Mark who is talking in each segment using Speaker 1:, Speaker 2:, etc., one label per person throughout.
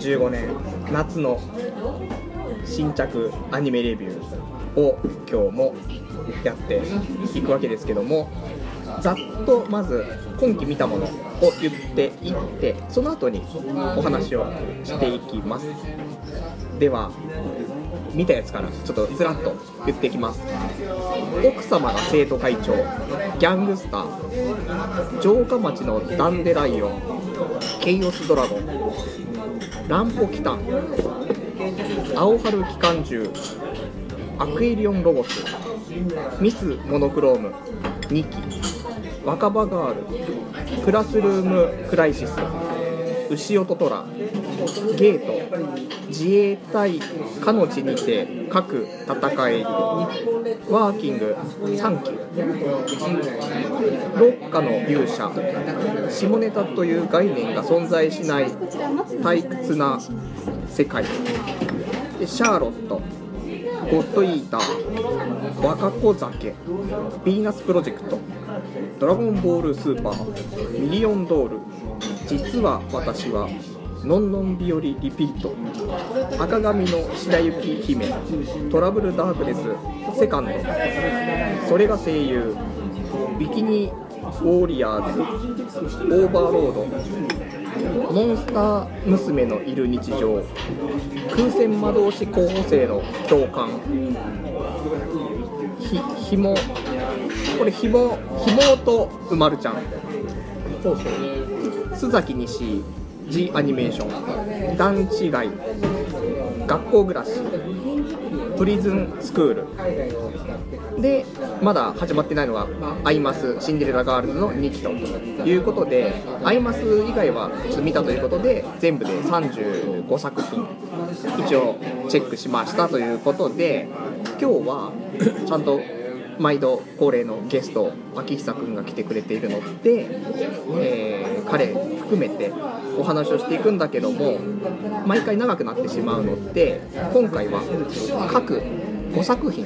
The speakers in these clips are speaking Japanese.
Speaker 1: 2015年夏の新着アニメレビューを今日もやっていくわけですけどもざっとまず今期見たものを言っていってその後にお話をしていきますでは見たやつからちょっとずらっと言っていきます奥様が生徒会長ギャングスター城下町のダンデライオンケイオスドラゴン乱歩キタン青春機関銃アクエリオンロボスミスモノクローム2期若葉ガールクラスルームクライシス牛音虎ゲート自衛隊かの地にて各戦いワーキング3期六下の勇者下ネタという概念が存在しない退屈な世界でシャーロットゴッドイーター若子酒ヴィーナスプロジェクトドラゴンボールスーパーミリオンドール実は私はのんのん日和リピート赤髪の白雪姫トラブルダークネスセカンドそれが声優ビキニウォーリアーズオーバーロードモンスター娘のいる日常空戦魔導士候補生の共感ひひもこれひもひもとうまるちゃんそうそう須崎西ジアニメーション段違い学校暮らしプリズンスクールでまだ始まってないのが「アイマスシンデレラガールズ」の2期ということで「アイマス」以外はちょっと見たということで全部で35作品一応チェックしましたということで今日はちゃんと毎度恒例のゲスト秋久くんが来てくれているので、えー彼含めてお話をしていくんだけども毎回長くなってしまうので今回は各5作品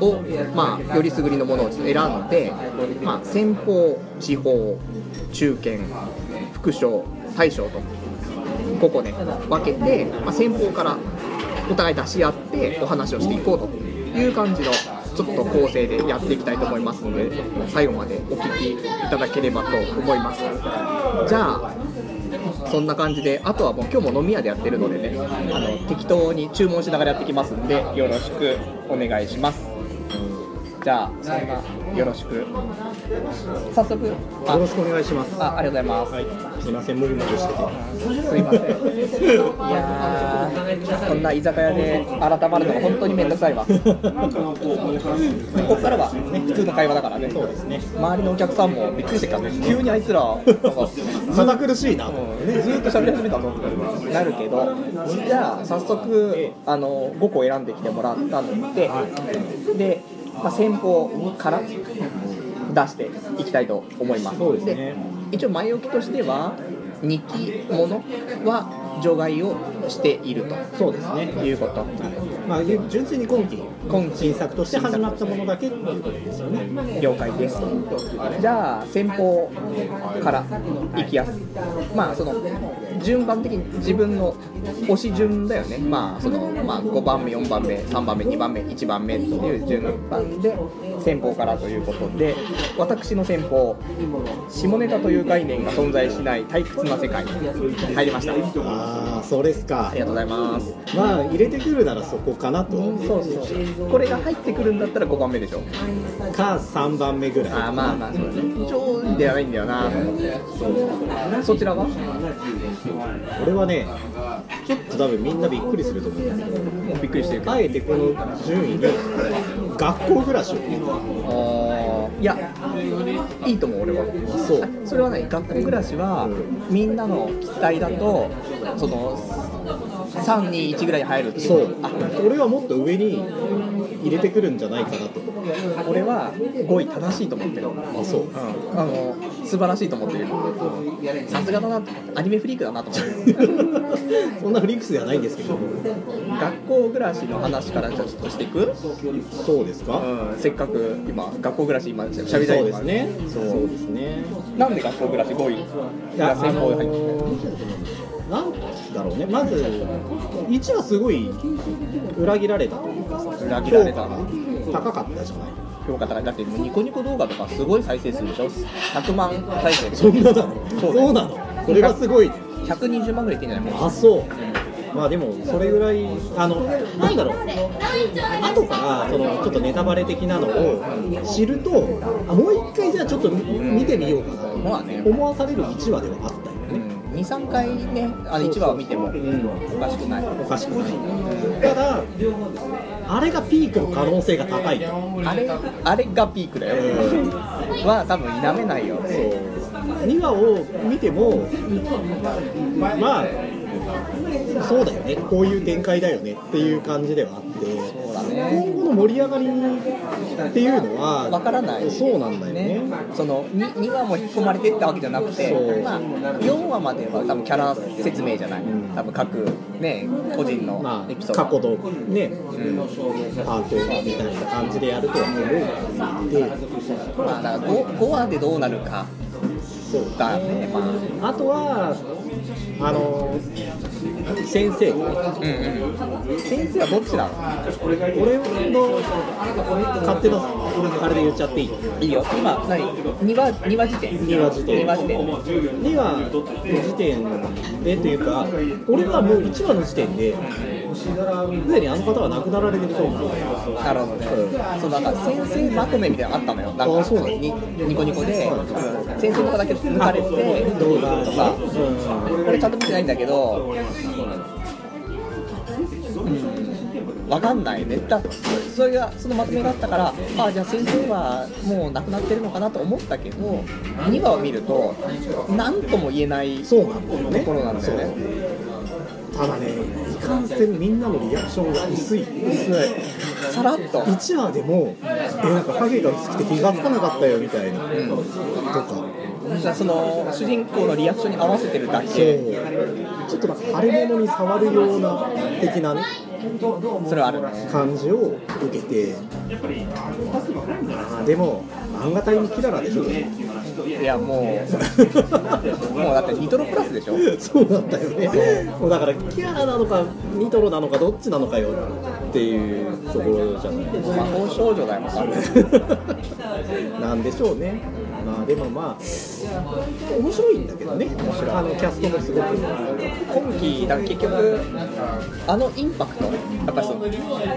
Speaker 1: を、まあ、よりすぐりのものを選んで、まあ、先方地方中堅副賞大賞とここね分けて、まあ、先方からお互い出し合ってお話をしていこうという感じのちょっと構成でやっていきたいと思いますので最後までお聞きいただければと思いますじゃあそんな感じであとはもう今日も飲み屋でやってるのでねあの適当に注文しながらやってきますんでよろしくお願いしますじゃあそんなよろしく早速あ
Speaker 2: よろしくお願いします。
Speaker 1: あありがとうございます、
Speaker 2: すいません、もぐもぐしてて。
Speaker 1: すいません。いやーこんな居酒屋で改まるのが本当に面倒くさいわ。ここからはね普通の会話だからね。そうですね。周りのお客さんもびっくりしてきたね。急にあいつらなんか
Speaker 2: 肌苦しいな。
Speaker 1: ねずーっと喋り始めたぞってなるけど、じゃあ早速あの5個選んできてもらったので、で、まあ、先方から出していきたいと思います。
Speaker 2: そうですね。
Speaker 1: 一応前置きとしては2期ものは除外をしていると
Speaker 2: そうですね。
Speaker 1: いうこと
Speaker 2: まあ、純粋に今期、
Speaker 1: 今期
Speaker 2: 新作として始まったものだけっていうことですよね。
Speaker 1: 了解ですじゃあ先方からいきやすまあその順番的に自分の推し順だよねまあその、まあ、5番目4番目3番目2番目1番目っていう順番で先方からということで私の先方下ネタという概念が存在しない退屈な世界入りましたあ
Speaker 2: ああ、そうですか
Speaker 1: り。がとうございます
Speaker 2: まあ、入れてくるならそこかなと。
Speaker 1: そうそうこれが入ってくるんだったら5番目でしょ
Speaker 2: か、3番目ぐらい。
Speaker 1: あーまあまあそうだね上位ではないんだよなと思ってそちらは
Speaker 2: 俺はね、ちょっと多分みんなびっくりすると思うんだけど、
Speaker 1: びっくりしてるけど
Speaker 2: あえてこの順位に、学校暮らしを入れた
Speaker 1: あーいやいいと思う俺は
Speaker 2: あそう
Speaker 1: あそれはね学校暮らしはみんなの期待だとその321ぐらいに入るっていう
Speaker 2: そう
Speaker 1: あ。
Speaker 2: 俺はもっと上に入れてくるんじゃないかなと。
Speaker 1: 俺は5位正しいと思ってる
Speaker 2: あ、そう。
Speaker 1: あの素晴らしいと思ってるさすがだなと思ってアニメフリークだなと思ってる
Speaker 2: そんなフリックスではないんですけど。
Speaker 1: 学校暮らしの話からちょっとしていく
Speaker 2: そうですか。
Speaker 1: うん、せっかく今学校暮らし今しゃべりたい
Speaker 2: そ
Speaker 1: の
Speaker 2: うで
Speaker 1: があ
Speaker 2: す
Speaker 1: る
Speaker 2: ね。そうですね。
Speaker 1: なんで学校暮らし5位
Speaker 2: い
Speaker 1: が
Speaker 2: や、
Speaker 1: 先
Speaker 2: あ
Speaker 1: 方
Speaker 2: の
Speaker 1: 入ってき
Speaker 2: ー、なんだだろうねまず1はすごい裏切られたというかさ
Speaker 1: 裏切られた
Speaker 2: 評価が高かったじゃない
Speaker 1: 評価高いだってもうニコニコ動画とかすごい再生数でしょ100万再生
Speaker 2: そんなだろ
Speaker 1: そ
Speaker 2: そうう
Speaker 1: だよ
Speaker 2: なのそれがすごいね
Speaker 1: 120万ぐらいいってんじゃないもう
Speaker 2: あそうまあでもそれぐらいあのなんだろう後からそのちょっとネタバレ的なのを知るとあもう一回じゃあちょっと見てみようかな
Speaker 1: まあね
Speaker 2: 思わされる1話ではあったよね
Speaker 1: 23回ねあの1話を見てもおかしくない
Speaker 2: おかしくないただあれがピークの可能性が高いと
Speaker 1: あれあれがピークだよ
Speaker 2: うん
Speaker 1: は多分否めないよ
Speaker 2: 2話を見てもまあそうだよねこういう展開だよねっていう感じではあって
Speaker 1: そうだね
Speaker 2: 今後の盛り上がりっていうのは
Speaker 1: わからない
Speaker 2: そうなんだよね
Speaker 1: その 2, 2話も引き込まれてったわけじゃなくて
Speaker 2: そう、
Speaker 1: まあ、4話までは多分キャラ説明じゃない
Speaker 2: ん
Speaker 1: 多分各、ね、個人の
Speaker 2: ま
Speaker 1: エピソ
Speaker 2: あ
Speaker 1: ード
Speaker 2: 過去のね
Speaker 1: うん
Speaker 2: パートナーみたいな感じでやるとは思うんで
Speaker 1: まあ、だから 5, 5話でどうなるか
Speaker 2: そう
Speaker 1: だねまあ
Speaker 2: あとはあの先生が
Speaker 1: うんうん先生はどっちなの
Speaker 2: 俺の勝手なあれで言っちゃっていい
Speaker 1: いいよ今何2話2話時点
Speaker 2: 2話時
Speaker 1: 2
Speaker 2: 点
Speaker 1: 話時点
Speaker 2: 2話の時点でというか俺はもう1話の時点ですでにあの方は亡くなられてるそうなんだよ
Speaker 1: なるほどね、そうなんか先生まとめみたいなのあったのよなんか
Speaker 2: あそうなの
Speaker 1: にニコニコで先生とかだけ抜かれて
Speaker 2: 動画
Speaker 1: と
Speaker 2: と
Speaker 1: か
Speaker 2: か、うん
Speaker 1: これちゃんと見てないんだけど、わかんないね、だそれがそのまとめがあったから、あじゃあ先生はもう亡くなってるのかなと思ったけど、2話を見ると、なんとも言えないと
Speaker 2: そうなんだよね
Speaker 1: ころなんだよね。
Speaker 2: そうただねいかんせんみんなのリアクションが薄い
Speaker 1: さらっと、
Speaker 2: 1話でも「えなんか影が薄くて気がつかなかったよ」みたいな、とか
Speaker 1: じゃあその主人公のリアクションに合わせてるだ
Speaker 2: そう
Speaker 1: け、
Speaker 2: ちょっとなんか腫れ物に触るような的なね
Speaker 1: それはあるね。
Speaker 2: 感じを受けてあーでも漫画隊にキララでしょ
Speaker 1: いやもう、もうだってニトロプラスでしょ、
Speaker 2: そうなんだよねもうだからキアラなのかニトロなのかどっちなのかよっていうところじゃ ない
Speaker 1: 魔法少女だよ、まだ
Speaker 2: なんでしょうねまあでもまあ面白いんだけどねあのキャストもすごく
Speaker 1: 今期だから結局あのインパクトやっぱりその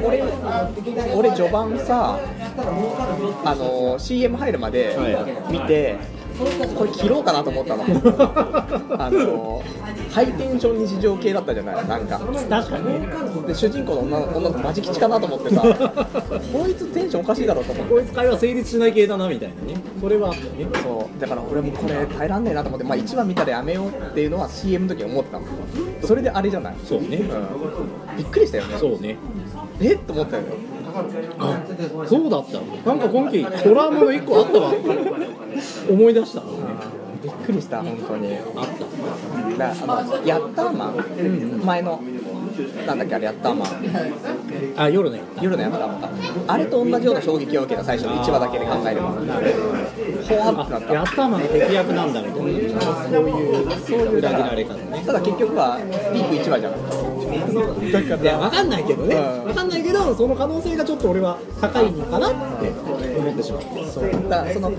Speaker 1: 俺俺序盤さあの CM 入るまで見て、これ切ろうかなと思ったのあのハイテンション日常系だったじゃないなんか
Speaker 2: 確かにね
Speaker 1: で主人公の女の女の子マジ吉かなと思ってさこいつテンションおかしいだろうと思って
Speaker 2: こいつ会話成立しない系だなみたいなねそれはあったね
Speaker 1: そうだから俺もこれ耐えらんねえなと思って、まあ、1話見たらやめようっていうのは CM の時思ってたのそれであれじゃない
Speaker 2: そうね
Speaker 1: びっくりしたよね
Speaker 2: そうね
Speaker 1: えっと思ったよね
Speaker 2: あそうだったなんか今期トラウマの一個あったわ思い出した
Speaker 1: びっくりした本当に
Speaker 2: あった
Speaker 1: だからあのヤッターマン、前のなんだっけあれヤッターマン
Speaker 2: あ夜ね
Speaker 1: 夜のヤッターマンかあれと同じような衝撃を受けた最初の1話だけで考えればほわってなっ
Speaker 2: あや
Speaker 1: た
Speaker 2: ったまの敵役なんだみたいなそういう裏切られ方ね
Speaker 1: ただ結局はピーク1話じゃん
Speaker 2: いやわかんないけどね
Speaker 1: うん
Speaker 2: わかんないけどその可能性がちょっと俺は高いのかなって思ってしまって
Speaker 1: だからその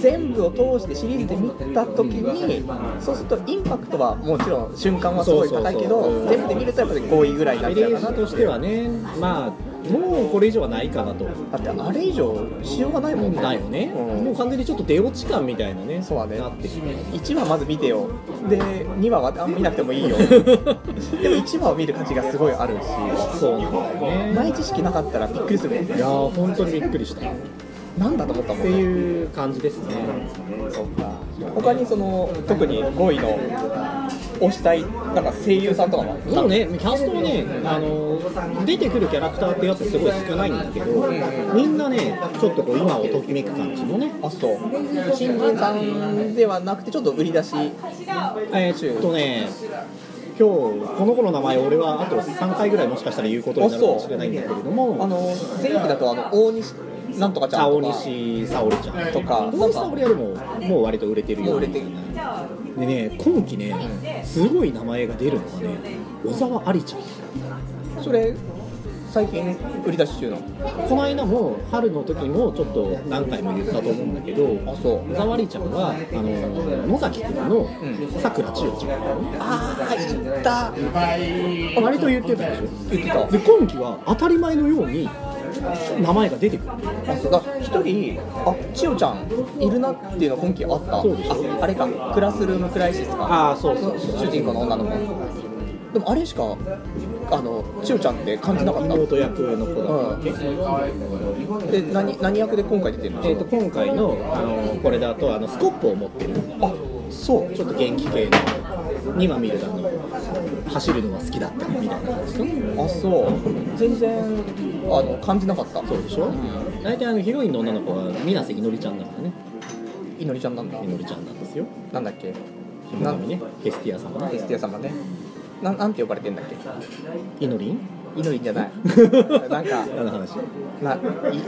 Speaker 1: 全部を通してシリーズで見た時にそうするとインパクトはもちろん瞬間はすごい高いけ
Speaker 2: そうそうそうう
Speaker 1: ど
Speaker 2: ん
Speaker 1: 全部で見るとやっぱり5位ぐらいになっ
Speaker 2: イ
Speaker 1: ち
Speaker 2: レ
Speaker 1: ゃう
Speaker 2: ー
Speaker 1: かな
Speaker 2: ジ
Speaker 1: と
Speaker 2: としてはねまあもうこれ以上はないかなと
Speaker 1: だってあれ以上しようがないもんね
Speaker 2: だよね
Speaker 1: うん
Speaker 2: もう完全にちょっと出落ち感みたいなね
Speaker 1: そうだね
Speaker 2: なってきて
Speaker 1: 1話まず見てよで2話はあ見なくてもいい よでも1話を見る価値がすごいあるし
Speaker 2: そうなんだよね
Speaker 1: 前知識なかったらびっくりするもん
Speaker 2: いやー本当にびっくりしたっ
Speaker 1: なんだと思ったも
Speaker 2: て
Speaker 1: んね
Speaker 2: いう感じですね
Speaker 1: そっか他にその特に5位の推したいなんか声優さんとかも
Speaker 2: そうね、キャストもね、あの出てくるキャラクターってやつすごい少ないんだけど、みんなね、ちょっとこう今をときめく感じのね、
Speaker 1: あそう新人さんではなくてちょっと売り出し
Speaker 2: えー、っとね、今日この子の名前、俺はあと3回ぐらいもしかしたら言うことになるかもしれないんだけれど
Speaker 1: あ
Speaker 2: も、
Speaker 1: の前期だとあの大西なんとかちゃん
Speaker 2: 青
Speaker 1: とか
Speaker 2: 西沙織ちゃんと
Speaker 1: とか
Speaker 2: か、大西沙織はでも、もう割と売れてる
Speaker 1: も
Speaker 2: よ
Speaker 1: う
Speaker 2: う
Speaker 1: 売れ
Speaker 2: な
Speaker 1: てる
Speaker 2: でね今期ねすごい名前が出るのがね小沢ありちゃん
Speaker 1: それ最近売り出し中なの
Speaker 2: この間も春の時もちょっと何回も言ったと思うんだけど
Speaker 1: あそう
Speaker 2: 小沢りちゃんはあの野崎君の
Speaker 1: ん
Speaker 2: さくら千代ちゃん
Speaker 1: ああ行った
Speaker 2: あ割と言ってたでし
Speaker 1: 言ってた
Speaker 2: ょで今期は当たり前のように名前が出てくる
Speaker 1: あそうだ一人あ千代ちゃんいるなっていうの今期あった
Speaker 2: そうです
Speaker 1: ああれかクラスルームクライシスか
Speaker 2: あそうそう
Speaker 1: 主人公の女の子でもあれしかあの千代ちゃんって感じなかった
Speaker 2: 妹役の子だったっけ
Speaker 1: で何何役で今回出てるの、
Speaker 2: えー、と今回のあのこれだとあのスコップを持ってる
Speaker 1: あそう
Speaker 2: ちょっと元気系のには見るあの走るのが好きだったりみたいな感じ
Speaker 1: あそう全然あの感じなかった
Speaker 2: そうでしょ、
Speaker 1: ん
Speaker 2: 大体あのヒロインの女の子は水瀬いのりちゃんだからね
Speaker 1: いのりちゃんなんだ
Speaker 2: いのりちゃんなんですよ
Speaker 1: なんだっけ
Speaker 2: ひもみねヘスティア様
Speaker 1: エ
Speaker 2: ね
Speaker 1: スティア様ねなんなんて呼ばれてんだっけ
Speaker 2: いのりん
Speaker 1: いのりんじゃない なんか
Speaker 2: 何の話
Speaker 1: ない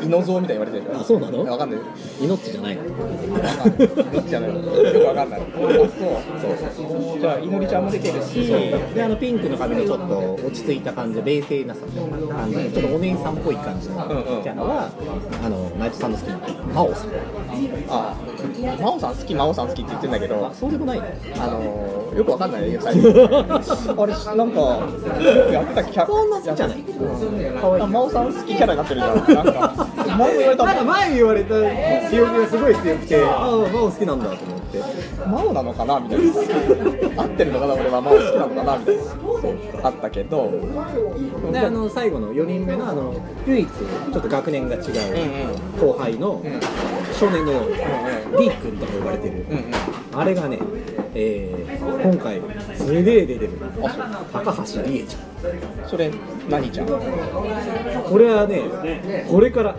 Speaker 1: イノゾウみたいに言われてるでしょ
Speaker 2: あそうなの
Speaker 1: わかんない
Speaker 2: いのっちじゃないの
Speaker 1: わかんないどっちじゃないよくわかんないあそうじゃあいのりちゃんも出てるし
Speaker 2: であのピンクの髪のちょっと落ち着いた感じで冷静なさあのちょっとお姉さんっぽい感じのキ
Speaker 1: うんうん
Speaker 2: ャラはあのナイトさんの好きな真央さん
Speaker 1: あ真央さん好き真央さん好きって言ってんだけど
Speaker 2: あそうでもないの
Speaker 1: あのー、よくわかんない ね最近あれなんかやってたキャ
Speaker 2: そんな好きじゃない
Speaker 1: うんかわいい真央さん好きキャラになってるじゃんなん か前も言われた
Speaker 2: なんか前言われた記憶がすごい強くて、ああ、真央好きなんだと思って、
Speaker 1: 真央なのかなみたいな合ってるのかな俺は真央好きなのかなみたいなあったけど
Speaker 2: であの最後の4人目のあの唯一、ちょっと学年が違う後輩の
Speaker 1: うん
Speaker 2: 少年のリー君とか呼ばれてる、
Speaker 1: うんうん
Speaker 2: あれがね、えー今回、すげえ出てる、
Speaker 1: あ
Speaker 2: 高橋理恵ち
Speaker 1: そうそれ何ちゃん
Speaker 2: ゃん、これはね、これから、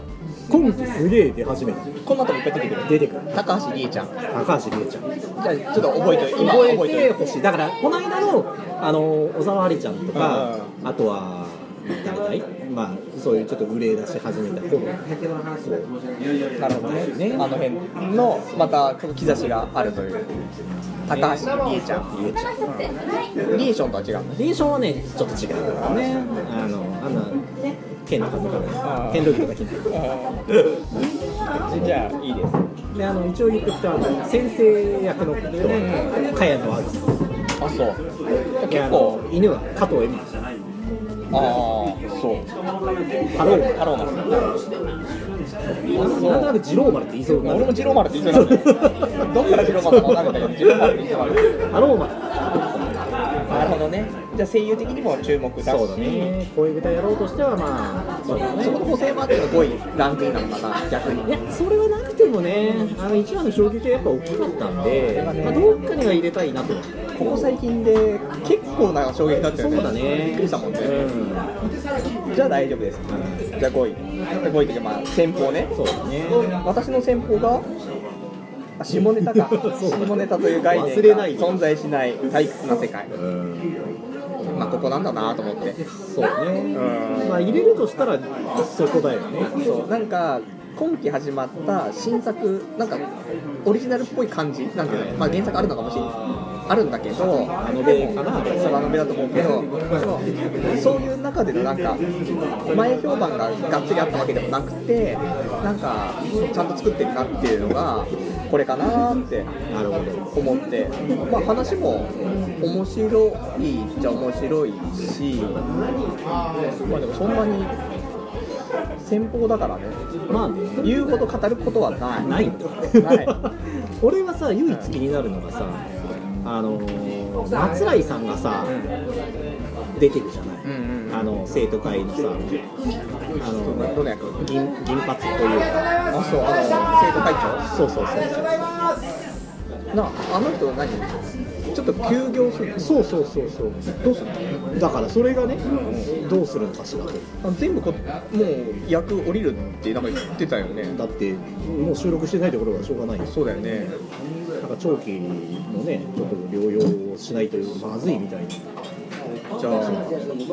Speaker 2: 今季すげえ出始めた、
Speaker 1: この後もいっぱい出てくる
Speaker 2: 出てくる、
Speaker 1: 高橋りえちゃんじゃ
Speaker 2: 高橋理恵ちゃん。
Speaker 1: あちょっと覚えて今
Speaker 2: 覚
Speaker 1: 覚えて
Speaker 2: えて
Speaker 1: る
Speaker 2: ほしいだからこの間のあの小沢ありちゃんとか、あとは誰だいまあそういうちょっと憂い出し始めた頃こ
Speaker 1: なるほどねあの辺のまた兆しがあるという高橋りえちゃん
Speaker 2: うゆうちゃん
Speaker 1: リエーションとは違うんだ
Speaker 2: 臨床はねちょっと違うからねあのあんな剣とか抜か
Speaker 1: あ
Speaker 2: な
Speaker 1: ー
Speaker 2: い剣道着とか着ない
Speaker 1: じゃあいいです
Speaker 2: であの一応言ってきたあの先生役の人は茅野あずさ
Speaker 1: あそう
Speaker 2: であ
Speaker 1: 結
Speaker 2: の
Speaker 1: 構
Speaker 2: 犬は加藤恵美さん
Speaker 1: ああそう
Speaker 2: ハロー
Speaker 1: 太郎丸
Speaker 2: なんとなく二郎丸って言い そうにな
Speaker 1: 俺
Speaker 2: る
Speaker 1: も二郎丸って言ってたんだよどっから二郎丸か分かんないんだけど二郎丸って言ってたんだよ
Speaker 2: ハロー丸
Speaker 1: なるほどねじゃあ声優的にも注目だし
Speaker 2: そうだね恋豚やろうとしてはまあそうだね
Speaker 1: そこの補正もあっての5位ランクインなのかな逆に
Speaker 2: いやそれはなくてもね、あの一話の衝撃はやっぱ大きかったんで、まあ、どっかには入れたいなと、
Speaker 1: ここ最近で結構な衝撃だった
Speaker 2: そ
Speaker 1: よね
Speaker 2: うだね、
Speaker 1: びっくりしたもんね、
Speaker 2: うん
Speaker 1: じゃあ大丈夫ですじゃあ5位5位というかまあ先方ね
Speaker 2: そうだね、
Speaker 1: 私の先方があ下ネタか
Speaker 2: そうだね
Speaker 1: 下ネタという概
Speaker 2: 忘
Speaker 1: 念
Speaker 2: れ
Speaker 1: が
Speaker 2: ないよ
Speaker 1: 存在しない退屈な世界
Speaker 2: うん、
Speaker 1: まあここなんだなと思って
Speaker 2: そうね、まあ、入れるとしたら、そこだよね、
Speaker 1: そうなんか今期始まった新作なんかオリジナルっぽい感じなんていうの、まあ、原作あるのかもしれないあるんだけど
Speaker 2: あの例かな、
Speaker 1: そのアノベだと思うけどそういう中でのなんか前評判ががっつりあったわけでもなくてなんかちゃんと作ってるなっていうのがこれかなって
Speaker 2: なるほど、
Speaker 1: 思って、まあ、話も面白いっちゃ面白いし、まあ、でもそんなに先方だからね
Speaker 2: まあね、
Speaker 1: 言うこと語ることはない
Speaker 2: ないんだ
Speaker 1: ない、
Speaker 2: 俺はさ、唯一気になるのがさ、あのー、松来さんがさ、出てるじゃない。
Speaker 1: うんうん
Speaker 2: あの生徒会のさ、あの
Speaker 1: どの役
Speaker 2: 銀銀髪というか、
Speaker 1: あそうあの生徒会長
Speaker 2: そうそうそう
Speaker 1: なあの人何ちょっと休業する
Speaker 2: そうそうそうそうどうするのだからそれがね、どうするのかしらと
Speaker 1: あ全部こもう役降りるってなんか言ってたよね
Speaker 2: だってもう収録してないところはしょうがないです
Speaker 1: そうだよね
Speaker 2: なんか長期のねちょっと療養をしないとまずいみたいな
Speaker 1: じゃあ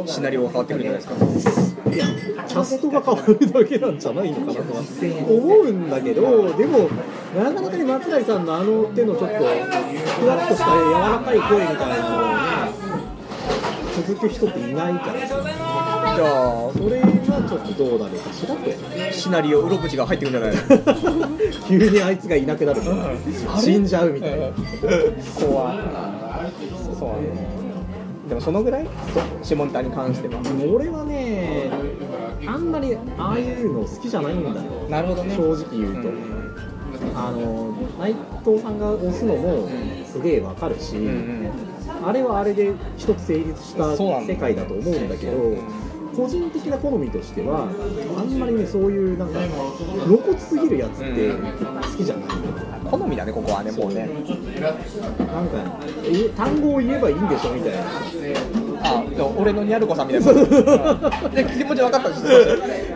Speaker 1: シナリオが変わってくるんじゃないですか
Speaker 2: いやキャストが変わるだけなんじゃないのかなとは思うんだけどでもなかなかね松平さんのあの手のちょっとふわっとした柔らかい声みたいなのをね続く人っていないからさ
Speaker 1: じゃあ
Speaker 2: それはちょっとどうなるかしらって
Speaker 1: シナリオうろこちが入ってくるんじゃないの
Speaker 2: 急にあいつがいなくなるから死んじゃうみたいな
Speaker 1: 怖いそうでもそのぐらい下ネタに関しては
Speaker 2: 俺はねあんまりああいうの好きじゃないんだよ
Speaker 1: なるほど
Speaker 2: 正直言うと、あの内藤さんが押すのもすげえわかるし、あれはあれで一つ成立した
Speaker 1: そうなんだ
Speaker 2: 世界だと思うんだけど個人的な好みとしてはあんまりねそういうなんか露骨すぎるやつって好きじゃない、
Speaker 1: 好みだねここはねもうね
Speaker 2: なんかえ単語を言えばいいんでしょみたいな
Speaker 1: あでも俺のニャルコさんみたい なうんで気持ち分かった し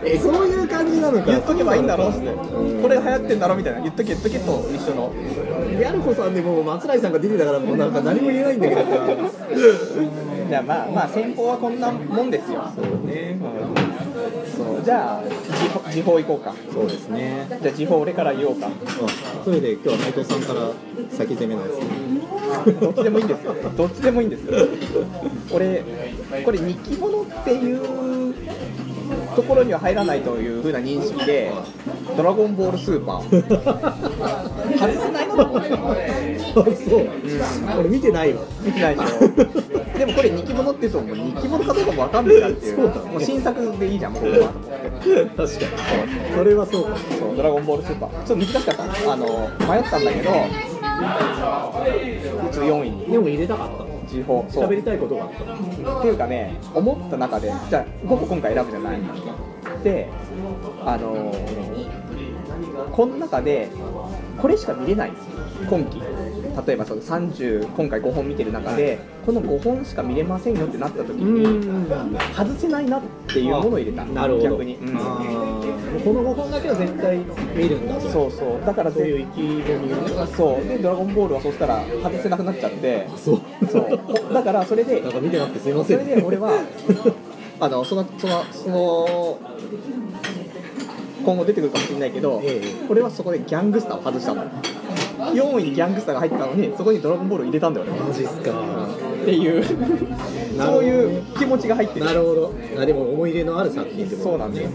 Speaker 2: えそういう感じなのか
Speaker 1: 言っとけばいいんだろうって
Speaker 2: うん
Speaker 1: これ流行ってんだろみたいな言っとけ言っとけと一緒の
Speaker 2: ヤルコさんでもう松平さんが出てたからもうなんか何も言えないんだ けどさ
Speaker 1: じゃあまあまあ先方はこんなもんですよ
Speaker 2: そうね
Speaker 1: そうじゃあ時報時報行こうか
Speaker 2: そうですね
Speaker 1: じゃあ時報俺から言おうか
Speaker 2: あそれで今日は内藤さんから先攻めのやつ
Speaker 1: どっちでもいいんですよどっちでもいいんですよ俺これ日記物っていうところには入らないというふうな認識で「ドラゴンボールスーパ ー」外せないのと思って
Speaker 2: あそう、俺見てないわ
Speaker 1: 見てないでしょでもこれ日記物っていうともう日記物かどうかも分かんないなっていう
Speaker 2: そうだね
Speaker 1: もう新作でいいじゃんもうこれは
Speaker 2: 確かにそれはそうか
Speaker 1: そうドラゴンボールスーパーちょっと難しかったあの迷ったんだけどちょっと4位に
Speaker 2: でも入れたかった
Speaker 1: 時報そう
Speaker 2: 喋りたいことがあった
Speaker 1: っていうかね思った中でじゃあ僕今回選ぶじゃないであのーこの中でこれしか見れないんですよ今期例えばその30今回5本見てる中でこの5本しか見れませんよってなった時に外せないなっていうものを入れた
Speaker 2: なるほど
Speaker 1: 逆に、うん
Speaker 2: あーこの5本だけは絶対見るんだと
Speaker 1: そうそうだから
Speaker 2: そういう意
Speaker 1: ぜ
Speaker 2: 気込みをね
Speaker 1: そうで「ドラゴンボール」はそしたら外せなくなっちゃって
Speaker 2: そう
Speaker 1: そうだからそれで
Speaker 2: なんか見てなくてすいま
Speaker 1: そ
Speaker 2: せん
Speaker 1: れで俺はあのそのそのその今後出てくるかもしれないけど、
Speaker 2: ええ
Speaker 1: 俺はそこでギャングスターを外したの4位にギャングスターが入ったのにそこに「ドラゴンボール」を入れたんだよね
Speaker 2: マジっすか
Speaker 1: っていう
Speaker 2: なる
Speaker 1: そ
Speaker 2: ほど
Speaker 1: う
Speaker 2: ね
Speaker 1: いう気持ちが入ってる
Speaker 2: なるほどあでも思い入れのある作品ってこと
Speaker 1: そうなんですよ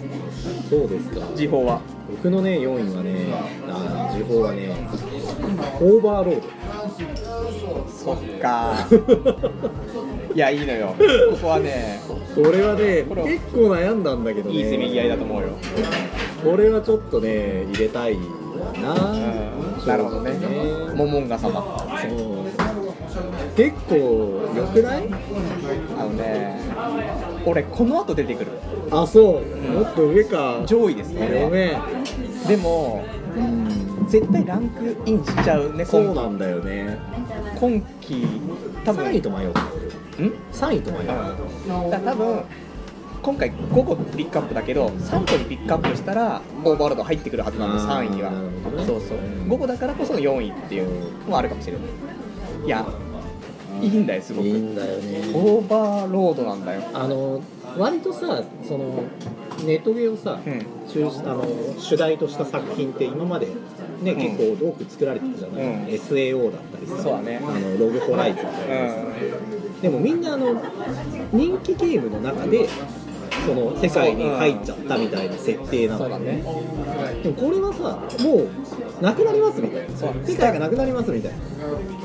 Speaker 2: そうですか
Speaker 1: 時報は
Speaker 2: 僕のね4位はねあー時報はねオーバーロード
Speaker 1: そっ かいやいいのよここはね
Speaker 2: これはね
Speaker 1: これは
Speaker 2: 結構悩んだんだけどね
Speaker 1: いいせめぎ合いだと思うよ
Speaker 2: これはちょっとね入れたいな
Speaker 1: うんなるほどねモモンガ様
Speaker 2: そう結構良くない
Speaker 1: あのね俺この後出てくる
Speaker 2: あそうもっと上か
Speaker 1: 上位ですね俺は
Speaker 2: ごめん
Speaker 1: でも
Speaker 2: うん
Speaker 1: 絶対ランクインしちゃうね
Speaker 2: そう
Speaker 1: 今
Speaker 2: なんだよね
Speaker 1: 今期多分
Speaker 2: 3位と迷った
Speaker 1: ん
Speaker 2: 3位と迷った
Speaker 1: だから多分今回5個ピックアップだけど3個にピックアップしたらオーバーロード入ってくるはずなんで
Speaker 2: あー
Speaker 1: 3位には
Speaker 2: なるほどね
Speaker 1: そうそう
Speaker 2: うん
Speaker 1: 5個だからこその4位っていうのもあるかもしれないいやいいんだよすご
Speaker 2: いい
Speaker 1: く
Speaker 2: んだよね
Speaker 1: オーバーロードなんだよ
Speaker 2: あの割とさそのネットゲーをさ、
Speaker 1: うん
Speaker 2: 中あの主題とした作品って今まで、ね結構多く作られてたじゃない、
Speaker 1: うん
Speaker 2: SAO だったりさ
Speaker 1: そうだね
Speaker 2: あのログホライズンだったりさ、でもみんなあの人気ゲームの中でその世界に入っちゃったみたいな設定な
Speaker 1: そうだ
Speaker 2: の、
Speaker 1: ね
Speaker 2: でもこれはさもうなくなりますみたいな
Speaker 1: そう
Speaker 2: 世界がなくなりますみたいな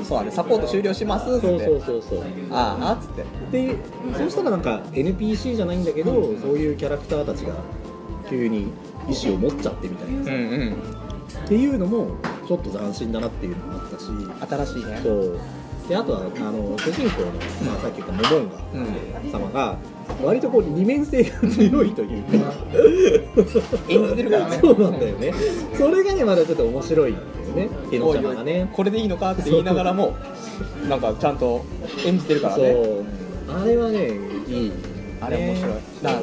Speaker 1: そうだねサポート終了しますっつって
Speaker 2: そうそうそうそう
Speaker 1: ああっつって
Speaker 2: でそうしたらなんか NPC じゃないんだけど、そういうキャラクターたちが急に意志を持っちゃってみたいな、
Speaker 1: うんうん
Speaker 2: っていうのもちょっと斬新だなっていうのもあったし
Speaker 1: 新しいね
Speaker 2: そうであとはあの主人公の、まあ、さっき言ったモモンガ
Speaker 1: うん
Speaker 2: 様が割とこう二面性が強いというか
Speaker 1: 演じてるからね
Speaker 2: そうなんだよねそれがねまだちょっと面白いんだよねテノちゃまがね
Speaker 1: これでいいのかって言いながらも なんかちゃんと演じてるから
Speaker 2: そ
Speaker 1: ね
Speaker 2: うあれはねいい
Speaker 1: あれ面白いだ
Speaker 2: な
Speaker 1: から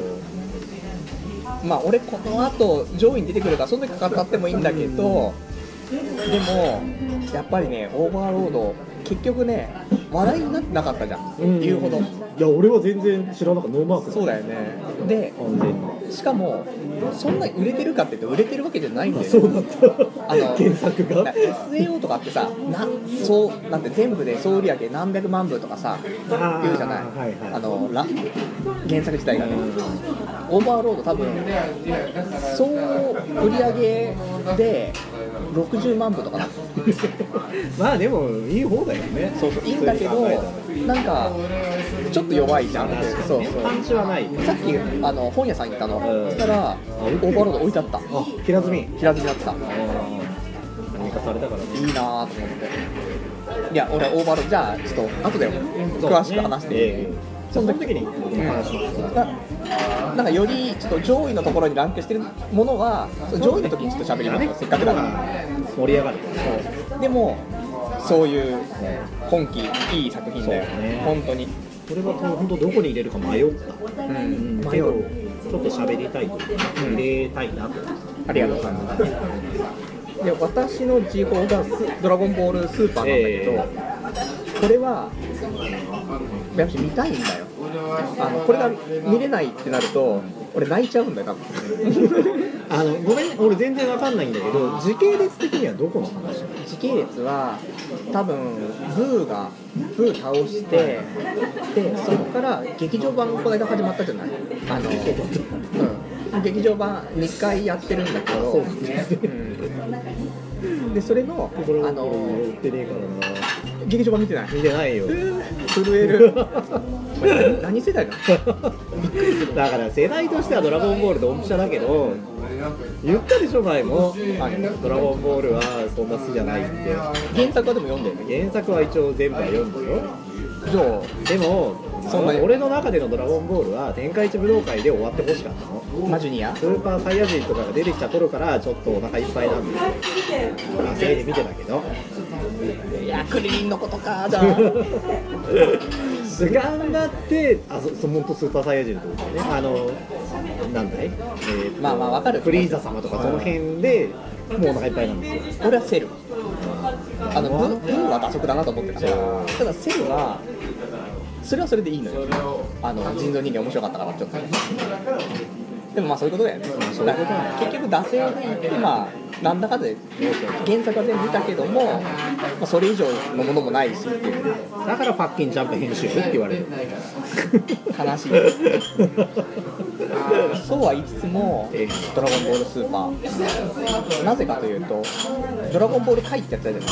Speaker 1: まあ俺この後上位に出てくるからその時語ってもいいんだけどでもやっぱりねオーバーロード結局ね話題になってなかったじゃん
Speaker 2: うん
Speaker 1: 言うほど
Speaker 2: うんいや俺は全然知らなかったノーマーク
Speaker 1: そうだよねで
Speaker 2: 完全に
Speaker 1: しかもそんな売れてるかって言って売れてるわけじゃないん
Speaker 2: あ
Speaker 1: だよ
Speaker 2: そ
Speaker 1: ね
Speaker 2: うだった
Speaker 1: あの
Speaker 2: 原作
Speaker 1: な
Speaker 2: が
Speaker 1: SAO とかってさなそうなんて全部で総売り上げ何百万部とかさ
Speaker 2: あー
Speaker 1: 言うじゃない
Speaker 2: はいはい
Speaker 1: あのラ原作自体がねオーバーロード多分総売り上げで60万部とかな
Speaker 2: まあでもいい方だよね
Speaker 1: そうそういいんだけどなんかちょっと弱いじゃんそうそう
Speaker 2: パンチはない
Speaker 1: さっきあの本屋さん行ったの、
Speaker 2: うん
Speaker 1: そしたらオーバーロード置いてあった
Speaker 2: あ平積み
Speaker 1: 平積みだってた
Speaker 2: 何かされたからね
Speaker 1: いいなーと思っていや俺オーバーロードじゃあちょっと後で詳しく話して、
Speaker 2: ええそ
Speaker 1: そ
Speaker 2: の
Speaker 1: の
Speaker 2: 時に話します
Speaker 1: ななんかよりちょっと上位のところにランクしてるものはその上位の時にちょっと喋りましょうせっかくだから
Speaker 2: 盛り上がる
Speaker 1: そうでもそういう今季いい作品だよ、
Speaker 2: そうね
Speaker 1: 本当に、
Speaker 2: これは本当どこに入れるか迷った
Speaker 1: うん
Speaker 2: け
Speaker 1: 迷
Speaker 2: ど
Speaker 1: う
Speaker 2: ちょっと喋りたいというか
Speaker 1: うん
Speaker 2: 入れたいなと
Speaker 1: ありがとうございますで私の時報がス「ドラゴンボールスーパー」なんだけど、これはやっぱり見たいんだよあのこれが見れないってなると俺泣いちゃうんだよ多分
Speaker 2: あのごめん俺全然わかんないんだけど時系列的にはどこの話なの
Speaker 1: 時系列は多分ブーがブー倒してでそこから劇場版がこの間始まったじゃないあの、うん、劇場版2回やってるんだけど
Speaker 2: そうなんですね
Speaker 1: うんでそれの
Speaker 2: これ
Speaker 1: あ
Speaker 2: の
Speaker 1: の
Speaker 2: 言ってねえからな
Speaker 1: 劇場版見てない
Speaker 2: 見てな いよ
Speaker 1: 震える これ何何世代だ
Speaker 2: だから世代としては「ドラゴンボール」ドンピシャだけど言ったでしょ前も「あドラゴンボール」はそんな好きじゃないって
Speaker 1: 原作はでも読んでるね
Speaker 2: 原作は一応全部は読んだよ
Speaker 1: じゃあ
Speaker 2: でも
Speaker 1: そんなに
Speaker 2: 俺の中での「ドラゴンボール」は天下一武道会で終わってほしかったの
Speaker 1: マジュニア
Speaker 2: スーパーサイヤ人とかが出てきた頃からちょっとお腹いっぱいなんですよ焦りで見てたけど
Speaker 1: いやクリリンのことかじゃあ
Speaker 2: 頑張ってあそそ本当スーパーサイヤ人とかねあのなんだい、えーと
Speaker 1: まあまあわかる
Speaker 2: フリーザ様とかその辺でもうお腹いっぱいなんですよ
Speaker 1: 俺はセルあのブブーは打足だなと思ってたただセルはそれはそれでいいのよあの人造人間面白かったからちょっとねでもまあそういうことだよね
Speaker 2: そういうことだね
Speaker 1: 結局惰性で言ってまあなんだかで原作は全部見たけども、まあ、それ以上のものもないしっていう
Speaker 2: だから「パッキンジャンプ編集部」って言われる
Speaker 1: 悲しい そうは言いつつも「ドラゴンボールスーパー」なぜかというと「ドラゴンボール界」ってやつだじゃない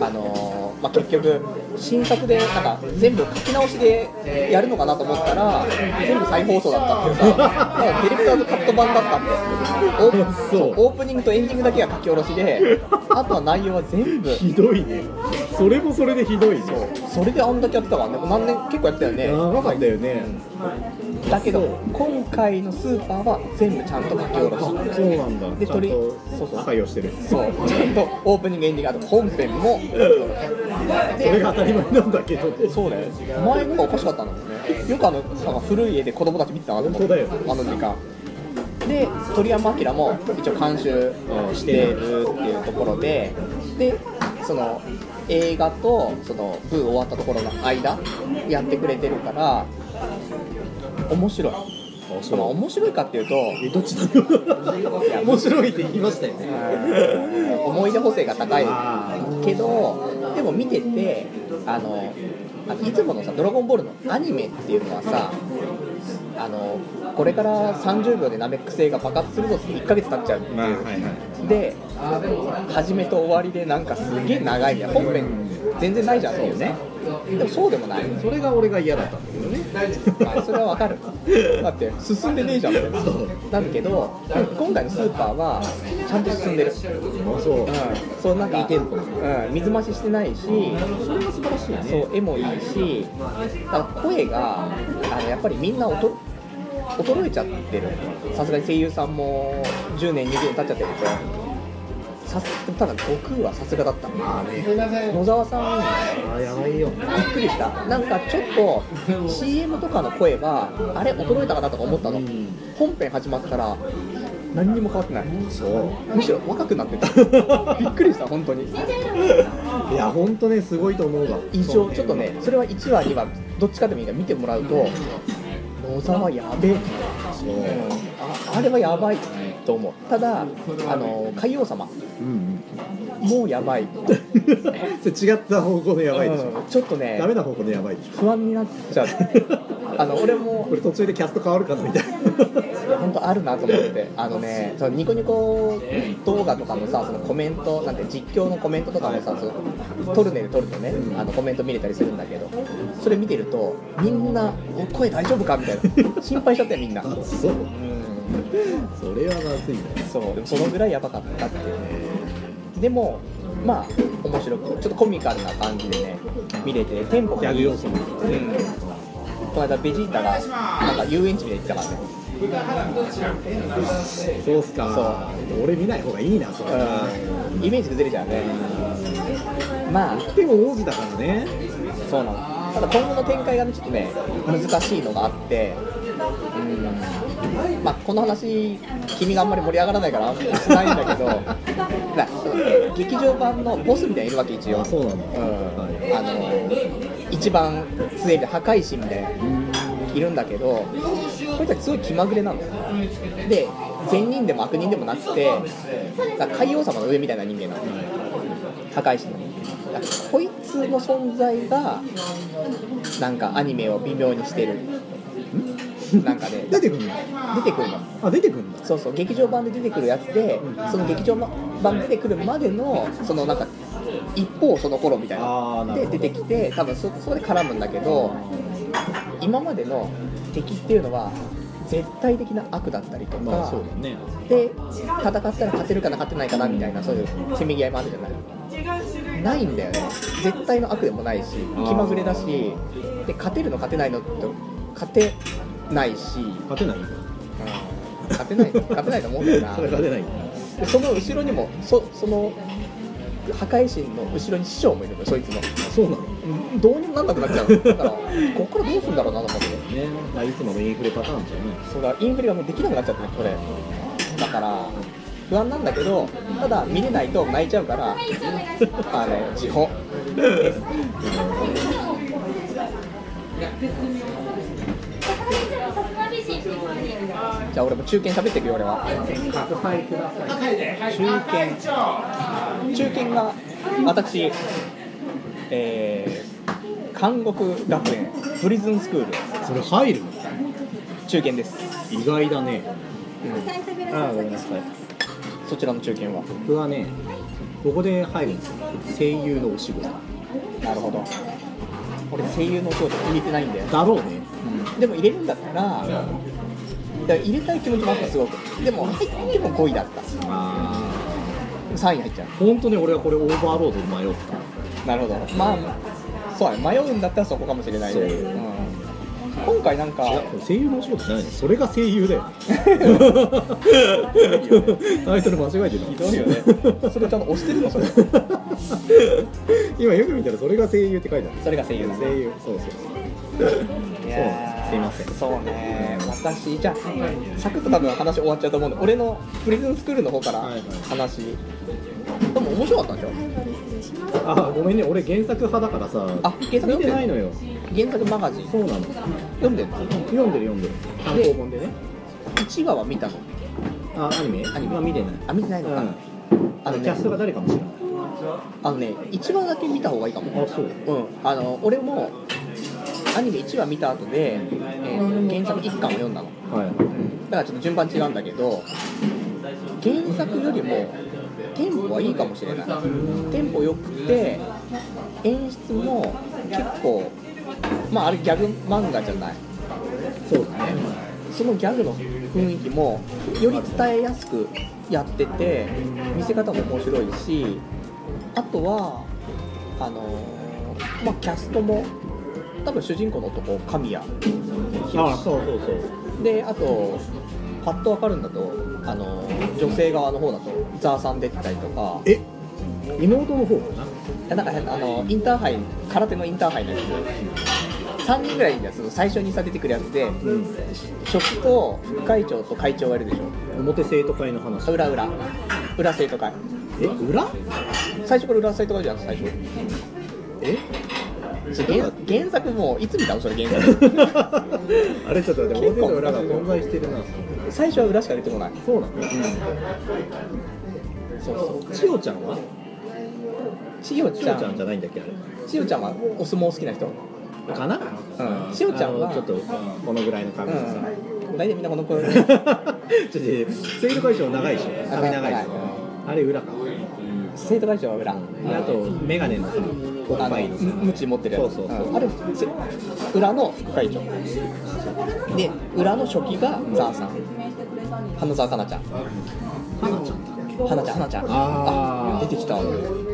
Speaker 1: あのーまあ、結局新作でなんか全部書き直しでやるのかなと思ったら全部再放送だったっていうさなんかディレクターズカット版だったんでオー
Speaker 2: そう
Speaker 1: そうオープニングとエンディングだけが書き下ろしであとは内容は全部
Speaker 2: ひどいねそれもそれでひどいね
Speaker 1: それであんだけやってたからね何年結構やってたよね
Speaker 2: 長かったよね
Speaker 1: だけ
Speaker 2: そ
Speaker 1: ど
Speaker 2: う
Speaker 1: 今回のスーパーは全部ちゃんと書き下ろし
Speaker 2: そうなんだ
Speaker 1: で
Speaker 2: ちゃん
Speaker 1: 鳥
Speaker 2: と
Speaker 1: そうそう
Speaker 2: 作業してる
Speaker 1: そうちゃんとオープニングエンディングあと本編も
Speaker 2: それが当たり前なんだけど
Speaker 1: そうだよ前のがおかしかったんだもんねよくあのなんか古い家で子供たち見てたなと思って
Speaker 2: 本当だよ
Speaker 1: あの時間で鳥山明も一応監修してるっていうところででその映画とそのブー終わったところの間やってくれてるから面白い
Speaker 2: そう
Speaker 1: まあ面白いかっていうと
Speaker 2: えどっちだろう面白いって言いましたよね
Speaker 1: 思い出補正が高い
Speaker 2: あ
Speaker 1: けどでも見ててあのあのいつものさ「ドラゴンボール」のアニメっていうのはさあのこれから30秒でナメック星が爆発するぞって1ヶ月経っちゃうっていう、
Speaker 2: まあはいはい
Speaker 1: で始めと終わりでなんかすげえ長いみたいな本編全然ないじゃんそういうねでもそうでもない
Speaker 2: それが俺が嫌だったんだけどね
Speaker 1: まあそれはわかるだって進んでねえじゃんみたいななんだけど今回のスーパーはちゃんと進んでる
Speaker 2: あそう
Speaker 1: うん、そうなんかいいテンポ、うん、水増ししてないし、それが素晴らしいね。そう絵もいいし、だから声があのやっぱりみんなおと衰えちゃってる。さすがに声優さんも10年20年経っちゃってるけど。さすただ悟空はさすがだった野沢さん
Speaker 2: あやばいよ
Speaker 1: びっくりしたなんかちょっと CM とかの声はあれ衰えたかなとか思ったの、
Speaker 2: うん
Speaker 1: 本編始まったら何にも変わってない
Speaker 2: そ
Speaker 1: むしろ若くなってた びっくりした本当に
Speaker 2: ういや本当ねすごいと思うわ
Speaker 1: 一応ちょっとねそれは1話2話どっちかでもいいから見てもらうと野沢やべえ
Speaker 2: そう
Speaker 1: ああれはやばいと思うただあの海王様
Speaker 2: うん
Speaker 1: もうやばい
Speaker 2: うん それ違った方向のやばいでし
Speaker 1: う
Speaker 2: ょ
Speaker 1: んちょっとね
Speaker 2: ダメな方向のやばいでしょ
Speaker 1: 不安になっち ゃうあの俺も
Speaker 2: これ途中でキャスト変わるかなみたいな
Speaker 1: 本当あるなと思ってあのねそのニコニコ動画とかのさそのコメントなんて実況のコメントとかもさその撮るねで撮るとね
Speaker 2: うん
Speaker 1: あのコメント見れたりするんだけどそれ見てるとみんなお声大丈夫かみたい な心配しちゃってみんな
Speaker 2: あそうそれはまずいな
Speaker 1: そうでもそのぐらいやばかったっていうねでもまあ面白くちょっとコミカルな感じでね見れてテンポ
Speaker 2: ギ
Speaker 1: が
Speaker 2: ャ
Speaker 1: い
Speaker 2: グ
Speaker 1: い
Speaker 2: 要素も
Speaker 1: うん、この間ベジータがなんか遊園地みたいに行ってたからね
Speaker 2: そうっすか俺見ない方がいいなそれは
Speaker 1: イメージ崩れちゃうねまあ
Speaker 2: でも王子だからね
Speaker 1: そうなのただ今後の展開がねちょっとね難しいのがあってうんまあこの話君があんまり盛り上がらないからあんまりしないんだけど な劇場版のボスみたいないるわけ一応
Speaker 2: あそうなんだ
Speaker 1: うん
Speaker 2: はい
Speaker 1: あの一番強いで破壊神みたいなのいるんだけどこいつはすごい気まぐれなので善人でも悪人でもなくてだから海王様の上みたいな人間なの破壊神のだからこいつの存在がなんかアニメを微妙にしてるなんかね
Speaker 2: 出てくんだ
Speaker 1: 出てくるの
Speaker 2: あ出てくんだ
Speaker 1: そうそう劇場版で出てくるやつで、その劇場版出てくるまでのそのなんか一方その頃みたい
Speaker 2: あー
Speaker 1: な
Speaker 2: なる
Speaker 1: で
Speaker 2: ほど
Speaker 1: 出てきて多分そそこで絡むんだけど今までの敵っていうのは絶対的な悪だったりとか、
Speaker 2: まあそうだね
Speaker 1: で戦ったら勝てるかな勝てないかなみたいなそういうせめぎ合いもあるじゃないないんだよね絶対の悪でもないし気まぐれだしで勝てるの勝てないのって勝てないし、
Speaker 2: 勝てないんだ
Speaker 1: うん勝てない勝てないと思うんだよな
Speaker 2: それ勝てないんだ
Speaker 1: でその後ろにもそその破壊神の後ろに師匠もいるのよそいつの
Speaker 2: あそうなの
Speaker 1: うんどうにもなんなくなっちゃうだからここからどうするんだろうなと思って
Speaker 2: ねまあいつものインフレパターンじゃね
Speaker 1: そうだインフレがもうできなくなっちゃってねこれだから不安なんだけどただ見れないと泣いちゃうからあの地方じゃあ俺も中堅喋ってくよ俺は中堅中堅が私えー、監獄学園プリズンスクール
Speaker 2: それ入るの
Speaker 1: 中堅です、
Speaker 2: 意外だねああごめんなさい
Speaker 1: そちらの中堅は
Speaker 2: 僕はねここで入るんですよ声優のお仕事
Speaker 1: なるほど俺声優のお仕事入れてないんだよ
Speaker 2: だろうね
Speaker 1: でも入れるんだったらだから入れたい気持ちもあったすごくでも入っても5位だった
Speaker 2: あ
Speaker 1: 3位入っちゃ
Speaker 2: あ本当ね俺はこれオーバーロード迷った
Speaker 1: うなるほどまあそうだね迷うんだったらそこかもしれないね
Speaker 2: そう
Speaker 1: うん今回なんか
Speaker 2: いやこれ声優のお仕事じゃないねそれが声優だよタイトル間違えてる
Speaker 1: ひどいよねそれちゃんと押してるのそれ
Speaker 2: 今よく見たらそれが声優って書いてあ
Speaker 1: それが声優
Speaker 2: る
Speaker 1: だ
Speaker 2: 声優そうそうそう
Speaker 1: い
Speaker 2: い
Speaker 1: や
Speaker 2: やーそうなんですすいません
Speaker 1: そうね私じゃあサクッと多分話終わっちゃうと思うんで俺のプリズンスクールの方から
Speaker 2: はいはい
Speaker 1: 話、でも面白かったんでしょ
Speaker 2: あごめんね俺原作派だからさ
Speaker 1: あ原作読ん
Speaker 2: 見
Speaker 1: でる
Speaker 2: てないのよ
Speaker 1: 原作マガジン
Speaker 2: そうなの
Speaker 1: 読んでるの
Speaker 2: 読んでる読んでる単行本でね
Speaker 1: 1話は見たの
Speaker 2: あアニメ
Speaker 1: アニメ
Speaker 2: は見てない
Speaker 1: あ見てないのか、
Speaker 2: うん
Speaker 1: あの
Speaker 2: キャ
Speaker 1: ね
Speaker 2: ストが誰かも知らない
Speaker 1: あのね1話だけ見た方がいいかも
Speaker 2: あそう
Speaker 1: うんあの俺もアニメ1話見た後で、えー原作1巻を読んだの
Speaker 2: はい
Speaker 1: だからちょっと順番違うんだけど原作よりもテンポはいいかもしれないテンポ良くて演出も結構まああれギャグ漫画じゃない
Speaker 2: そうだね
Speaker 1: そのギャグの雰囲気もより伝えやすくやってて見せ方も面白いしあとはあのーまあキャストも多分主人公の男神谷
Speaker 2: あそうそうそう
Speaker 1: であとパッと分かるんだとあの女性側の方だとザーさん出てたりとか
Speaker 2: え妹の方かな
Speaker 1: なんか変なあのインターハイ空手のインターハイのやつ3人ぐらいいるんですよ最初にさ出てくるやつで、初期と副会長と会長がいるでし
Speaker 2: 表生徒会の話
Speaker 1: ょ裏裏裏生徒会
Speaker 2: え裏
Speaker 1: 最初から裏生徒会じゃん最初
Speaker 2: え
Speaker 1: それ原原作もういつ見たのそれ原作
Speaker 2: あれちょっと待って表と裏が混在してるな
Speaker 1: 最初は裏しか出てこない
Speaker 2: そうなの、そうそう千代ちゃんは
Speaker 1: 千代ち
Speaker 2: 千
Speaker 1: ゃ
Speaker 2: 代ちゃん
Speaker 1: ん
Speaker 2: じゃないんだっけあれ
Speaker 1: 千代ちゃんはお相撲好きな人
Speaker 2: かな
Speaker 1: うん千代ちゃんは
Speaker 2: あのちょっとこのぐらいの髪のさ、
Speaker 1: うん大体みんなこの子
Speaker 2: ちょっとセール会長長いでしょ髪長いでしょあれ裏か
Speaker 1: 生徒会長は裏
Speaker 2: であとメガネのさお
Speaker 1: あの
Speaker 2: っぱいのさ
Speaker 1: むち持ってるやつ
Speaker 2: そうそうそう
Speaker 1: あれせ裏の副会長で裏の初期がザーさん花澤香菜ちゃん
Speaker 2: 花ちゃんだ
Speaker 1: 花ちゃん花ちゃん
Speaker 2: あー
Speaker 1: 出てきた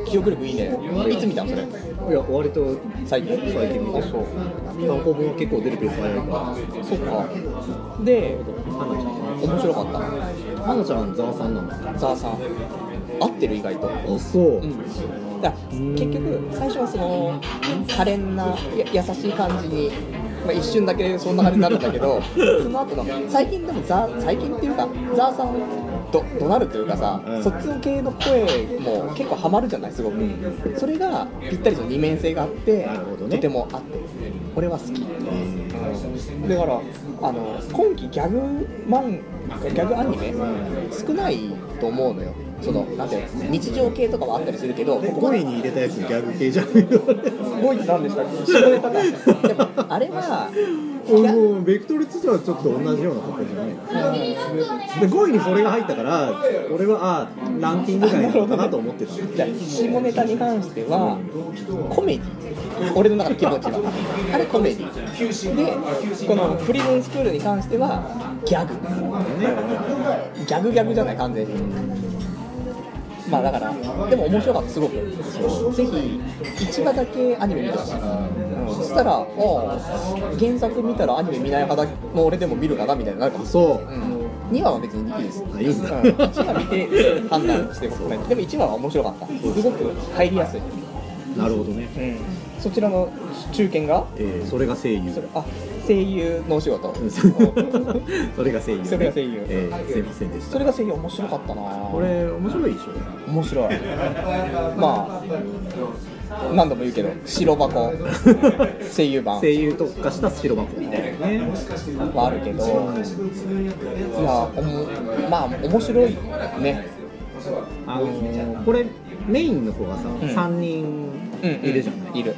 Speaker 1: 記憶力いいねいつ見たのそれ
Speaker 2: いや割と
Speaker 1: 最近
Speaker 2: 最近見た
Speaker 1: あそう
Speaker 2: 単行本は結構出るペース早いから
Speaker 1: そっかで
Speaker 2: 花ちゃん
Speaker 1: 面白かっ
Speaker 2: 花ちゃんザワさんなんだ
Speaker 1: たザーさん合ってる意外と
Speaker 2: あそう、
Speaker 1: うん、だから結局最初はその可憐なや優しい感じに、まあ、一瞬だけそんな感じになるんだけ どその後の最近でもザ最近っていうかザーさんど怒鳴るというかさ、
Speaker 2: うん
Speaker 1: そっちの系の声も結構ハマるじゃないすごく、それがぴったりと二面性があって、
Speaker 2: なるほどね
Speaker 1: とてもあって俺は好き、だからあの今期ギャグマンギャグアニメ少ないと思うのよそのなんていうの日常系とかはあったりするけどここま
Speaker 2: 5
Speaker 1: で
Speaker 2: 位に入れたやつギャグ系じゃないの
Speaker 1: 5位って何でしたっけ下ネタかでもあれは
Speaker 2: 俺もうベクトルとしてはちょっと同じようなことじゃないで5位にそれが入ったから俺はあーランキング外なのかなと思ってた
Speaker 1: じゃあ下ネタに関してはコメディ俺の中の気持ちはあれコメディでこのプリズンスクールに関してはギャグギャグギャグじゃない完全にまあだからでも面白かったすごくぜひ1話だけアニメ見てほしいそしたらああ原作見たらアニメ見ない派だもう俺でも見るかなみたいになるかも
Speaker 2: そう
Speaker 1: うん、2話は別にいいです。
Speaker 2: あいいんだ
Speaker 1: う1話見て判断してください。でも1話は面白かった。すごく入りやすい。
Speaker 2: なるほどね、
Speaker 1: そちらの中堅が、
Speaker 2: えー、それが声優
Speaker 1: それあ声優のお仕事。
Speaker 2: うんそれが声優、
Speaker 1: それが声優
Speaker 2: えー、すいませんでした
Speaker 1: それが声優面白かったな。
Speaker 2: これ面白いでしょ
Speaker 1: 面白い。まあ何度も言うけど白箱声優版
Speaker 2: 声優特化した白箱みたいなね
Speaker 1: はあるけど、いやおもまあ面白いね。
Speaker 2: あのーこれメインの子がさ、
Speaker 1: ん
Speaker 2: 3人いるじゃない、
Speaker 1: いる。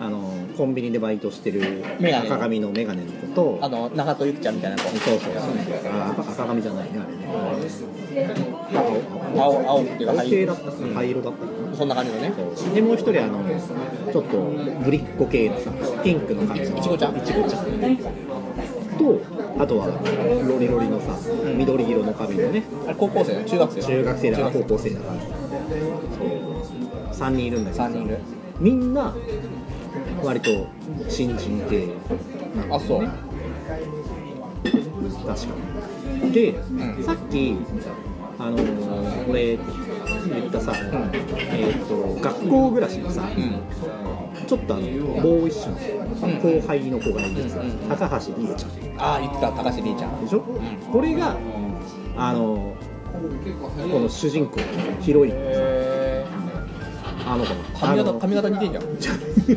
Speaker 2: あのーコンビニでバイトしてる
Speaker 1: メガネの
Speaker 2: 赤髪のメガネの子と
Speaker 1: あの長戸ゆきちゃんみたいな子。
Speaker 2: そうそうそうあ赤赤髪じゃないねあれね
Speaker 1: 青青っていうか
Speaker 2: 青
Speaker 1: 灰
Speaker 2: 系だったかな灰色だったかな
Speaker 1: そんな感じのね。
Speaker 2: でもう一人あのちょっとぶりっ子系のさピンクの髪の
Speaker 1: いちごちゃん
Speaker 2: いちごちゃんとあとはロリロリのさ緑色の髪のね
Speaker 1: あれ高校生の中学生
Speaker 2: 中学生だか高
Speaker 1: 中学
Speaker 2: 校生だから3人いるんだけど
Speaker 1: 3人いる
Speaker 2: みんな割と新人系なん
Speaker 1: あ
Speaker 2: だよ
Speaker 1: そう
Speaker 2: ね確かにで、
Speaker 1: ん
Speaker 2: さっきあのー俺言ったさ、えー、と学校暮らしのさ、
Speaker 1: うん
Speaker 2: ちょっとあのボーイッシュな後輩の子がいるんですよ、
Speaker 1: うん
Speaker 2: 高橋理恵ちゃんで
Speaker 1: ああ言ってた高橋りーちゃん
Speaker 2: しょ、これがあのーこの主人公ヒロイン
Speaker 1: へ
Speaker 2: あの子の
Speaker 1: 髪
Speaker 2: あ
Speaker 1: 型
Speaker 2: の
Speaker 1: 髪型似てんじゃん
Speaker 2: ちょ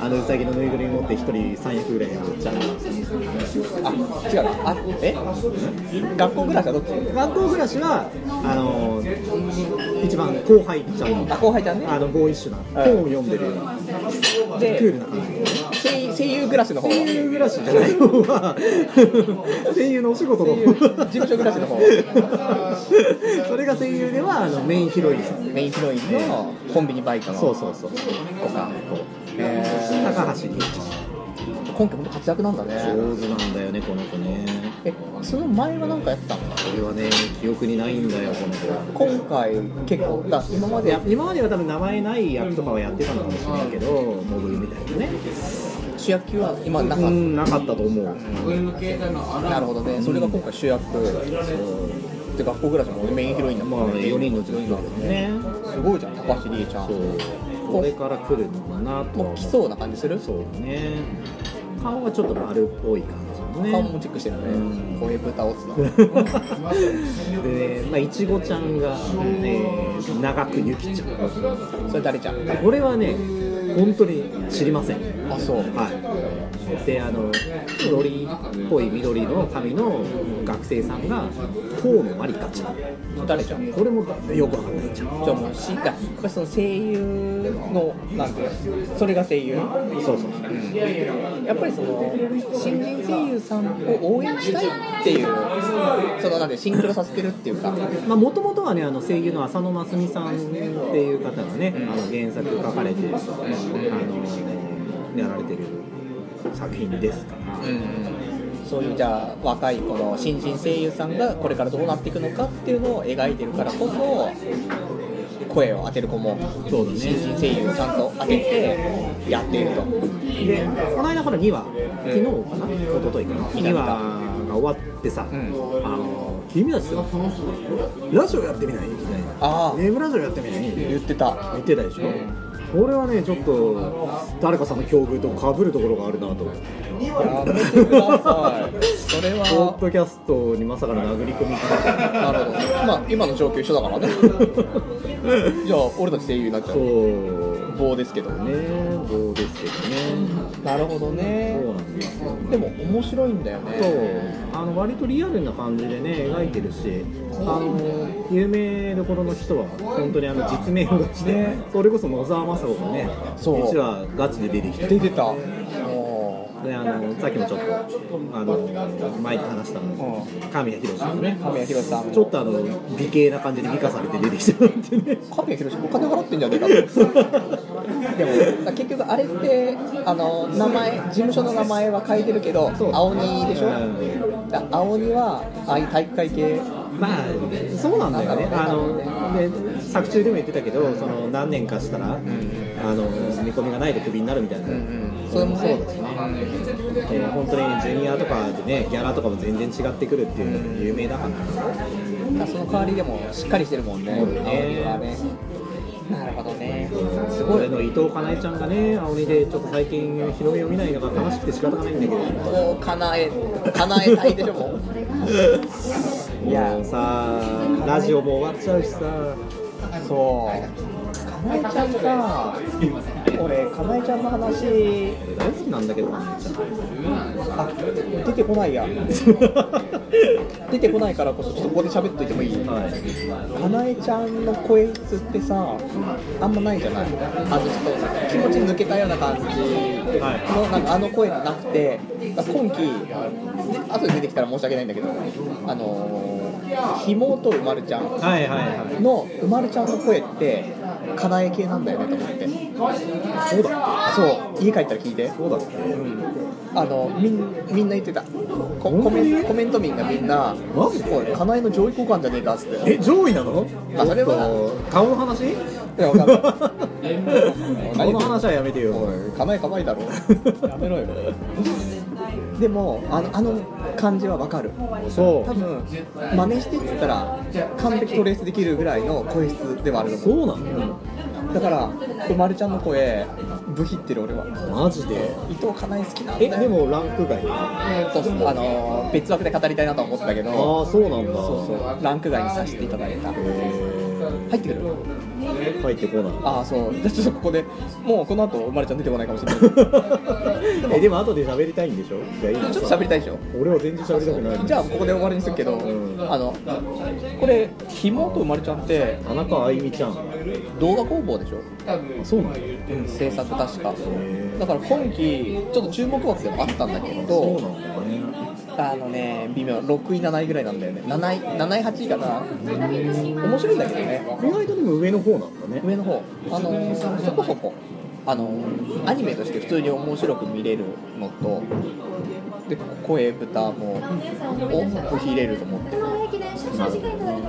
Speaker 2: あのうさぎのぬいぐるみ持って一人三役ぐらいやっちゃう
Speaker 1: あ違うなあえ学校暮らしはどっち
Speaker 2: 学校暮らしはあのー一番後輩ちゃん
Speaker 1: あ
Speaker 2: の
Speaker 1: 後輩ちゃんね
Speaker 2: あのボーイッシュな
Speaker 1: うん
Speaker 2: 本を読んでるようなクール
Speaker 1: で
Speaker 2: な感じ
Speaker 1: 声声優暮らしの方は
Speaker 2: 声優暮らしじゃない方は声優のお仕事の方
Speaker 1: 事務所暮らしの方
Speaker 2: それが声優ではあのメインヒロインさん
Speaker 1: メインヒロインのコンビニバイトの
Speaker 2: そうそうそう
Speaker 1: 子かへー
Speaker 2: 高橋理恵ち
Speaker 1: 今期本当活躍なんだ
Speaker 2: ゃん
Speaker 1: ね
Speaker 2: 上手なんだよねこの子ね
Speaker 1: えその前は何かやってたの
Speaker 2: これはね記憶にないんだよこの子
Speaker 1: 今回結構だ今ま
Speaker 2: い
Speaker 1: で
Speaker 2: や今までは多分名前ない役とかはやってたのかもしれないけどモブみたいなね
Speaker 1: 主役級は今なかっ
Speaker 2: う
Speaker 1: た
Speaker 2: んなかったと思う
Speaker 1: なるほどね、それが今回主役で学校暮らしもメインヒロインだ
Speaker 2: ま
Speaker 1: も
Speaker 2: あ
Speaker 1: んね
Speaker 2: 4人の女子だよね
Speaker 1: すごいじゃん高橋りえちゃん
Speaker 2: そう
Speaker 1: も
Speaker 2: これから来るのかなとは
Speaker 1: う来そうな感じする
Speaker 2: そうだね顔がちょっと丸っぽい感じのね
Speaker 1: 顔もチェックしてる
Speaker 2: うん
Speaker 1: ねこういう豚をつな
Speaker 2: で、まあ、いちごちゃんが、えー長くゆきちゃん
Speaker 1: それ誰ちゃん
Speaker 2: これはね本当に知りません
Speaker 1: あそう
Speaker 2: はいであの緑っぽい緑の髪の学生さんが河野まりかちゃん
Speaker 1: 誰ちゃんじゃ
Speaker 2: これもよくわかんないじゃん
Speaker 1: あもうしだその声優のなんていうのそれが声優
Speaker 2: そうそうそう
Speaker 1: やっぱりその新人声優さんを応援したいっていうそのなんでシンクロさせてるっていうか
Speaker 2: まあ、もともとはねあの声優の浅野真澄さんっていう方がね、あの原作書かれて、あのやられてる作品ですから、
Speaker 1: そういうじゃあ若いこの新人声優さんがこれからどうなっていくのかっていうのを描いてるからこそ声を当てる子も
Speaker 2: そうだね
Speaker 1: 新人声優さんと当ててやっていると
Speaker 2: でこの間から2話昨日かな、一昨日かな
Speaker 1: 見た
Speaker 2: 2話が終わってさ、
Speaker 1: うん
Speaker 2: あの君たちさラジオやってみないみたいな
Speaker 1: ああ
Speaker 2: ネームラジオやってみない
Speaker 1: 言ってた
Speaker 2: 言ってたでしょ、これはねちょっと誰かさんの境遇とかぶるところがあるなと
Speaker 1: やめてくださいそれ
Speaker 2: ポッ
Speaker 1: は
Speaker 2: ドキャストにまさかの殴り込み
Speaker 1: なるほどまあ今の状況一緒だから ねじゃあ俺たち声優になっちゃう
Speaker 2: そう
Speaker 1: 棒ですけど
Speaker 2: ね棒ですけどね
Speaker 1: なるほどね
Speaker 2: そうなんですよ
Speaker 1: でも面白いんだよね
Speaker 2: そうあの割とリアルな感じでね描いてるしあの有名どころの人は本当にあの実名を出して、それこそ野沢雅子がね
Speaker 1: そう
Speaker 2: 一話ガチで出てきて
Speaker 1: 出てたおー
Speaker 2: であのさっきもちょっとあの前に話したの神谷博さんがね
Speaker 1: 神谷博さん
Speaker 2: ちょっとあの美形な感じで美化されて出てきてたってね
Speaker 1: 神谷博お金払ってんじゃねえかとでも結局あれってあの名前事務所の名前は変えてるけど
Speaker 2: そう
Speaker 1: 青鬼でしょ、
Speaker 2: う
Speaker 1: だ青鬼はああいう体育会系
Speaker 2: まあそうなんだよねあので作中でも言ってたけどその何年かしたら、あの見込みがないでクビになるみたいな、
Speaker 1: それもそうだしね
Speaker 2: えー本当にジュニアとかでねギャラとかも全然違ってくるっていうのも有名だから
Speaker 1: だからその代わりでもしっかりしてるもんね青鬼はねなるほどねすごい
Speaker 2: 俺の伊藤かなえちゃんがね青鬼でちょっと最近日の目を見ないのが悲しくて仕方がないんだけど
Speaker 1: こう叶え叶えたいでしょもういや
Speaker 2: もうさラジオも終わっちゃうしさ
Speaker 1: そうかなえちゃんさ俺かなえちゃんの話
Speaker 2: 俺大好きなんだけどかなえちゃん
Speaker 1: あ出てこないや
Speaker 2: は
Speaker 1: 出てこないからこそちょっとここで喋っといてもいい
Speaker 2: い
Speaker 1: かなえちゃんの声質ってさあんまないじゃないあのちょっと気持ち抜けたような感じの、
Speaker 2: はい
Speaker 1: なんかあの声がなくてだから今期後で出てきたら申し訳ないんだけどあのー、ひもとうまるちゃん
Speaker 2: はいはいはい
Speaker 1: のうまるちゃんの声ってかなえ系なんだよねと思って
Speaker 2: そうだ
Speaker 1: そう家帰ったら聞いて
Speaker 2: そうだっけ
Speaker 1: あのみんみんな言ってたこコメンコメント民がみんな「
Speaker 2: マジで
Speaker 1: おいかなえの上位互換じゃねえか」っつって
Speaker 2: え上位なの
Speaker 1: あそれは
Speaker 2: ちょっと顔の話
Speaker 1: いやわかん ない
Speaker 2: 顔の話はやめてよ
Speaker 1: おいかなえかまいだろやめろよでもあのあの感じはわかる
Speaker 2: そ
Speaker 1: 多分真似してっつったら完璧トレースできるぐらいの声質ではあるの
Speaker 2: うそうなの
Speaker 1: だからこうまるちゃんの声ブヒってる俺は
Speaker 2: マジで
Speaker 1: 伊藤かなえ好きなんだ
Speaker 2: え
Speaker 1: よ
Speaker 2: でもランク外あ
Speaker 1: そうそうあのー別枠で語りたいなとは思ってたけ
Speaker 2: あ
Speaker 1: ど
Speaker 2: ーそうなんだ
Speaker 1: そうそうランク外にさせていただいた入
Speaker 2: へ
Speaker 1: ってくる
Speaker 2: ー入ってこ ない
Speaker 1: ああそうじゃあちょっとここでもうこの後生まれちゃん出てこないかもしれないちょっ
Speaker 2: えでも後で喋りたいんでしょいやいいな
Speaker 1: と喋りたいでしょ
Speaker 2: 俺は全然喋りたくない
Speaker 1: じゃあここで終わりにするけど、
Speaker 2: ん
Speaker 1: あのこれひもと生まれちゃんって
Speaker 2: 田中あゆみちゃん
Speaker 1: 動画工房でしょ
Speaker 2: そうなんだ
Speaker 1: 制作確かだから今期ちょっと注目枠でもあったんだけ
Speaker 2: そ
Speaker 1: ど
Speaker 2: うなんだね
Speaker 1: あのね微妙6位7位ぐらいなんだよね7位7位8位かな面白いんだけどね
Speaker 2: 意外とでも上の方なんだね
Speaker 1: 上の方あのそこそこあのアニメとして普通に面白く見れるのとで声豚もを部入れると思って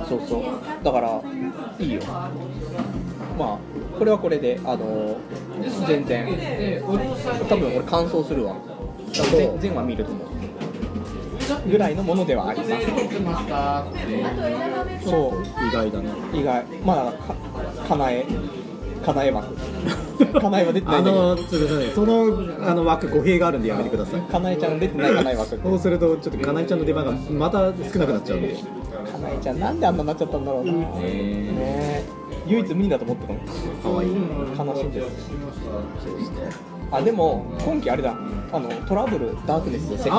Speaker 1: そうそうだからいいよまあこれはこれであの全然多分俺感想するわ全全話見ると思うぐらいのものではありますそう
Speaker 2: 意外だね
Speaker 1: 意外まあかかなえかなえまくかなえは出てな
Speaker 2: あ
Speaker 1: いんだけど
Speaker 2: のちょっとすいませんそのあの枠語弊があるんでやめてください
Speaker 1: かなえちゃん出てないかなえ枠
Speaker 2: そうするとちょっとかなえちゃんの出番がまた少なくなっちゃうんで
Speaker 1: かなえちゃんなんであんなになっちゃったんだろうな、ねえ唯一無二だと思ってたの
Speaker 2: かわいい
Speaker 1: 悲しいですあでも今期あれだあのトラブルダークネスセカン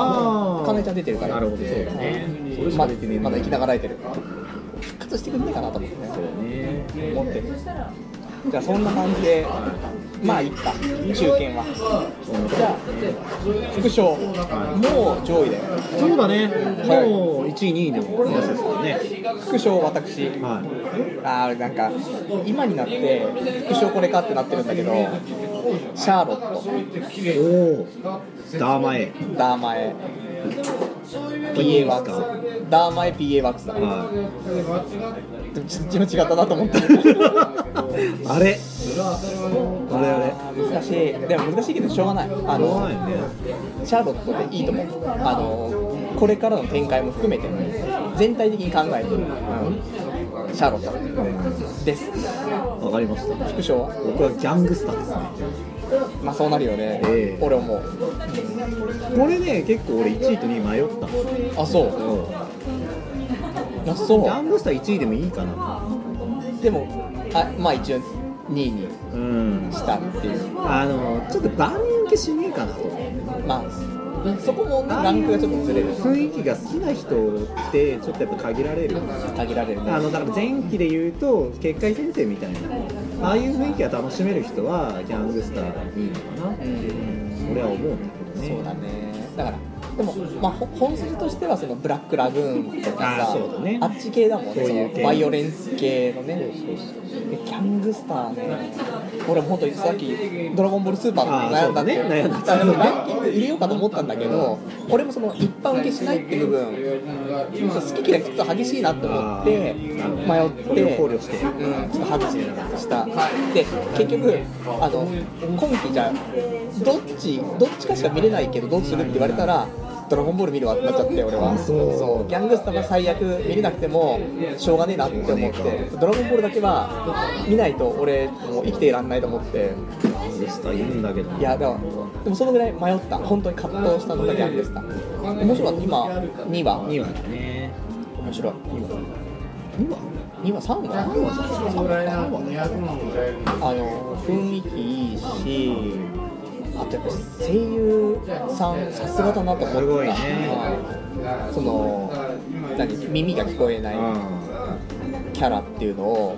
Speaker 1: ド
Speaker 2: あー
Speaker 1: かなえちゃん出てるから
Speaker 2: なるほどそうだ
Speaker 1: ねまだ出てねまだ生きながらえてる復活してくんねえかなと思ってね思ってるじゃあそんな感じでまあいっか中堅はじゃあ副賞もう上位だよ
Speaker 2: そうだね
Speaker 1: はい
Speaker 2: もう1位2位でも話ですからね
Speaker 1: 副賞私
Speaker 2: はい
Speaker 1: あーなんか今になって副賞これかってなってるんだけどシャーロッ
Speaker 2: おおダーマエ
Speaker 1: トダーマエ
Speaker 2: これい
Speaker 1: PA
Speaker 2: いです
Speaker 1: ワ
Speaker 2: か
Speaker 1: ークスダーマエ PA ワークスだ
Speaker 2: は
Speaker 1: でもちっちも違ったなと思った
Speaker 2: いあれあれあれ
Speaker 1: あー難しいでも難しいけどしょうがないあ
Speaker 2: しょうが
Speaker 1: の
Speaker 2: ないよね
Speaker 1: シャーロットでいいと思うあのこれからの展開も含めて全体的に考えて、うん、シャーロットです
Speaker 2: わかりました
Speaker 1: 副賞は
Speaker 2: 僕はギャングスターですね
Speaker 1: まあそうなるよね、
Speaker 2: ええ
Speaker 1: 俺思う
Speaker 2: これね結構俺1位と2位迷ったんですよ
Speaker 1: あそうあそ
Speaker 2: ギャ
Speaker 1: う
Speaker 2: ングスター1位でもいいかな
Speaker 1: でもあまあ一応2位に
Speaker 2: うん
Speaker 1: したっていう
Speaker 2: あのちょっと万人受けしねえかなと
Speaker 1: まあそこもねランクがちょっとずれる
Speaker 2: 雰囲気が好きな人ってちょっとやっぱ限られる
Speaker 1: 限られるね
Speaker 2: あのだから前期で言うと結界先生みたいなああいう雰囲気が楽しめる人はギャングスターいいのかな
Speaker 1: うん
Speaker 2: 俺は思うんだけどね
Speaker 1: そうだねだからでも、まあ、ほ本筋としてはそのブラックラグーンとかさ
Speaker 2: あーそうだね
Speaker 1: あっち系だもんね
Speaker 2: そういう系
Speaker 1: そのバイオレンス系のねでギャングスターね俺も本当にさっき「ドラゴンボールスーパー」
Speaker 2: あー
Speaker 1: 悩んだって
Speaker 2: そうだね悩んだって
Speaker 1: あでもランキング入れようかと思ったんだけど俺もその一般受けしないって部分好き嫌いちょっと激しいなって思って
Speaker 2: あー
Speaker 1: 迷っ
Speaker 2: それを
Speaker 1: て
Speaker 2: 考慮して
Speaker 1: うん、ちょっと外しした、で結局あの今期じゃどっちどっちかしか見れないけどどうするって言われたら「ドラゴンボール」見るわってなっちゃって俺は
Speaker 2: そう
Speaker 1: ギャングスターが最悪見れなくてもしょうがねえなって思って「ドラゴンボール」だけは見ないと俺もう生きていらんないと思って
Speaker 2: ギャングスターいいんだけどない
Speaker 1: やだからでもそのぐらい迷った本当に葛藤したのがギャングスター面白かった今2話
Speaker 2: 2話だね
Speaker 1: 面白い
Speaker 2: 2話
Speaker 1: 2話3話3話あの雰囲気いいしあとやっぱ声優さんさすがだなと思った
Speaker 2: すごいね
Speaker 1: はいその何耳が聞こえない
Speaker 2: あ
Speaker 1: キャラっていうのを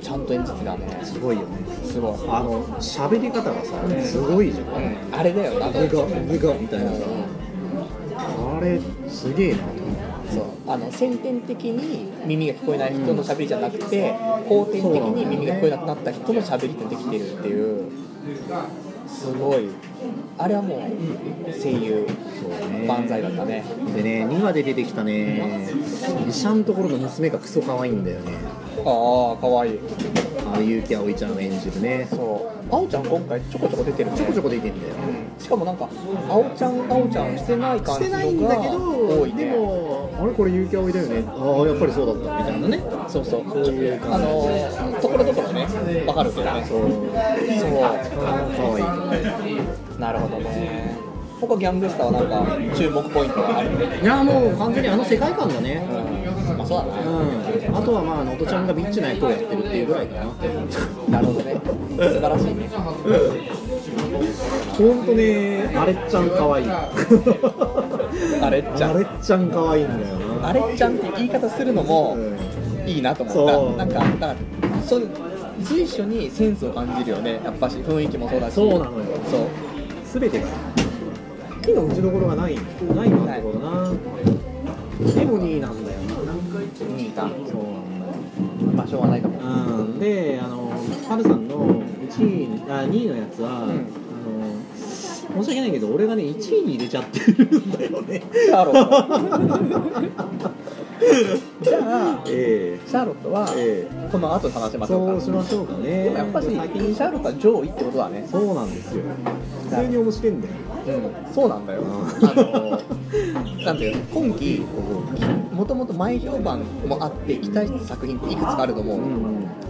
Speaker 1: ちゃんと演じてたね
Speaker 2: ーすごいよね
Speaker 1: すごい、
Speaker 2: あの喋り方がさすごいじゃん
Speaker 1: うん、あれだよなと
Speaker 2: ブ
Speaker 1: 思って
Speaker 2: ガブガみたいなさ
Speaker 1: うん
Speaker 2: あれすげえなと思って
Speaker 1: そうあの先天的に耳が聞こえない人の喋りじゃなくて、後天的に耳が聞こえなくなった人の喋りってできてるっていうすごいあれはもう声優
Speaker 2: そうね
Speaker 1: 万歳だったね
Speaker 2: でね2話で出てきたね医者のところの娘がクソ可愛いんだよね
Speaker 1: ああかわいい
Speaker 2: あの結城葵ちゃんが演じるね
Speaker 1: そうあおちゃん今回ちょこちょこ出てるね
Speaker 2: ちょこちょこ出てんだよ
Speaker 1: うんしかもなんかあおちゃんあおちゃんしてない感
Speaker 2: して
Speaker 1: じのが
Speaker 2: ないんだけ
Speaker 1: 多
Speaker 2: ど、
Speaker 1: いね
Speaker 2: でもあれこれ結城葵だよねああやっぱりそうだったみたいなね
Speaker 1: そうそう
Speaker 2: そういう感じ
Speaker 1: あのーところどころねわかるけどね
Speaker 2: そう
Speaker 1: そう
Speaker 2: 可愛い
Speaker 1: なるほどね。他ギャングスターはなんか注目ポイントはある。
Speaker 2: いいやもう完全にあの世界観だね
Speaker 1: うん、まあそうだ
Speaker 2: う
Speaker 1: な。
Speaker 2: んあとはまあ能登ちゃんがビッチな役をやってるっていうぐらいかな
Speaker 1: なるほどね。素晴らしいね。
Speaker 2: ほんとねあれっちゃん可愛い
Speaker 1: あ
Speaker 2: あ
Speaker 1: れっちゃん
Speaker 2: あれっちゃん可愛いんだよな
Speaker 1: あれっちゃんって言い方するのも
Speaker 2: うん
Speaker 1: いいなと思
Speaker 2: そ
Speaker 1: っ
Speaker 2: う
Speaker 1: た。なんかだからそう随所にセンスを感じるよね。やっぱし雰囲気もそうだし。
Speaker 2: そうなのよ
Speaker 1: そう。
Speaker 2: 全てが木の打ちどころがないないなってことなでも2位なんだよな
Speaker 1: 2位か。
Speaker 2: そうなんだよ
Speaker 1: まあしょうがないかも。
Speaker 2: うんであのハルさんの1位あ2位のやつは、
Speaker 1: ん
Speaker 2: あの申し訳ないけど俺がね1位に入れちゃってるんだよね
Speaker 1: シャーロット。じゃあ
Speaker 2: え
Speaker 1: シャーロットは
Speaker 2: え
Speaker 1: この後話しましょ
Speaker 2: そうう
Speaker 1: か
Speaker 2: し。ましょうかね
Speaker 1: でもやっぱしシャ
Speaker 2: 先に
Speaker 1: ーロットは上位ってことだね。
Speaker 2: そうなんですよ普通に面白いんだよ
Speaker 1: うん、そうなんだよ。
Speaker 2: うん
Speaker 1: あの、 なんていうの、今期、もともと前評判もあって、期待してた作品っていくつかあると思う。
Speaker 2: うん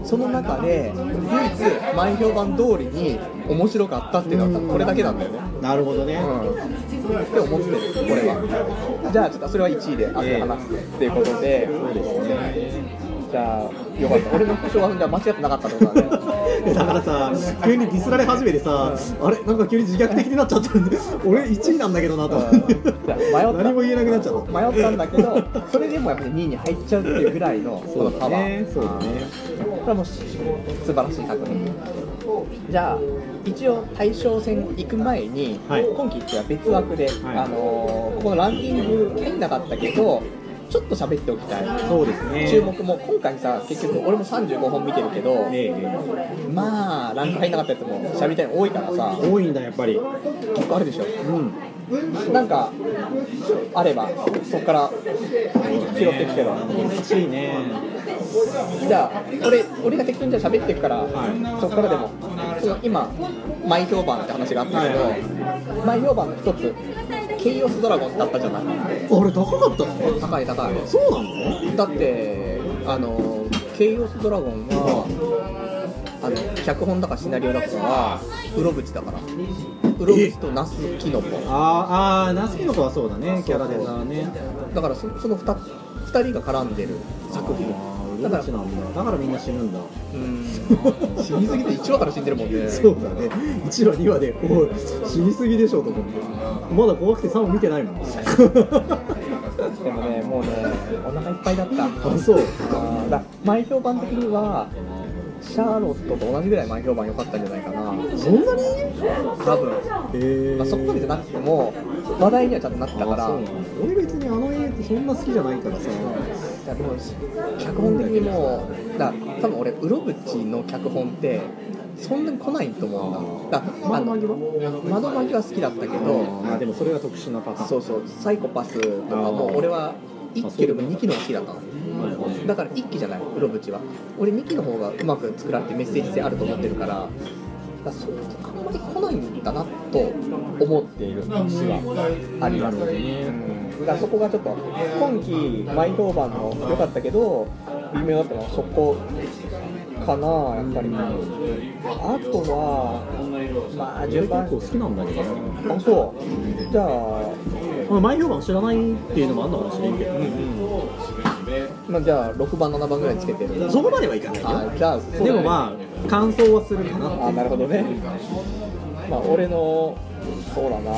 Speaker 1: その中で唯一前評判通りに面白かったっていうのは多分これだけなんだよね
Speaker 2: なるほどね、
Speaker 1: うん、って思ってるこれはじゃあちょっとそれは1位で後で話すっていうことで、そうですねじゃあよかった俺の故障はじゃあ間違ってなかったってことだね
Speaker 2: だからさ、急にディスられ始めてさ、あれ、なんか急に自虐的になっちゃったんで、俺1位なんだけどなと思って
Speaker 1: じゃあ迷った、
Speaker 2: 何も言えなくなっちゃった。
Speaker 1: 迷ったんだけどそれでもやっぱり2位に入っちゃうっていうぐらいのこのパワー
Speaker 2: そうだね
Speaker 1: これはもう素晴らしい作品じゃあ一応大賞戦行く前に、
Speaker 2: はい
Speaker 1: 今期っては別枠で、
Speaker 2: はい
Speaker 1: あのーここのランキング入んなかったけどちょっと喋っておきたい
Speaker 2: そうですね
Speaker 1: 注目も今回さ結局俺も35本見てるけど、
Speaker 2: ええ
Speaker 1: まあランク入んなかったやつも喋りたいの多いからさ
Speaker 2: 多いんだ、やっぱり。
Speaker 1: 結構あるでしょ
Speaker 2: うん、
Speaker 1: なんかあればそこから拾ってきては
Speaker 2: 難しいね。
Speaker 1: じゃあ俺俺が適当にじゃあ喋っていくから、
Speaker 2: はい
Speaker 1: そこからでもその今前評判って話があったけど、
Speaker 2: はい
Speaker 1: 前評判の一つケイオスドラゴンだったじゃない
Speaker 2: あれ、高かったの
Speaker 1: 高い高い
Speaker 2: そうなの
Speaker 1: だってあのケイオスドラゴンはあの脚本だかシナリオだかはウロブチだからウロブチとナスキノコ
Speaker 2: あーあー、ナスキノコはそうだね、キャラデザーね。
Speaker 1: だからそその 2, 二人が絡んでる作品
Speaker 2: あー
Speaker 1: だから
Speaker 2: ウルフなんだ。だからみんな死ぬんだ。
Speaker 1: うん死にすぎて1話から死んでるもん ね
Speaker 2: そうだね。1話、2話で、おい、死にすぎでしょと思って。まだ怖くて3話見てない もん。
Speaker 1: でもね、もうね、お腹いっぱいだった。
Speaker 2: あ、そう。
Speaker 1: あーだ前評判的には、シャーロットと同じぐらい前評判良かったんじゃないかな、
Speaker 2: そんなに
Speaker 1: 多分
Speaker 2: えー
Speaker 1: まあそこまでじゃなくても、話題にはちゃんとなってたから、
Speaker 2: あそうなんだ俺別にあの映画ってそんな好きじゃないからさ
Speaker 1: いやでも脚本的にもう、だ多分俺、ウロブチの脚本って、そんなに来ないと思うんだ。だあ
Speaker 2: 窓
Speaker 1: の
Speaker 2: 間際
Speaker 1: 窓巻きは好きだったけど、
Speaker 2: あでもそれが特殊なパターン
Speaker 1: そうそう、サイコパスとかも、俺は1期よりも2期の方が好きだったの。だから1期じゃない、ウロブチは。俺2期の方がうまく作られてメッセージ性あると思ってるから、だからそれあんまり来ないんだなと思っている節はありますうんだからそこがちょっと、今期、前評判の良かったけど、微妙だったのはそこかな、やっぱり。あとは、まあ、
Speaker 2: 俺
Speaker 1: 順
Speaker 2: 結
Speaker 1: 番
Speaker 2: 構好。きなんだけどね
Speaker 1: あ、そう。じゃあ、
Speaker 2: まあ前評判知らないっていうのもあるのかもしれんけど、
Speaker 1: まあ、じゃあ6番、7番ぐらいつけてる。
Speaker 2: そこまではいかないよ
Speaker 1: あじゃあ、そうだね
Speaker 2: でもまあ感想はするかな
Speaker 1: あなるほどねまあ俺のそうだな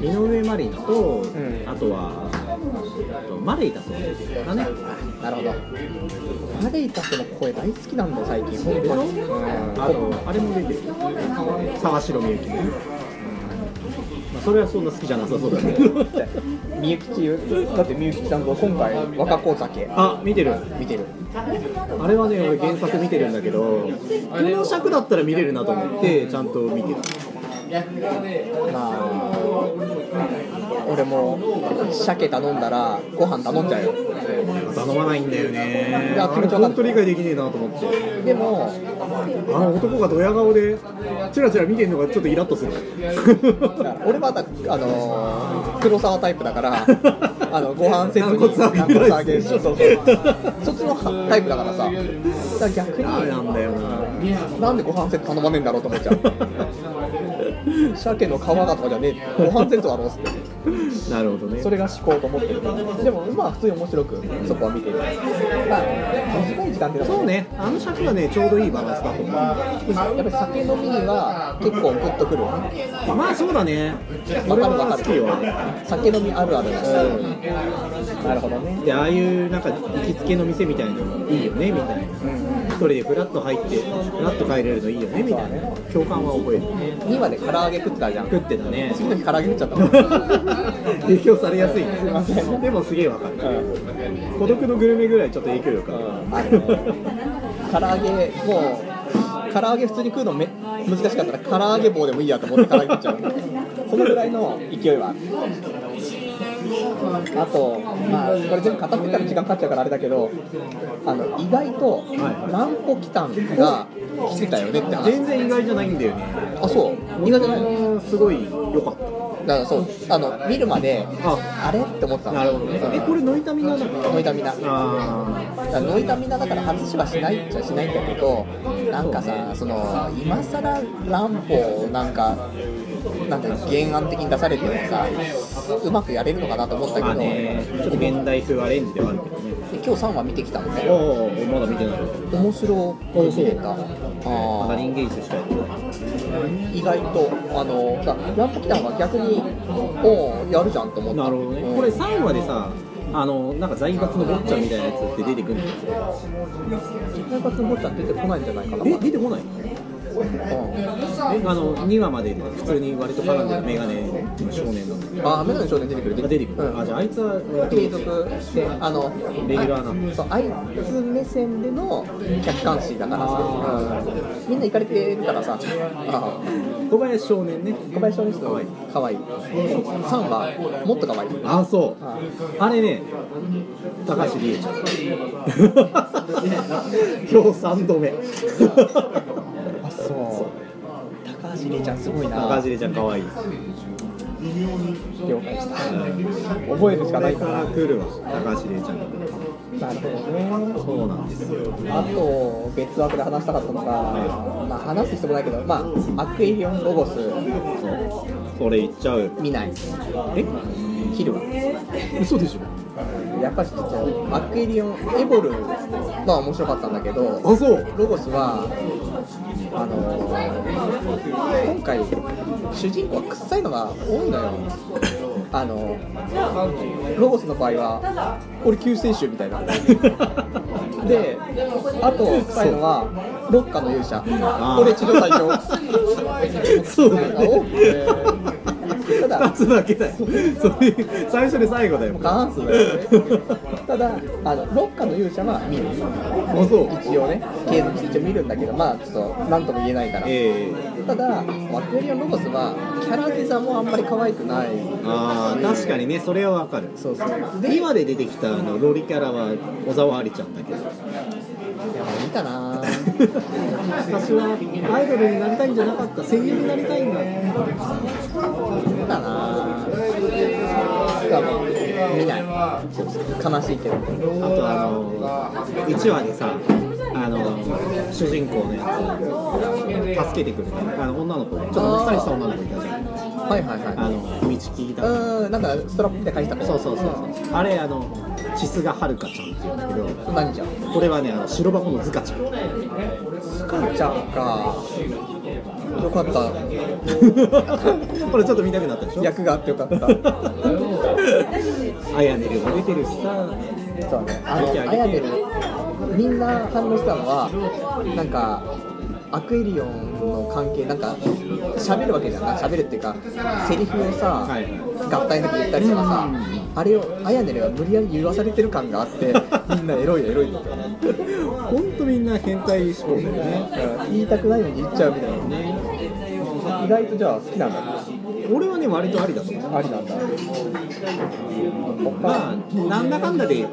Speaker 2: 井上マリーと、
Speaker 1: ん
Speaker 2: あとはあとマレイタソンだね
Speaker 1: なるほどマレイタスの声大好きなんだよ最近本当にうん
Speaker 2: あとあれも出てる沢城みゆきね、まあ、それはそんな好きじゃなさそうだ けど
Speaker 1: みゆきちだってみゆきちゃんと今回若子酒
Speaker 2: あ見てる
Speaker 1: 見てる
Speaker 2: あれはね、俺原作見てるんだけど、この尺だったら見れるなと思って、ちゃんと見てる。
Speaker 1: まあ俺も鮭頼んだらご飯頼んじゃうよ
Speaker 2: 頼まないんだよね
Speaker 1: いや
Speaker 2: あれ本当理解できねえなと思って。
Speaker 1: でも
Speaker 2: あの男がドヤ顔で、チラチラ見てるのがちょっとイラッとする。
Speaker 1: 俺はだあのー黒沢タイプだ から、あのご飯セットに
Speaker 2: 軟骨
Speaker 1: 軟骨
Speaker 2: 揚げ
Speaker 1: 揚
Speaker 2: で
Speaker 1: げ
Speaker 2: す
Speaker 1: そうそうそう、そっちのタイプだからさ、だから逆
Speaker 2: ダメなんだ
Speaker 1: に、
Speaker 2: よな。
Speaker 1: なんでご飯セット頼まねえんだろうと思っちゃう、鮭の皮がとかじゃねえ、ご飯セットだろうっつって、
Speaker 2: なるほどね。
Speaker 1: それが思考と思ってるでも、まあ、普通に面白く、そこは見てる、まあ、短い時間っていのは
Speaker 2: そうね、あの尺がね、ちょうどいいバランスだと思う。
Speaker 1: やっぱり酒飲みには結構グッとくる。
Speaker 2: まあそうだね。
Speaker 1: わ
Speaker 2: 俺
Speaker 1: かるわ
Speaker 2: は
Speaker 1: か
Speaker 2: 好きよ。
Speaker 1: る。酒飲みあるあるだし。なるほどね。
Speaker 2: で、ああいうなんか行きつけの店みたいなのもいいよね、みたいな。一人でフラッと入って、フラッと帰れるのいいよね、みたいな。共感は覚える。
Speaker 1: 2話で唐揚げ食ってたじゃん。
Speaker 2: 食ってたね。
Speaker 1: 次の日唐揚げ食っちゃったもん。
Speaker 2: 影響されやすいね。でもすげえわかる。孤独のグルメぐらいちょっと影響力あ
Speaker 1: あ
Speaker 2: る
Speaker 1: る。唐揚げ、もう、唐揚げ普通に食うのめ難しかったら、唐揚げ棒でもいいやと思って唐揚げ食っちゃう。そのぐらいの勢いはある。あと、まあ、これ全部語ってから時間かかっちゃうからあれだけど、あの意外と南北キタンが来てたよねって話。
Speaker 2: 全然意外じゃないんだよね。
Speaker 1: あ、そう。意外じゃない
Speaker 2: すごい良かった。
Speaker 1: だからそうあの見るまで
Speaker 2: あ
Speaker 1: あれって思ってたの
Speaker 3: なるほどね
Speaker 1: うん
Speaker 2: えこれノイタミナなの
Speaker 1: ノイタミナ
Speaker 2: あ
Speaker 1: だからノイタミナだから外しはしないっちゃしないんだけどなんかさその今更乱歩をなんかなんていうの原案的に出されてもさうまくやれるのかなと思った
Speaker 2: あ
Speaker 1: け
Speaker 2: まあ
Speaker 1: ど、
Speaker 2: ねちょっと現代風アレンジではあるけどね
Speaker 1: で今日3話見てきたの
Speaker 2: お
Speaker 1: ね
Speaker 2: おまだ見てない
Speaker 1: 面白く見れたあ
Speaker 2: ま
Speaker 1: ー
Speaker 2: だリンゲージしたい
Speaker 1: 意外とあのだから乱歩来たのが逆におおやるじゃんと思った
Speaker 2: なるほどね
Speaker 1: うん
Speaker 2: これ3話でさあのなんか財閥の坊ちゃんみたいなやつって出てくるんですよ
Speaker 1: 財閥の坊ちゃん出てこないんじゃないかな
Speaker 2: え出てこない
Speaker 1: うん
Speaker 2: えあの2話まで普通に割と絡んでるメガネの少年なんだけ
Speaker 1: あ、メガネ少年出てくる
Speaker 2: どあ出てくる、
Speaker 1: うん
Speaker 2: あじゃああいつは
Speaker 1: 継続してあの
Speaker 2: レギュラーな
Speaker 1: あそうあいつ目線での客観視だからさ、
Speaker 2: あ
Speaker 1: うんみんな行かれてるからさあ
Speaker 2: 小林少年ね
Speaker 1: 小林少年
Speaker 2: かわいい
Speaker 1: かわいいサンバもっとかわいい
Speaker 2: あそう
Speaker 1: あ
Speaker 2: あれね高橋理恵ち ゃん今日3度 目
Speaker 1: そう高橋りちゃんすごいな
Speaker 2: 高橋理恵ちゃんかわいい
Speaker 1: 了解した覚えるしかない
Speaker 2: これ
Speaker 1: か
Speaker 2: から
Speaker 1: な
Speaker 2: 来るわ高橋理恵ちゃん
Speaker 1: なるほどね
Speaker 2: そうなんですよ
Speaker 1: あと別枠で話したかったのが、まあ、話す必要もないけど、まあ、アクエリオンロゴス
Speaker 2: そうそれ言っちゃうよ
Speaker 1: 見ないえ切るわ
Speaker 2: 嘘でしょ
Speaker 1: やっぱりちょっとアクエリオンエボルは面白かったんだけど
Speaker 2: あ そう
Speaker 1: ロゴスはあのー今回主人公は臭いのが多いのよあのーロゴスの場合は俺救世主みたいなであと臭いのはロッカの勇者
Speaker 2: あー
Speaker 1: 俺地上最強
Speaker 2: そう
Speaker 1: な
Speaker 2: だ
Speaker 1: んか多く
Speaker 2: ね
Speaker 1: てただ
Speaker 2: 2つだけだよそれ最初で最後だよ
Speaker 1: 過半数だよね ただあのロッカの勇者は見る
Speaker 2: あそう
Speaker 1: 一応ね継続して一応見るんだけどまあちょっと何とも言えないから、
Speaker 2: ええ
Speaker 1: ただワクエリオンロゴスはキャラデザもあんまり可愛くない
Speaker 2: ああ確かにねそれはわかる
Speaker 1: そうそうで
Speaker 2: 2話で出てきたあのロリキャラは小沢ありちゃんだけど
Speaker 1: 見たな
Speaker 2: 私はアイドルになりたいんじゃなかった声優になりたいんだ
Speaker 1: 見たなしかも見ない悲しいけど
Speaker 2: あとあの1話でさあの主人公のやつ助けてくれたあの女の子ちょっともっさりした女の子いたじゃん
Speaker 1: はいはい
Speaker 2: あ
Speaker 1: は
Speaker 2: の道聞いた
Speaker 1: いうんなんかストラップみたいな感じだった
Speaker 2: そうそうそうそうあれあのシスがはるかちゃんっていうんだけど
Speaker 1: 何じゃん
Speaker 2: これはねあの白箱のズカちゃん
Speaker 1: スカちゃんかよかった
Speaker 2: これちょっと見たくなったでしょ
Speaker 1: 役があってよかった
Speaker 2: あやねるも出てるしさ
Speaker 1: そうね、あの、アヤベル、みんな反応したのは、なんか、アクエリオンの関係、なんか、喋るわけじゃない、喋るっていうか、セリフをさ、
Speaker 2: はいは
Speaker 1: 合体の時言ったりとかさ、あれを、アヤネルは無理やり言わされてる感があって、みんなエロいエロいって、
Speaker 2: ほんとみんな変態志向だよね
Speaker 1: 言いたくないのに言っちゃうみたいな、意外とじゃあ、好きなんだ、
Speaker 2: 俺はね割とありだと思う
Speaker 1: ありなんだ。
Speaker 2: まあなんだかんだで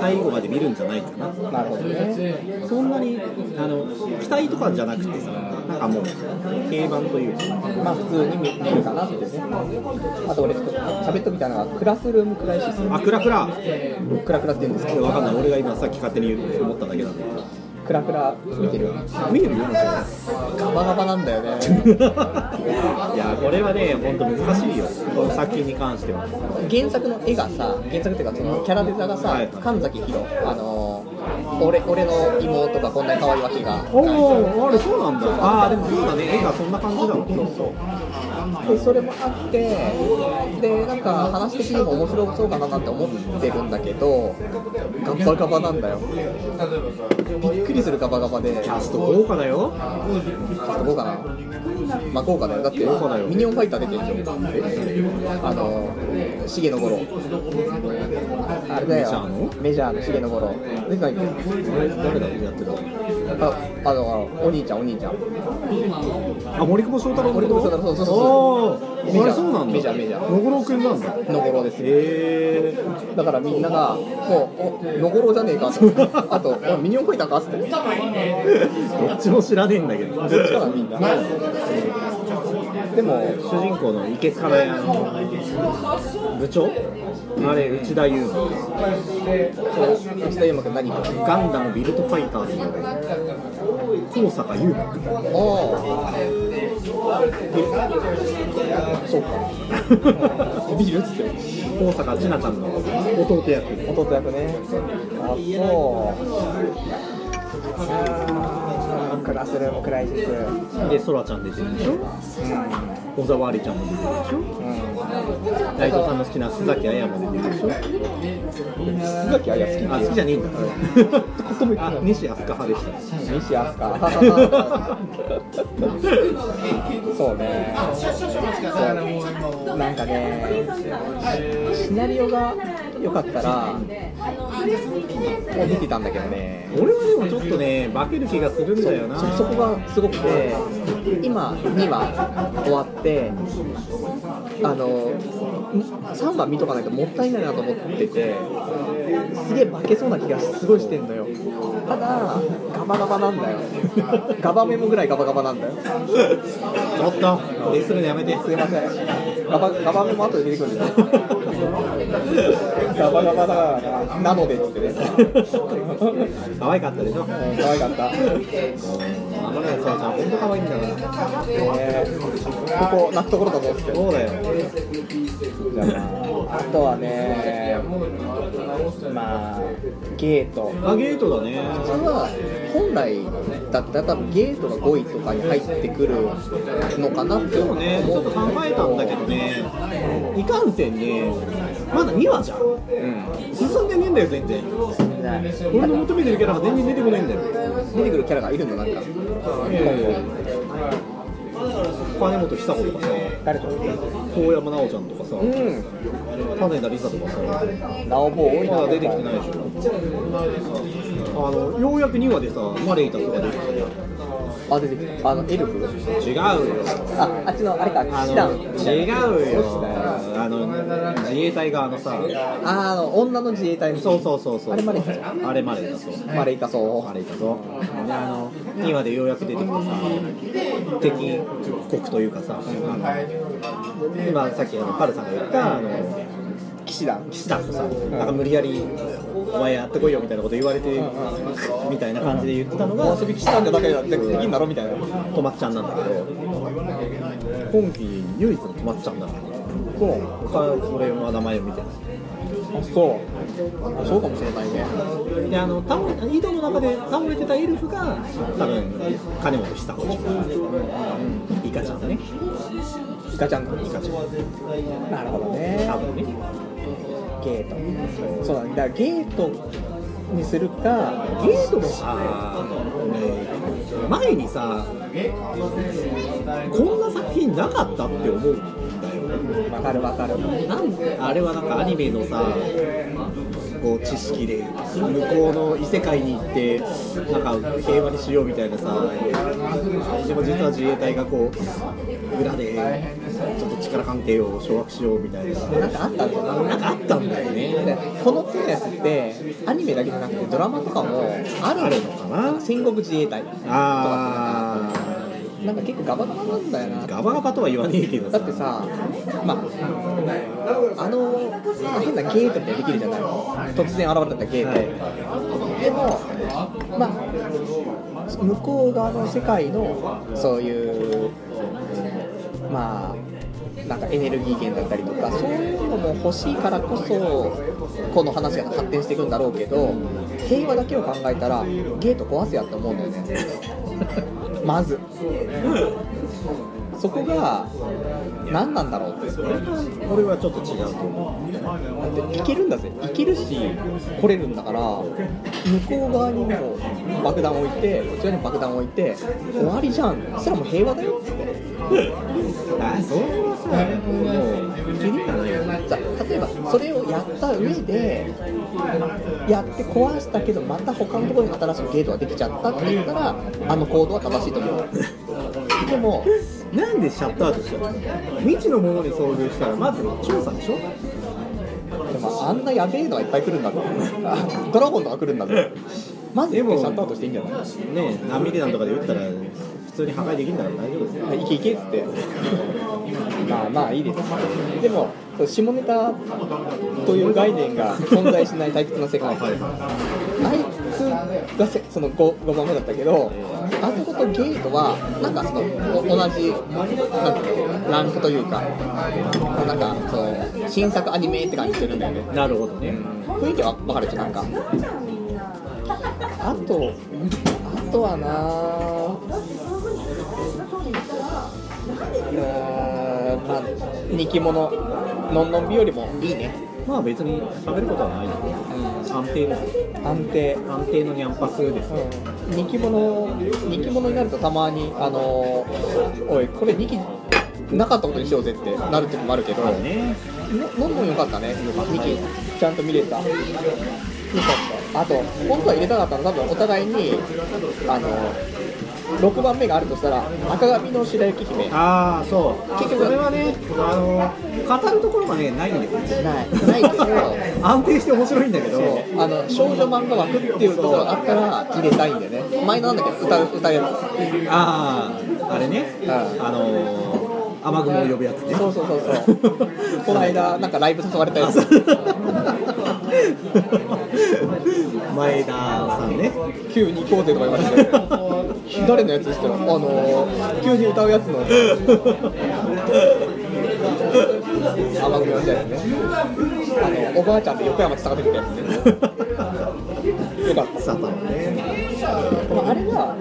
Speaker 2: 最後まで見るんじゃないかな
Speaker 1: なるほどね。
Speaker 2: そんなにあの期待とかじゃなくてさなんかもう定番というか
Speaker 1: まあ普通に見るかなっていうね。あと俺ちょっと喋っときたいのがクラスルームクライシス。
Speaker 2: あクラクラ
Speaker 1: クラクラって言うんですけど、
Speaker 2: わかんない俺が今さっき勝手に言う思っただけなんだけ
Speaker 1: クラクラ見てる
Speaker 2: ど見えるよもちろん
Speaker 1: ガバガバなんだよね。
Speaker 2: いやこれはね本当難しいよこの作品に関しては
Speaker 1: 原作の絵がさ、原作っていうかそのキャラデザがさ
Speaker 2: はい、
Speaker 1: 神崎博、あのー、俺俺の妹がこんなに可愛いわけがない。
Speaker 2: おあれそうなんだああでもそうだね絵がそんな感じだもんそうそう
Speaker 1: でそれもあって、でなんか話的にも面白そうかななんて思ってるんだけど、ガバガバなんだよ。びっくりするガバガバで。
Speaker 2: キャスト豪華だよ
Speaker 1: 豪華なまあ豪華だよだって
Speaker 2: 豪華だよ
Speaker 1: ミニオンファイター出てるじゃんあの重野五郎あれだ
Speaker 2: メジャー
Speaker 1: よ
Speaker 2: の
Speaker 1: メジャーの重野五郎出てないっけ
Speaker 2: あれ誰だやってたの
Speaker 1: ああのお兄ちゃんお兄ちゃん
Speaker 2: あ森久保祥太郎
Speaker 1: 森久保祥太郎そうそうそう
Speaker 2: そう
Speaker 1: メジャー
Speaker 2: あれそうなんだ
Speaker 1: メジャーメジャー
Speaker 2: 野呂君なんだ
Speaker 1: の五郎ですよ
Speaker 2: へえ
Speaker 1: だからみんながもうおの五郎じゃねえか とあとおミニオンファイターかっつって
Speaker 2: どっちも知らねえんだけど
Speaker 1: どっちかなみんな
Speaker 2: でも主人公のいけかないあの部長あれ内田優馬
Speaker 1: そう内田優馬君何か
Speaker 2: ガンダムビルドファイターズの高坂優馬君
Speaker 1: ああそうか
Speaker 2: ビルっつって高坂千奈ちゃんの弟役
Speaker 1: 弟役ねあそうクラスルームクライシス
Speaker 2: でそらちゃん出てるでしょ小沢ありちゃんも出てるでしょ内藤さんの好きな須崎彩も出てるでしょ
Speaker 1: 須崎あや好き
Speaker 2: あ
Speaker 1: なん
Speaker 2: 好きじゃねえんだあ西飛鳥派でした
Speaker 1: 西飛 鳥そうねそうなんかねシナリオが良かったらもう見てたんだけどね
Speaker 2: 俺はでもちょっとね化ける気がするんだよな
Speaker 1: そそこがすごくて今2話終わってあの3話見とかないともったいないなと思っててすげえ負けそうな気がすごいしてんのよただガバガバなんだよ ガバメモぐらいガバガバなんだよ
Speaker 2: ちょっとレするのや めて
Speaker 1: すいませんガバガバメモ後で出てくるんだよガバガバだからななのでっつってね
Speaker 2: 可愛かったでしょ
Speaker 1: うん可愛かった
Speaker 2: 天野さちゃん本当可愛いんだから
Speaker 1: ねここ泣くところだぞっつって
Speaker 2: そうだよ
Speaker 1: じゃあ、あとはね、まあ、ゲート。
Speaker 2: あゲートだね
Speaker 1: 普通は本来だったら多分ゲートが5位とかに入ってくるのかなって
Speaker 2: で
Speaker 1: 思
Speaker 2: も
Speaker 1: う
Speaker 2: ねちょっと考えたんだけどねいかんせんねまだ2話じゃん
Speaker 1: うん
Speaker 2: 進んでねえんだよ全然俺の求めてるキャラが全然出てこないんだよ
Speaker 1: 出てくるキャラがいるのなんか
Speaker 2: 金本久子とかさ
Speaker 1: 誰と
Speaker 2: 遠山奈緒ちゃんとかさ
Speaker 1: う
Speaker 2: 金田理沙とかさ
Speaker 1: んラオボー多いな
Speaker 2: まだ出てきてないでしょあのようやく2話でさマレイタスが出てきたよ
Speaker 1: あ出てきたあのエルフ
Speaker 2: 違うよ
Speaker 1: ああっちのあれか
Speaker 2: あ
Speaker 1: 騎士団
Speaker 2: の違うよあの自衛隊側のさ
Speaker 1: ああの女の自衛隊の
Speaker 2: そうそうそうそう
Speaker 1: あれマレイタス
Speaker 2: あれマレイタスそう
Speaker 1: マレイカソ
Speaker 2: あれだぞであの2話でようやく出てきてさ敵国というかさ、あの今さっきあのパルさんが言ったあの
Speaker 1: 騎士団
Speaker 2: 騎士団とさなんか無理やり「お前やってこいよ」みたいなこと言われてみたいな感じで言ってたのが
Speaker 1: 遊び騎士団じゃなければできんだろみたいな
Speaker 2: 小松ちゃんなんだけど今季唯一の小松ちゃんだから
Speaker 1: そう
Speaker 2: 他それは名前を見てない
Speaker 1: あそうあそうかもしれないね
Speaker 2: であの倒れ井戸の中で倒れてたエルフが多分金本久子ちゃんイカちゃんだね
Speaker 1: イカちゃん
Speaker 2: イカちゃん
Speaker 1: なるほどね
Speaker 2: 多分ね
Speaker 1: ゲートそうだねだからゲートにするかゲートもさ
Speaker 2: あーね前にさこんな作品なかったって思うんだよ
Speaker 1: わかるわかる
Speaker 2: なんあれはなんかアニメのさこう知識で向こうの異世界に行ってなんか平和にしようみたいなさでも実は自衛隊がこう裏でちょっと力関係を掌握しようみたいな
Speaker 1: なんかあったんだよな
Speaker 2: なんかあったんだよ
Speaker 1: で
Speaker 2: ね
Speaker 1: この手のやつってアニメだけじゃなくてドラマとかもあ
Speaker 2: あ
Speaker 1: る
Speaker 2: る
Speaker 1: の
Speaker 2: のかな
Speaker 1: 戦国自衛隊
Speaker 2: あ
Speaker 1: なんか結構ガバガバなんだよな
Speaker 2: ーガバガバとは言わねえけど
Speaker 1: だ
Speaker 2: さ
Speaker 1: ってさ、まあ、あの変なゲートみたいにできるじゃない突然現れたゲート、でも、まあ、向こう側の世界のそういう、まあ、なんかエネルギー源だったりとかそういうのも欲しいからこそこの話が発展していくんだろうけど平和だけを考えたらゲート壊すやって思うんだよね まずそこが何なんだろうって
Speaker 2: 俺はちょっと違うと思
Speaker 1: 行けるんだぜ行けるし来れるんだから向こう側にもう爆弾置いてこちらにも爆弾置いて終わりじゃんそしたらもう平和だよっつって
Speaker 2: うあーそれはさもう気にならないよね
Speaker 1: じゃあ例えばそれをやった上でやって壊したけどまた他のところに新しいゲートができちゃったって言ったらあの行動は正しいと思う でも
Speaker 2: なんでシャットアウトしたの未知のものに遭遇したらまず調査でしょ
Speaker 1: でもあんなやべえのがいっぱい来るんだ ぞあドラゴンとか来るんだぞまず一回シャットアウトしていいんじゃない
Speaker 2: ねえ何ミリ弾とかで撃ったら普通に破壊できるなら大丈夫ですよ
Speaker 1: いけいけっつってまあまあいいですでもそう下ネタという概念が存在しない退屈な世界あいつがせその 5, 5番目だったけどあそことゲイとはなんかそのお同じなんていうのランクというかなんかその新作アニメって感じするんだよね
Speaker 2: なるほどね
Speaker 1: 雰囲気は分かるじゃんなんかあとあとはなうーんまあ人気者のんのんびよりもいいね
Speaker 2: まあ別に喋ることはない安定ですよ
Speaker 1: 安定
Speaker 2: 安定のニャンパスですよ
Speaker 1: うん人気者人気者になるとたまにあのおいこれ2期なかったことにしようぜってなる時もあるけど、
Speaker 2: ね
Speaker 1: ののんのんよかったね、2期、ちゃんと見れた、よかった、あと、本当は入れたかったの、多分お互いに、あの6番目があるとしたら、赤髪の白雪姫、
Speaker 2: ああそう
Speaker 1: 結局
Speaker 2: それはねあの語るところがねないんですよ
Speaker 1: ない、ないけど、
Speaker 2: 安定して面白いんだけど
Speaker 1: あの少女漫画枠っていうところがあったら、入れたいんでね、前のなんだっけ、歌う歌うや
Speaker 2: あああれね
Speaker 1: うん
Speaker 2: あのー雨雲を呼ぶやつね
Speaker 1: つ、 そうそうそうそう、この間、なんかライブ誘われたやつ、
Speaker 2: 前田さんね
Speaker 1: 急に行こうぜとか言われて、誰のやつですか、あの急に歌うやつの。甘組みたいなねあのおばあちゃんで横山って下がってきたやつねよかっ
Speaker 2: サタンね
Speaker 1: た、まあ、あれは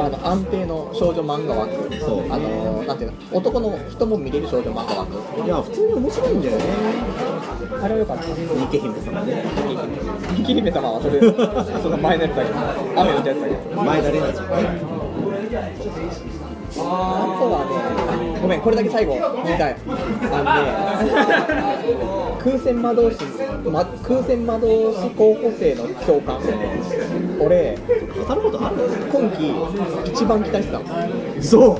Speaker 1: あの安定の少女漫画枠
Speaker 2: そう
Speaker 1: あのなんていうの男の人も見れる少女漫画枠
Speaker 2: いや普通に面白いんだよね
Speaker 1: あれはよかった
Speaker 2: 池姫様ね
Speaker 1: 雪姫様はそれその前のやつだけど雨のやつだけど
Speaker 2: 前田玲奈ちゃんね
Speaker 1: あとはねあごめんこれだけ最後言いたいあのね空戦魔導士、ま、空戦魔導士候補生の教官俺
Speaker 2: 語ることある
Speaker 1: 今季一番期待してたの
Speaker 2: そ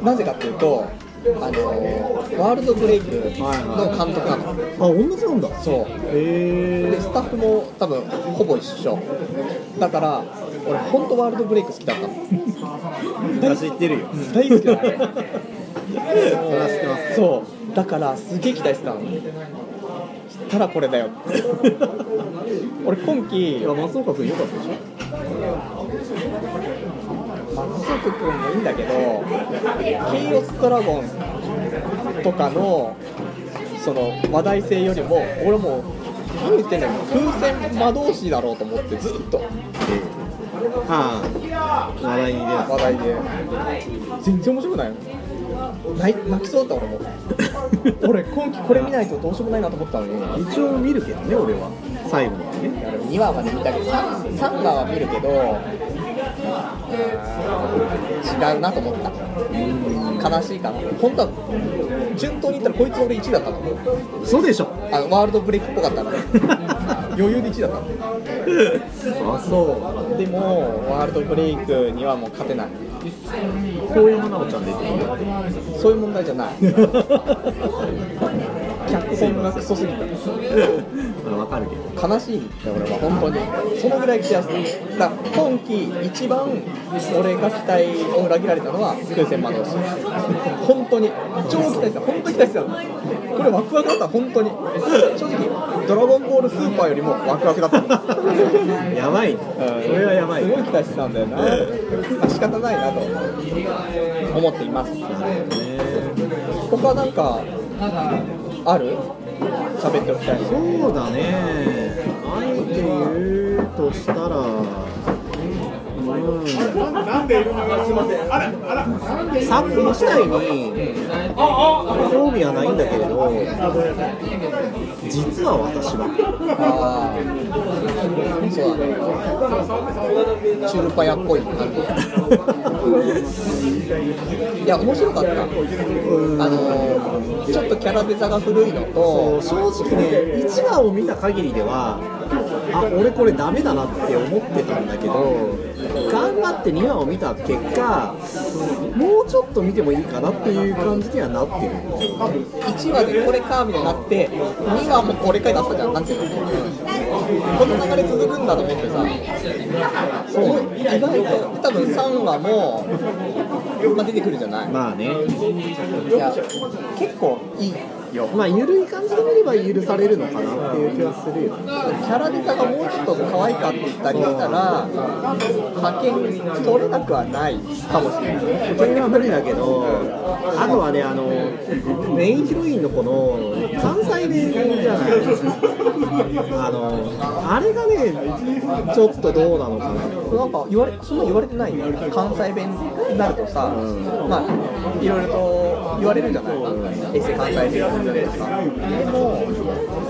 Speaker 2: う
Speaker 1: なぜかっていうとあのワールドブレイクの監督なの、
Speaker 2: あ同じなんだ
Speaker 1: そう
Speaker 2: へ
Speaker 1: で
Speaker 2: え
Speaker 1: スタッフも多分ほぼ一緒だから俺本当ワールドブレイク好きだったの
Speaker 2: 私知ってるよ
Speaker 1: 大好きだったの
Speaker 2: それは知ってます
Speaker 1: そうだからすげえ期待してたのしたらこれだよ 俺今
Speaker 2: い
Speaker 1: 期
Speaker 2: や松岡君良かったでしょ
Speaker 1: 松岡君もいいんだけどケイオスドラゴンとかのその話題性よりも俺もう何言ってんだよ風船魔導士だろうと思ってずっと
Speaker 2: ああ話題に出な
Speaker 1: 話題で全然面白くないの泣泣きそうだった俺も 俺今期これ見ないとどうしようもないなと思ったのに
Speaker 2: い一応見るけどね俺は最後までね
Speaker 1: 2話まで見たけど 3, 3話は見るけど違うなと思った悲しいかな本当は順当に言ったらこいつ俺1位だったの
Speaker 2: そうでし ょ
Speaker 1: あのワールドブレイクっぽかったから余裕で1位だったの
Speaker 2: あそう
Speaker 1: でもワールドブレイクにはもう勝てない
Speaker 2: 遠山奈緒ちゃん出てる
Speaker 1: そういう問題じゃ ない脚本がクソすぎた
Speaker 2: まあわかるけど
Speaker 1: 悲しいんだよ俺は本当にそのぐらい期待してただから今季一番俺が期待を裏切られたのは風船魔導士本当に超期待してた本当に期待してたのこれワクワクだった本当に正直ドラゴンボールスーパーよりもワクワクだったの
Speaker 2: やばいねそれはやばい
Speaker 1: すごい
Speaker 2: ね
Speaker 1: 期待してたんだよな、まあ、仕方ないなと思っています他なんかある喋っておきたいの
Speaker 2: そうだねあえて言うとしたらうん作品自体に興味はないんだけれど実は私は
Speaker 1: ああ、そうだね。チュルパヤっぽい感じ。いや、面白かった。あ
Speaker 2: うん
Speaker 1: のー、ちょっとキャラデザが古いの
Speaker 2: そう
Speaker 1: と、
Speaker 2: 正直ね1話を見た限りではあ俺これダメだなって思ってたんだけど頑張って2話を見た結果もうちょっと見てもいいかなっていう感じにはなってる
Speaker 1: 1話でこれかみたいになって、2話もこれかになったじゃん、なんていうの。この流れ続くんだと思ってさそう意外と多分3話も、まあ、出てくるじゃない、
Speaker 2: まあね
Speaker 1: いや結構いいよ
Speaker 2: まあ緩い感じで見れば許されるのかなっていう気はするよね
Speaker 1: キャラネタがもうちょっと可愛かったりしたら派遣取れなくはないかもしれない
Speaker 2: それは無理だけどあとはねあのメインヒロインの子の関西弁じゃないあのあれがねちょっとどうなのかな
Speaker 1: なんか言われそんな言われてないね関西弁になるとさ、まあいろいろと言われるじゃない衛星関西弁になるとかでも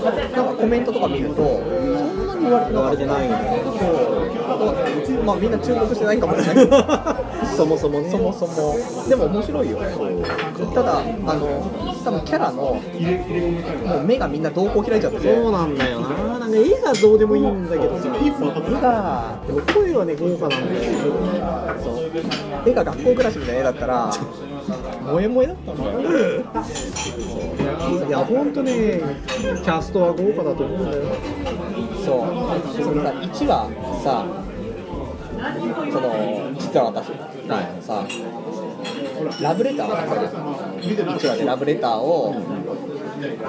Speaker 1: なんかコメントとか見るとそんなに言われてな
Speaker 2: 言わ
Speaker 1: かっ
Speaker 2: れ
Speaker 1: た
Speaker 2: てないんだ
Speaker 1: そ
Speaker 2: よ
Speaker 1: うまあみんな注目してないかもしれない けど
Speaker 2: そもそもね
Speaker 1: そもそもでも面白いよただあの多分キャラのもう目がみんな瞳孔開いちゃってて
Speaker 2: そうなんだよななんか絵がどうでもいいんだけどさ
Speaker 1: 絵が
Speaker 2: でも声はね豪華なんだよ
Speaker 1: 絵が学校暮らしみたいな絵だったら萌え萌えだったん だよ
Speaker 2: いやほんとねキャストは豪華だと思うんだよ
Speaker 1: そう、そのさ、1話さ、その、実は私、さ、ラブレターが書いてある1話でラブレターを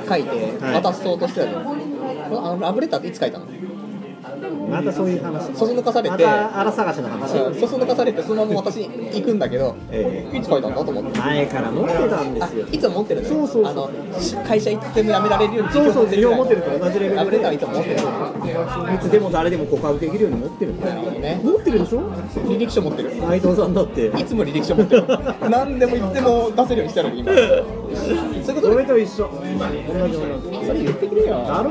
Speaker 1: 書いて、
Speaker 2: はい
Speaker 1: 渡そうとしてたじゃん。あのラブレターっていつ書いたの
Speaker 2: またそういう話
Speaker 1: そそのかされ
Speaker 2: ま
Speaker 1: て、
Speaker 2: た荒探しの話
Speaker 1: そうそのかされて、そのまま私行くんだけど、
Speaker 2: え
Speaker 1: いつ書いたんだと思って。
Speaker 2: 前から持ってたんで
Speaker 1: あ
Speaker 2: すよ
Speaker 1: いつも持ってるの
Speaker 2: そ
Speaker 1: よ
Speaker 2: うそうそう
Speaker 1: あのし会社行っても辞められるように
Speaker 2: そうそう
Speaker 1: 自分
Speaker 2: 持ってるから同じレベルで
Speaker 1: ラブレターはいつも持ってる
Speaker 2: いつでも誰でも告白できるように持ってるんだよ
Speaker 1: ね
Speaker 2: 持ってるでしょ
Speaker 1: 履歴書持ってる
Speaker 2: 内藤さんだって
Speaker 1: いつも履歴書持ってる。何でも言っても出せるようにしたのに今。そういうこと
Speaker 2: そ
Speaker 1: で
Speaker 2: れと一緒同じ同じ
Speaker 1: それ言ってくれよ。
Speaker 2: だろ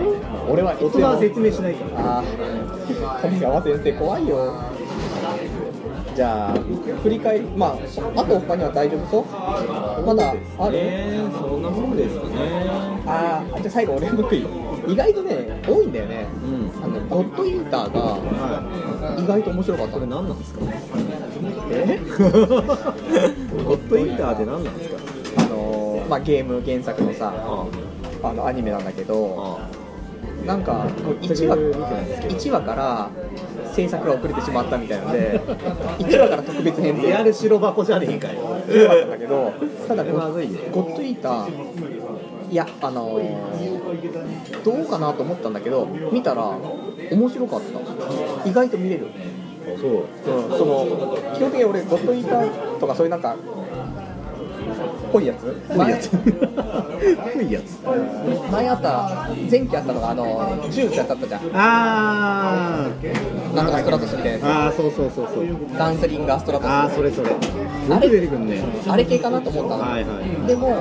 Speaker 1: 俺は
Speaker 2: 大
Speaker 1: いつ
Speaker 2: 人は
Speaker 1: も。
Speaker 2: 説明しないか
Speaker 1: あ
Speaker 2: ら
Speaker 1: あ、谷川先生怖いよ。じゃあ振り返り、まああと他には大丈夫そう？まだある？
Speaker 2: えーそんなもんですかね
Speaker 1: ああ、じゃあ最後俺の悔い。意外とね多いんだよね。
Speaker 2: うん
Speaker 1: あのゴッドインターが
Speaker 2: はい
Speaker 1: 意外と面白かった
Speaker 2: これ。何なんですか
Speaker 1: え？
Speaker 2: ゴッドインターって何なんですか
Speaker 1: あのーまあゲーム原作のさ、
Speaker 2: あ
Speaker 1: あのアニメなんだけど。
Speaker 2: あ
Speaker 1: なんか1話1話から制作が遅れてしまったみたいなので1話から特別編で
Speaker 2: リ
Speaker 1: や
Speaker 2: ア
Speaker 1: る
Speaker 2: ル白箱じゃねえかよ
Speaker 1: ったんだけどただ
Speaker 2: それまずいね
Speaker 1: ゴッドイーターいやあのーどうかなと思ったんだけど見たら面白かった意外と見れる、
Speaker 2: そう
Speaker 1: うん、 その基本的に俺ゴッドイーターとかそういうなんか濃いやつ
Speaker 2: 濃いやつ濃いやつ
Speaker 1: 前あった前期あったのがあのジュースやったじゃん
Speaker 2: あ
Speaker 1: なんとかストラトスみたいなやつ
Speaker 2: あああそうそうそうそう
Speaker 1: ガンセリンガーストラトス
Speaker 2: ああそれそれよく出てくんね
Speaker 1: あれ系かなと思ったの、
Speaker 2: はいはい
Speaker 1: でも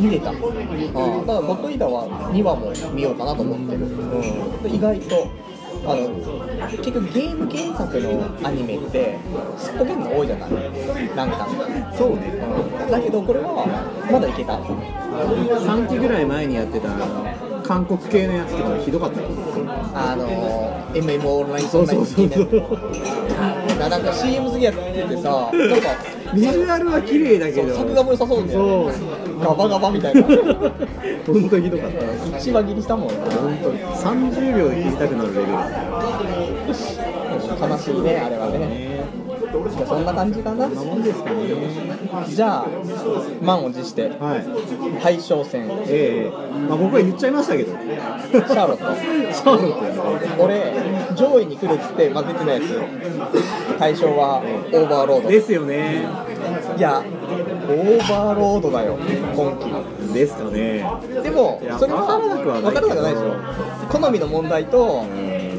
Speaker 1: 見れたあーだからゴッドイーダーは2話も見ようかなと思ってる、で意外とあの結局ゲーム原作のアニメってすっこけんの多いじゃないなんか
Speaker 2: そうね
Speaker 1: だけどこれはまだいけた
Speaker 2: 3期ぐらい前にやってたあの韓国系のやつとかひどかったよ
Speaker 1: あの MM オンライン
Speaker 2: そうそうそうそ
Speaker 1: オンライン好
Speaker 2: う
Speaker 1: きななんか CM すぎやっててさなんか
Speaker 2: ビジュアルは綺麗だけど
Speaker 1: 作画も良さそうで
Speaker 2: そう
Speaker 1: ガバガバみたいな
Speaker 2: 本当ひどかった
Speaker 1: 一話切りしたもんな
Speaker 2: 本当に30秒で切りたくなるレベルだっ
Speaker 1: 悲しいねあれは
Speaker 2: た
Speaker 1: ね
Speaker 2: ね
Speaker 1: じゃあそんな感じかな
Speaker 2: そんなもんですかね
Speaker 1: じゃあ満を持して
Speaker 2: はい
Speaker 1: 大将戦
Speaker 2: ええまあ僕は言っちゃいましたけどシ
Speaker 1: シャーロッ
Speaker 2: ャーロットやね
Speaker 1: ト俺上位に来るっつって負けてたやつ大将はオーバーロード
Speaker 2: ですよね
Speaker 1: いやオーバーロードだよ今季
Speaker 2: ですかね
Speaker 1: でも
Speaker 2: いや
Speaker 1: それは
Speaker 2: わからなくはない
Speaker 1: わからなくはないでしょ好みの問題と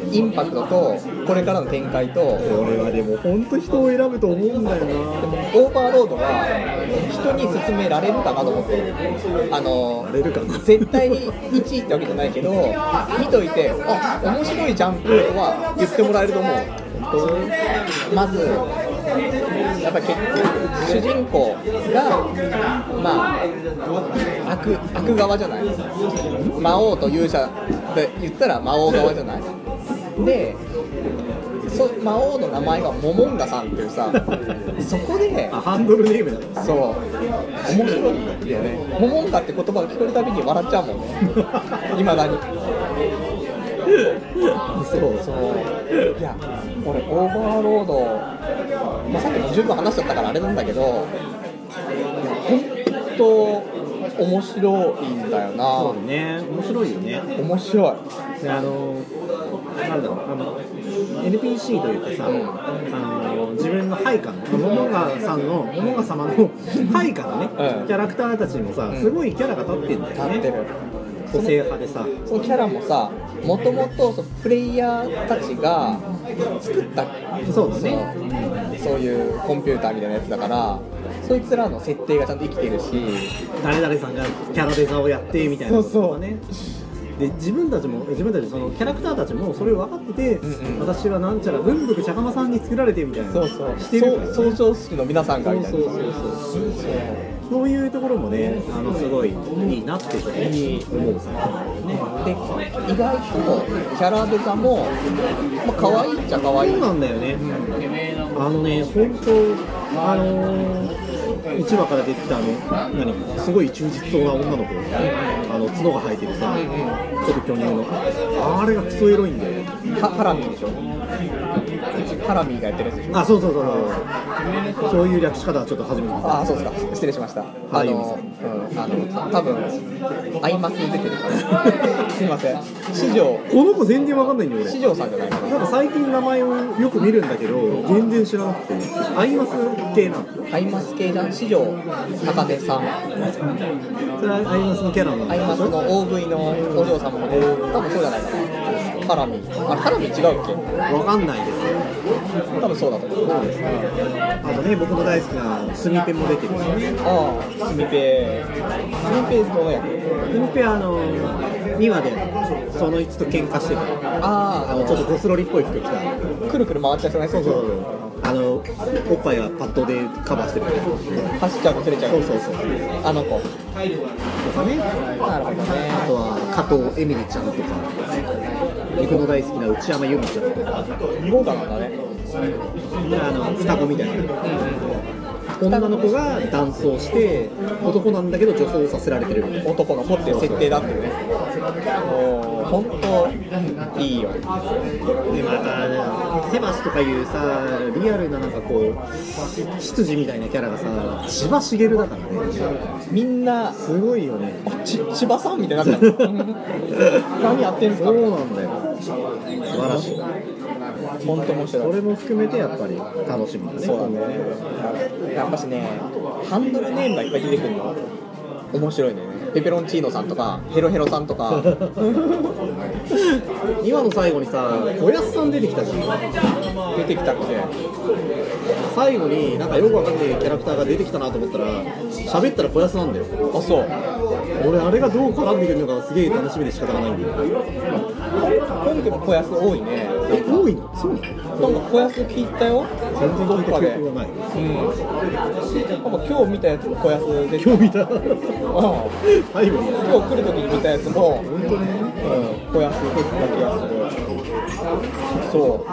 Speaker 1: インパクトとこれからの展開と
Speaker 2: これはでも本当人を選ぶと思うんだよな
Speaker 1: オーバーロードは人に勧められるかなと思ってあの
Speaker 2: なれるかな
Speaker 1: 絶対に1位ってわけじゃないけど見といてあ面白いじゃんってことは言ってもらえると思うまずやっぱ結主人公がまあ悪悪側じゃない魔王と勇者で言ったら魔王側じゃないでそ魔王の名前がモモンガさんっていうさそこで
Speaker 2: あハンドルネームだ
Speaker 1: そう面白いよねモモンガって言葉が聞こえるたびに笑っちゃうもんねいまだに
Speaker 2: そう
Speaker 1: そのいや俺オーバーロード、まあ、さっきも十分話しちゃったからあれなんだけどいや本当面白いんだよ
Speaker 2: そ
Speaker 1: な
Speaker 2: うね面白いよね
Speaker 1: 面白い
Speaker 2: であのなんだろうあの NPC というかさ、
Speaker 1: うん
Speaker 2: あの自分の配下の桃川さんの桃川様の配下のね、
Speaker 1: うん
Speaker 2: キャラクターたちもさ
Speaker 1: ん
Speaker 2: すごいキャラが立ってんだ
Speaker 1: 立って
Speaker 2: よね
Speaker 1: る
Speaker 2: 個性派でさ
Speaker 1: そのキャラもさもともとプレイヤーたちが作った
Speaker 2: そうだね
Speaker 1: そういうコンピューターみたいなやつだからそいつらの設定がちゃんと生きてるし
Speaker 2: 誰々さんがキャラデザをやってみたいなこととかねで自分たちも自分たちそのキャラクターたちもそれを分かってて、
Speaker 1: うんうん
Speaker 2: 私はなんちゃら文福茶釜さんに作られてみたいなしてるからね
Speaker 1: そう総称式の皆さんが
Speaker 2: そ
Speaker 1: み
Speaker 2: う
Speaker 1: たい
Speaker 2: そ
Speaker 1: な
Speaker 2: うそうそうそういうところもねあのすごいいいなって思う作品だよね
Speaker 1: で意外とキャラデザも、まあ、可愛いっちゃ可愛い
Speaker 2: そうなんだよね、あのね本当あのー、1話から出てきたあの何すごい忠実そうな女の子あの角が生えてるさちょっと巨乳のあれがクソエロいんだよ
Speaker 1: ハハラミーでしょハラミーがやってるやつでしょ
Speaker 2: あそうそうそうそうそういう略し方はちょっと初めて見た
Speaker 1: ああそうですか失礼しました
Speaker 2: ハ
Speaker 1: あ
Speaker 2: ラミ
Speaker 1: の、
Speaker 2: ー
Speaker 1: うん、あの多分アイマスに出てるから すいません四条
Speaker 2: この子全然わかんないんだよ俺
Speaker 1: 四条さんじゃないかな
Speaker 2: なんか最近名前をよく見るんだけど全然知らなくてアイマス系なの
Speaker 1: アイマス系じゃん四条高手さん
Speaker 2: それはアイマスのキャラの
Speaker 1: アイマスの大食いのお嬢様も多分そうじゃないかなハラミーあれハラミー違うっけ
Speaker 2: わかんないですよ
Speaker 1: 多分そうだと思うそうです
Speaker 2: あとね僕の大好きなスミペも出てるしス
Speaker 1: ああ、スミペイ。スミペイどの役
Speaker 2: ミペはあの2話でその1と喧嘩してた
Speaker 1: ああ、
Speaker 2: あ
Speaker 1: あ
Speaker 2: の
Speaker 1: の、
Speaker 2: ち
Speaker 1: ち
Speaker 2: ょ
Speaker 1: ょ
Speaker 2: っ
Speaker 1: っ
Speaker 2: とゴスロリっぽい服着た
Speaker 1: とくるくる回っちゃう人ね、そうそう。
Speaker 2: あのおっぱいはパッドでカバーしてる
Speaker 1: 走っちゃうとずれちゃ
Speaker 2: そう
Speaker 1: う。
Speaker 2: そうそうと
Speaker 1: あの子。
Speaker 2: かね
Speaker 1: なるほどね。
Speaker 2: あとは加藤エミリちゃんとか僕の大好きな内山由美ちゃんとか
Speaker 1: 豪華なんだね。
Speaker 2: であの双子みたいな女の子が男装して男なんだけど女装させられてるみたいな
Speaker 1: 男の子っていう設定だっていうね。もう、本当いいよ。
Speaker 2: でまたセバスとかいうさリアルななんかこう執事みたいなキャラがさ千葉茂だからね
Speaker 1: みんな、
Speaker 2: すごいよ ね
Speaker 1: あち、千葉さんみたいになっちゃう。 何やってんす
Speaker 2: そ
Speaker 1: か
Speaker 2: うなんだよ素晴らしい
Speaker 1: 本当面白
Speaker 2: そ
Speaker 1: い。
Speaker 2: れも含めてやっぱり楽しみだね
Speaker 1: そうだね。やっぱしね、ハンドルネームがいっぱい出てくるの。面白いね。ペペロンチーノさんとか、ヘロヘロさんとか。
Speaker 2: 今の最後にさ小安さん出てきたじゃん
Speaker 1: 出てきたっけ
Speaker 2: 最後になんかよくわかんないキャラクターが出てきたなと思ったら喋ったら小安なんだよ
Speaker 1: あそう
Speaker 2: 俺あれがどう絡んでくるのかすげえ楽しみで仕方がないんだよ
Speaker 1: 本家も小安多いね
Speaker 2: え多いのそうなの
Speaker 1: なんか小安聞いたよ
Speaker 2: 全然聞いた記憶がない
Speaker 1: うんなんか今日見たやつも小安で
Speaker 2: 今日見た
Speaker 1: うん
Speaker 2: 最後に
Speaker 1: 今日来る時に見たやつも、うん、小安出てた気がするそう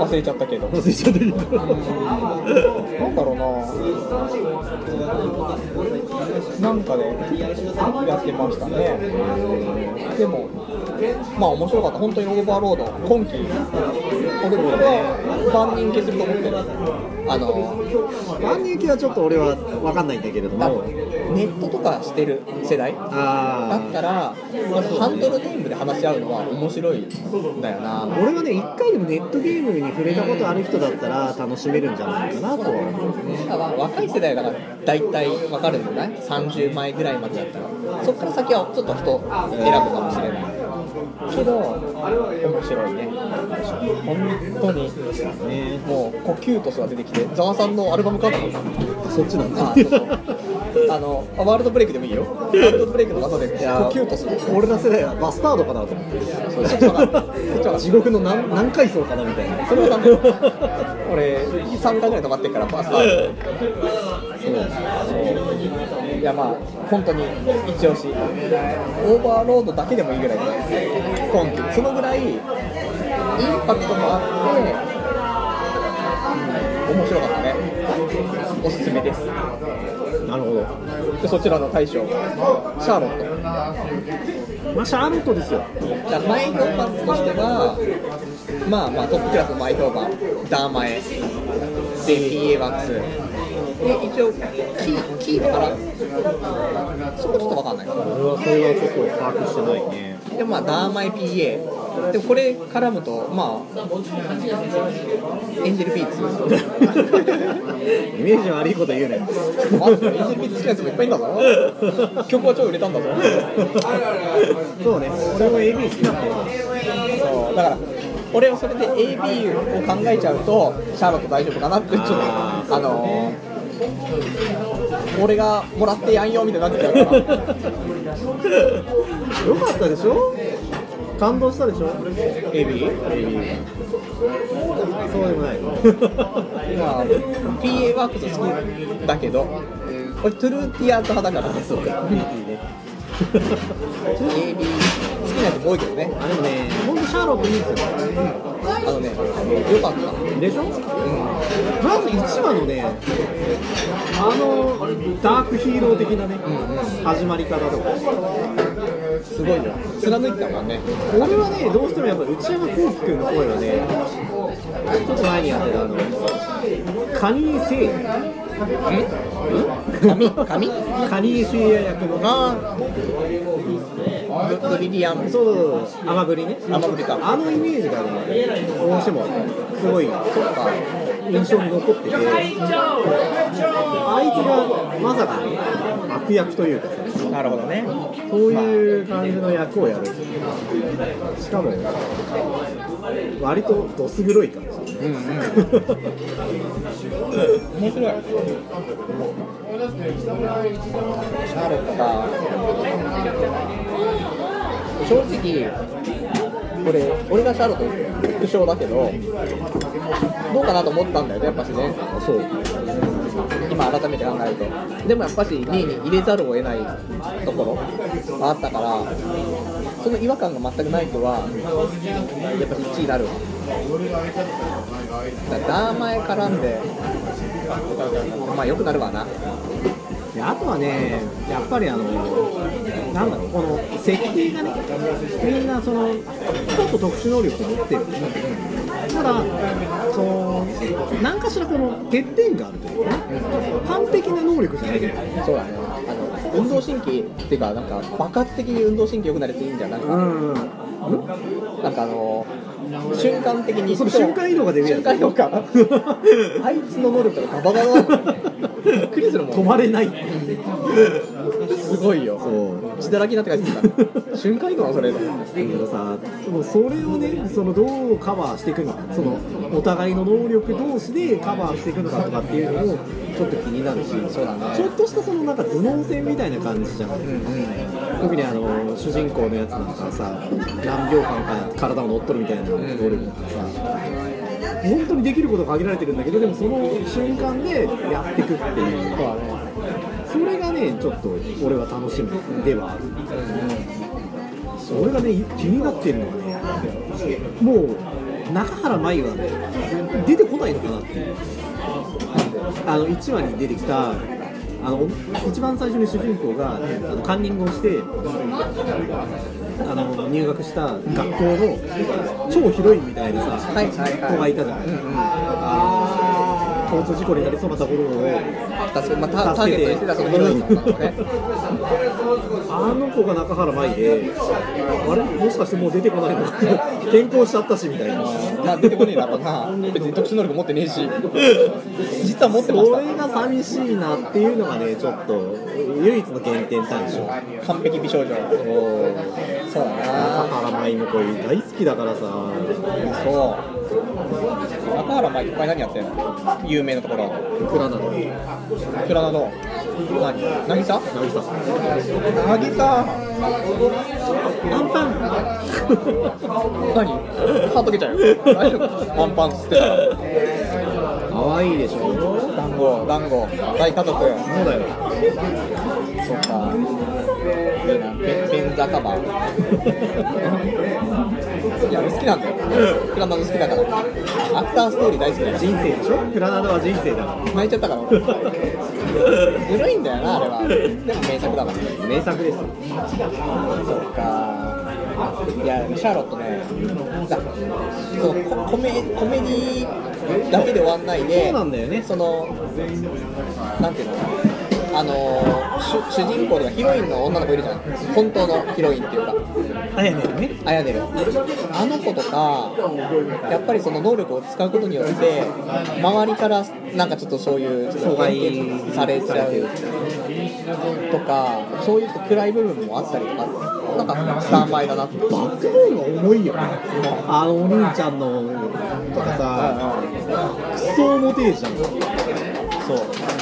Speaker 1: 忘れちゃったけど
Speaker 2: 忘れちゃって
Speaker 1: なんだろうななんかねやってましたねでもまあ面白かった本当にオーバーロード今季俺これは万人受けすると思ってるあの
Speaker 2: 万人受けはちょっと俺は分かんないんだけれど
Speaker 1: 多
Speaker 2: も
Speaker 1: 分ネットとかしてる世代だ
Speaker 2: あ
Speaker 1: った
Speaker 2: あ
Speaker 1: らハンドルネームで話し合うのは面白いんだよな
Speaker 2: 俺はね一回でもネットゲームに触れたことある人だったら楽しめるんじゃないかなとは思う
Speaker 1: まあ若い世代だから大体わかるんじゃない ?30 枚ぐらいまでだったらそっから先はちょっと人選ぶかもしれないけど面白いね本当に
Speaker 2: ね
Speaker 1: もう呼吸としては出てきてざわさんのアルバムカバー
Speaker 2: そっちなんだ
Speaker 1: あそうそうあのワールドブレイクでもいいよワールドブレイクの後で呼吸とする
Speaker 2: 俺ら世代はバスタードかなと思って
Speaker 1: そうそっちわかんないそっちわかんない
Speaker 2: 地獄の何何階層かなみたいな
Speaker 1: それはダメ俺3回ぐらい止まってっからバスタートいやまあ本当に一押しオーバーロードだけでもいいぐらい今季そのぐらいインパクトもあって、うん面白かったねおすすめです
Speaker 2: なるほど
Speaker 1: でそちらの大将シャーロット
Speaker 2: まあ、シャーロットですよ。
Speaker 1: だから前評判としてはまあまあトップクラスの前評判ダーマエで PA1 で一応キーキーはあらそこちょっと分かんないかな
Speaker 2: それは、それはちょっと把握してないね。
Speaker 1: でもまあダーマイ PA でもこれ絡むとまあエンジェルピーツ
Speaker 2: イメージ悪いこと言うね。
Speaker 1: マジでエンジェルピーツ好きなやつもいっぱいいんだぞ曲は超売れたんだぞ
Speaker 2: そうね、俺も AB 好きなんで。
Speaker 1: そうだから俺はそれで AB を考えちゃうとシャーロット大丈夫かなってちょっと
Speaker 2: あ
Speaker 1: あ
Speaker 2: ー
Speaker 1: のー、俺がもらってやんよみたいになってきちゃうから
Speaker 2: よかったでしょ感動したでしょ
Speaker 1: AB?
Speaker 2: そうで もない。
Speaker 1: まあ PA ワークス好きだけど俺トゥルーティアーズ派だからねそう AB 好きなやつも多いけどね
Speaker 2: あ、でもね、ほんとシャーロットいいですよ。
Speaker 1: あのねよかった
Speaker 2: でしょまず1話のね、あのダークヒーロー的なね、始まり方とか、
Speaker 1: すごいよ貫いてたもんね
Speaker 2: 俺はね、どうしてもやっぱ内山聖輝君の声はね、ちょっと前にやってたあの、カニエ聖
Speaker 1: 髪髪
Speaker 2: カニエ聖也役の、
Speaker 1: ああブブリリアン
Speaker 2: そうそうそう、甘ぶりね、
Speaker 1: 甘ぶりか
Speaker 2: あのイメージがね、どうしてもすごい
Speaker 1: そっか
Speaker 2: 印象に残ってて、あいつがまさかね、悪役というかさ。
Speaker 1: なるほどね
Speaker 2: そういう感じの役をやる。しかも、割とどす黒い感じ。
Speaker 1: うんうん面白いシャーロットか正直これ俺がシャーロット副賞だけどどうかなと思ったんだよねやっぱしね
Speaker 2: そう。
Speaker 1: 今改めて考えるとでもやっぱし2位に入れざるを得ないところがあったからその違和感が全くないとはやっぱし1位になるわだからダーマエ絡んでまあ良くなるわな
Speaker 2: であとはね、やっぱりあの、なんだろう、この設定がね、みんなその、ちょっと特殊能力を持ってる。ただ、その、何かしらこの欠点があるというかね、完璧な能力じゃないじゃない。
Speaker 1: そうだねあの運動神経っていうかなんか爆発的に運動神経良くなるやついいんじゃんない
Speaker 2: うん。
Speaker 1: なんかあの瞬間的に
Speaker 2: それ瞬間移動ができるや
Speaker 1: 瞬
Speaker 2: つ
Speaker 1: 間移動 かあいつの能力がガバガバだびっくりするもん
Speaker 2: 止まれない。
Speaker 1: すごいよ
Speaker 2: そう。
Speaker 1: 血だらけになって帰ってきたから瞬間移動なそれ
Speaker 2: だけどさ、もうそれをね、そのどうカバーしていくのか、そのお互いの能力同士でカバーしていくのかとかっていうのもちょっと気になるし、
Speaker 1: そうだね
Speaker 2: ちょっとしたそのなんか頭脳戦みたいな感じじゃん。特にあの主人公のやつなんかさ、何秒間か体を乗っ取るみたいな能力だからさ、本当にできることが限られてるんだけど、でもその瞬間でやっていくっていう。
Speaker 1: そうだね
Speaker 2: それがねちょっと俺は楽しみではある、俺がね気になってるのはねもう中原舞はね出てこないのかなっていうあの1話に出てきたあの一番最初に主人公があのカンニングをしてあの入学した学校の超広いみたいなさ、
Speaker 1: はいはいはい
Speaker 2: 子がいたじゃない、あの交通事故になりそうなところを
Speaker 1: 確かにまあタターゲットにしてたそのヒロインだったのね
Speaker 2: あの子が中原舞で、あれ、もしかしてもう出てこないのか、 転校しちゃったしみたいな、
Speaker 1: まあ出てこねえだろうな別に特殊能力持ってねえし実は持ってま
Speaker 2: そ
Speaker 1: し
Speaker 2: れが寂しいなっていうのがね、ちょっと、唯一の原点なんでしょ。
Speaker 1: た完璧美少女そうだな
Speaker 2: 中原舞の恋大好きだからさ、
Speaker 1: そう中原舞いっぱい何やってんの有名なところ
Speaker 2: いくらなの、
Speaker 1: プラナド何渚
Speaker 2: 渚さん。
Speaker 1: 渚
Speaker 2: アンパン
Speaker 1: 何歯溶けちゃうよ大丈夫アンパン吸ってたら
Speaker 2: 可愛いでしょ。そう
Speaker 1: 団子団子大家族
Speaker 2: だよ。
Speaker 1: そっかいいなペンペンザカバーいや、俺好きなんだよ。クラマド好きだから。アフターストーリー大好きだから。
Speaker 2: 人生でしょプラナドは人生だか
Speaker 1: 泣いちゃったから俺。ずるいんだよな、あれは。でも名作だから。
Speaker 2: ら名作です
Speaker 1: そっかいやシャーロットねだそうココメコメディだけで終わんないで
Speaker 2: そうなんだよね
Speaker 1: そのなんていうのあの主主人公とかヒロインの女の子いるじゃん本当のヒロインっていうか
Speaker 2: あやねるね
Speaker 1: アヤネルあの子とかやっぱりその能力を使うことによって周りからなんかちょっとそういう
Speaker 2: 阻害
Speaker 1: 偏見されちゃうとかそういう暗い部分もあったりとかなんかスタンバイだなって
Speaker 2: バックボーンが重いよねあのお兄ちゃんのとかさクソ重てえじゃん
Speaker 1: そう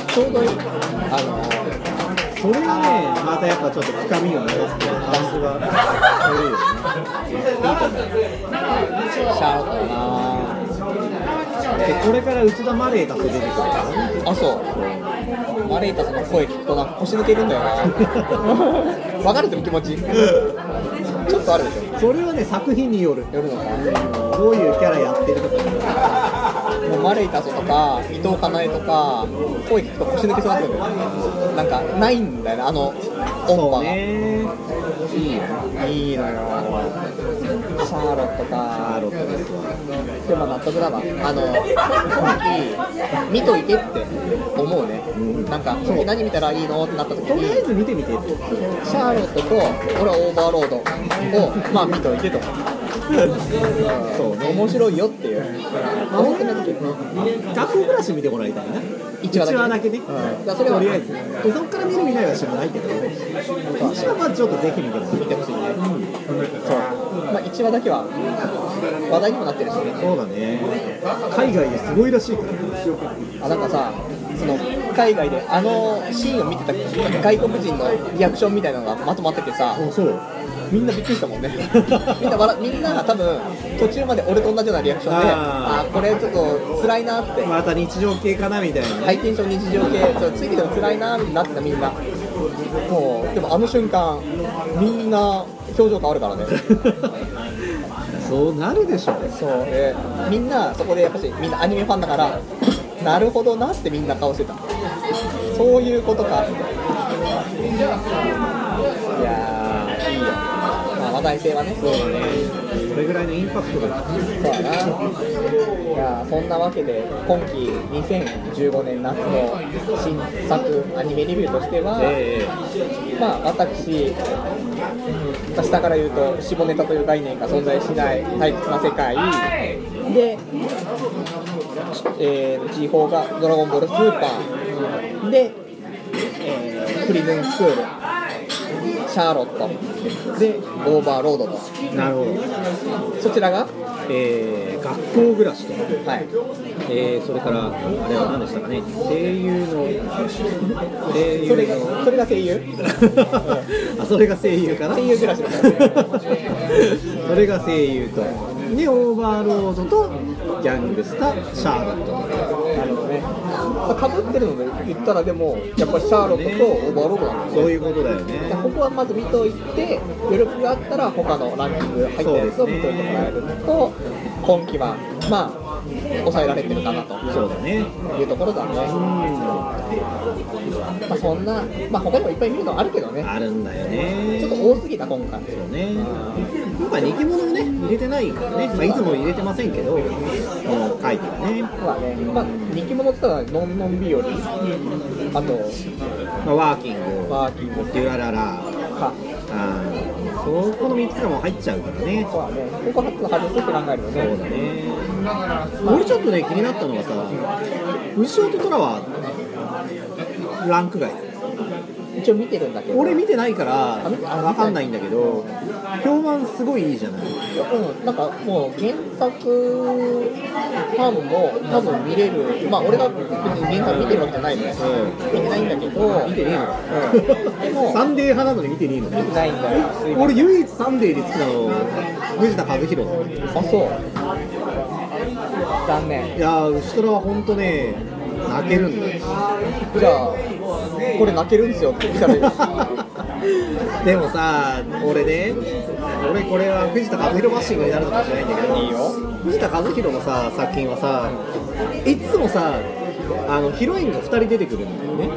Speaker 1: ちょうどいいあの
Speaker 2: それがねまたやっぱちょっと深みを持たせてバランスが取れるよね
Speaker 1: シャーロットだな
Speaker 2: でこれから内田マレーだと出てくるからね
Speaker 1: あそうマレータスの声聞くとなんか腰抜けるんだよな分かるでも気持ちちょっとあるでしょ
Speaker 2: それはね作品による
Speaker 1: よるのかな
Speaker 2: どういうキャラやってるとかによる
Speaker 1: もうマレイタソとか伊藤かなえとか声聞くと腰抜けそうになってくるなんかないんだよねあの音波
Speaker 2: そう
Speaker 1: が、
Speaker 2: ね
Speaker 1: いいよいいのよシャーロット
Speaker 2: シャー
Speaker 1: か
Speaker 2: ロットですわ
Speaker 1: でも納得だわあの正直見といてって思うね、なんか次何見たらいいのってなった時
Speaker 2: とりあえ
Speaker 1: に
Speaker 2: ず見てみ て
Speaker 1: シャーロットと俺はオーバーロードをまあ見といてと
Speaker 2: そうね
Speaker 1: 面白いよっていう思ってなくて
Speaker 2: 学校暮らし見てもらいたいな
Speaker 1: 一話だけ
Speaker 2: ね、
Speaker 1: うんだからそれは
Speaker 2: とりあえずでそこから見る見ないは知らないけど一話はちょっとぜひ見てもらいたい
Speaker 1: 見てほしいね、そう、まあ、1話だけは話題にもなってるしね
Speaker 2: そうだね海外ですごいらしいからね
Speaker 1: あなんかさその海外であのシーンを見てた外国人のリアクションみたいなのがまとまっててさ
Speaker 2: あそう
Speaker 1: みんなびっくりしたもん ねみんな笑みんな多分途中まで俺と同じようなリアクションで
Speaker 2: あ
Speaker 1: あーこれちょっと辛いなって
Speaker 2: また日常系かなみたいな
Speaker 1: ハイテンション日常系そうついてても辛いなってなってたみんなもうでもあの瞬間みんな表情変わるからね
Speaker 2: そうなるでしょ
Speaker 1: そうでみんなそこでやっぱしみんなアニメファンだから なるほどなってみんな顔してたそういうことかっていやーいいよ、まあ、話題性はねそうね
Speaker 2: それぐらいのインパクトが
Speaker 1: そうやないやーそんなわけで今季2015年夏の新作アニメレビューとしては、
Speaker 2: え
Speaker 1: まあ、私、下から言うと、下ネタという概念が存在しない退屈な世界で、えー、G4 がドラゴンボールスーパーで、えープリズンスクール、シャーロット、で、オーバーロードと、
Speaker 2: えなるほど、
Speaker 1: そちらが、
Speaker 2: えー、学校暮らしと、
Speaker 1: はい、
Speaker 2: えー、それからあれは何でしたかね声優の声
Speaker 1: それ
Speaker 2: 優
Speaker 1: がそれが声優
Speaker 2: の あそれが声優かな
Speaker 1: 声優暮らしの
Speaker 2: それが声優とでオーバーロードとギャングスタシャーロット
Speaker 1: なるほどね。かぶってるので言ったら、でも、やっぱりシャーロットとオーバーロードなんだよね
Speaker 2: そういうことだよね
Speaker 1: じゃあここはまず見といて、余力があったら他のランキング入ったやつを見といてもらえると、今期は、まあ、抑えられてるかなと
Speaker 2: そうだね
Speaker 1: いうところだね。まあ、そんな、まあ、他にもいっぱい見るのあるけどね、
Speaker 2: あるんだよね
Speaker 1: ちょっと多すぎた、今回。
Speaker 2: そうね今回人気物をね入れてないからね、まあ、いつも入れてませんけどこの回ではね、
Speaker 1: まあね、まあ、人気者って言ったら、のんのん日和、あ
Speaker 2: まあ、ワーキング
Speaker 1: と、ワーキング
Speaker 2: デュアララ
Speaker 1: か、
Speaker 2: あーそこの3つがもう入っちゃうからね
Speaker 1: そうだね、ここは外すって考えるよ
Speaker 2: そ
Speaker 1: ね。
Speaker 2: うだね俺ちょっとね気になったのがさ牛尾と虎はランク外
Speaker 1: 一応見てるんだけど、
Speaker 2: 俺見てないから
Speaker 1: あ見てあ
Speaker 2: 分かんないんだけど評判すごいいいじゃない
Speaker 1: うん、なんかもう原作ファンも多分見れる、まあ俺が別に原作見てるわけじゃないのよ、見てないんだけど、
Speaker 2: 見てねえの
Speaker 1: うんでも
Speaker 2: かサンデー派なのに見てねえの
Speaker 1: 見てないんだよ、
Speaker 2: 俺唯一サンデーで好きなの藤田和弘
Speaker 1: あ、そう、残念、
Speaker 2: いやー牛虎は本当ね泣けるんだよ
Speaker 1: じゃあ、 これ泣けるんですよって言ったら、
Speaker 2: でもさ俺ね俺これは藤田和弘バッシングになるのかもしれないんだけど藤田和弘のさ作品はさいつもさあのヒロインが2人出てくるんだよね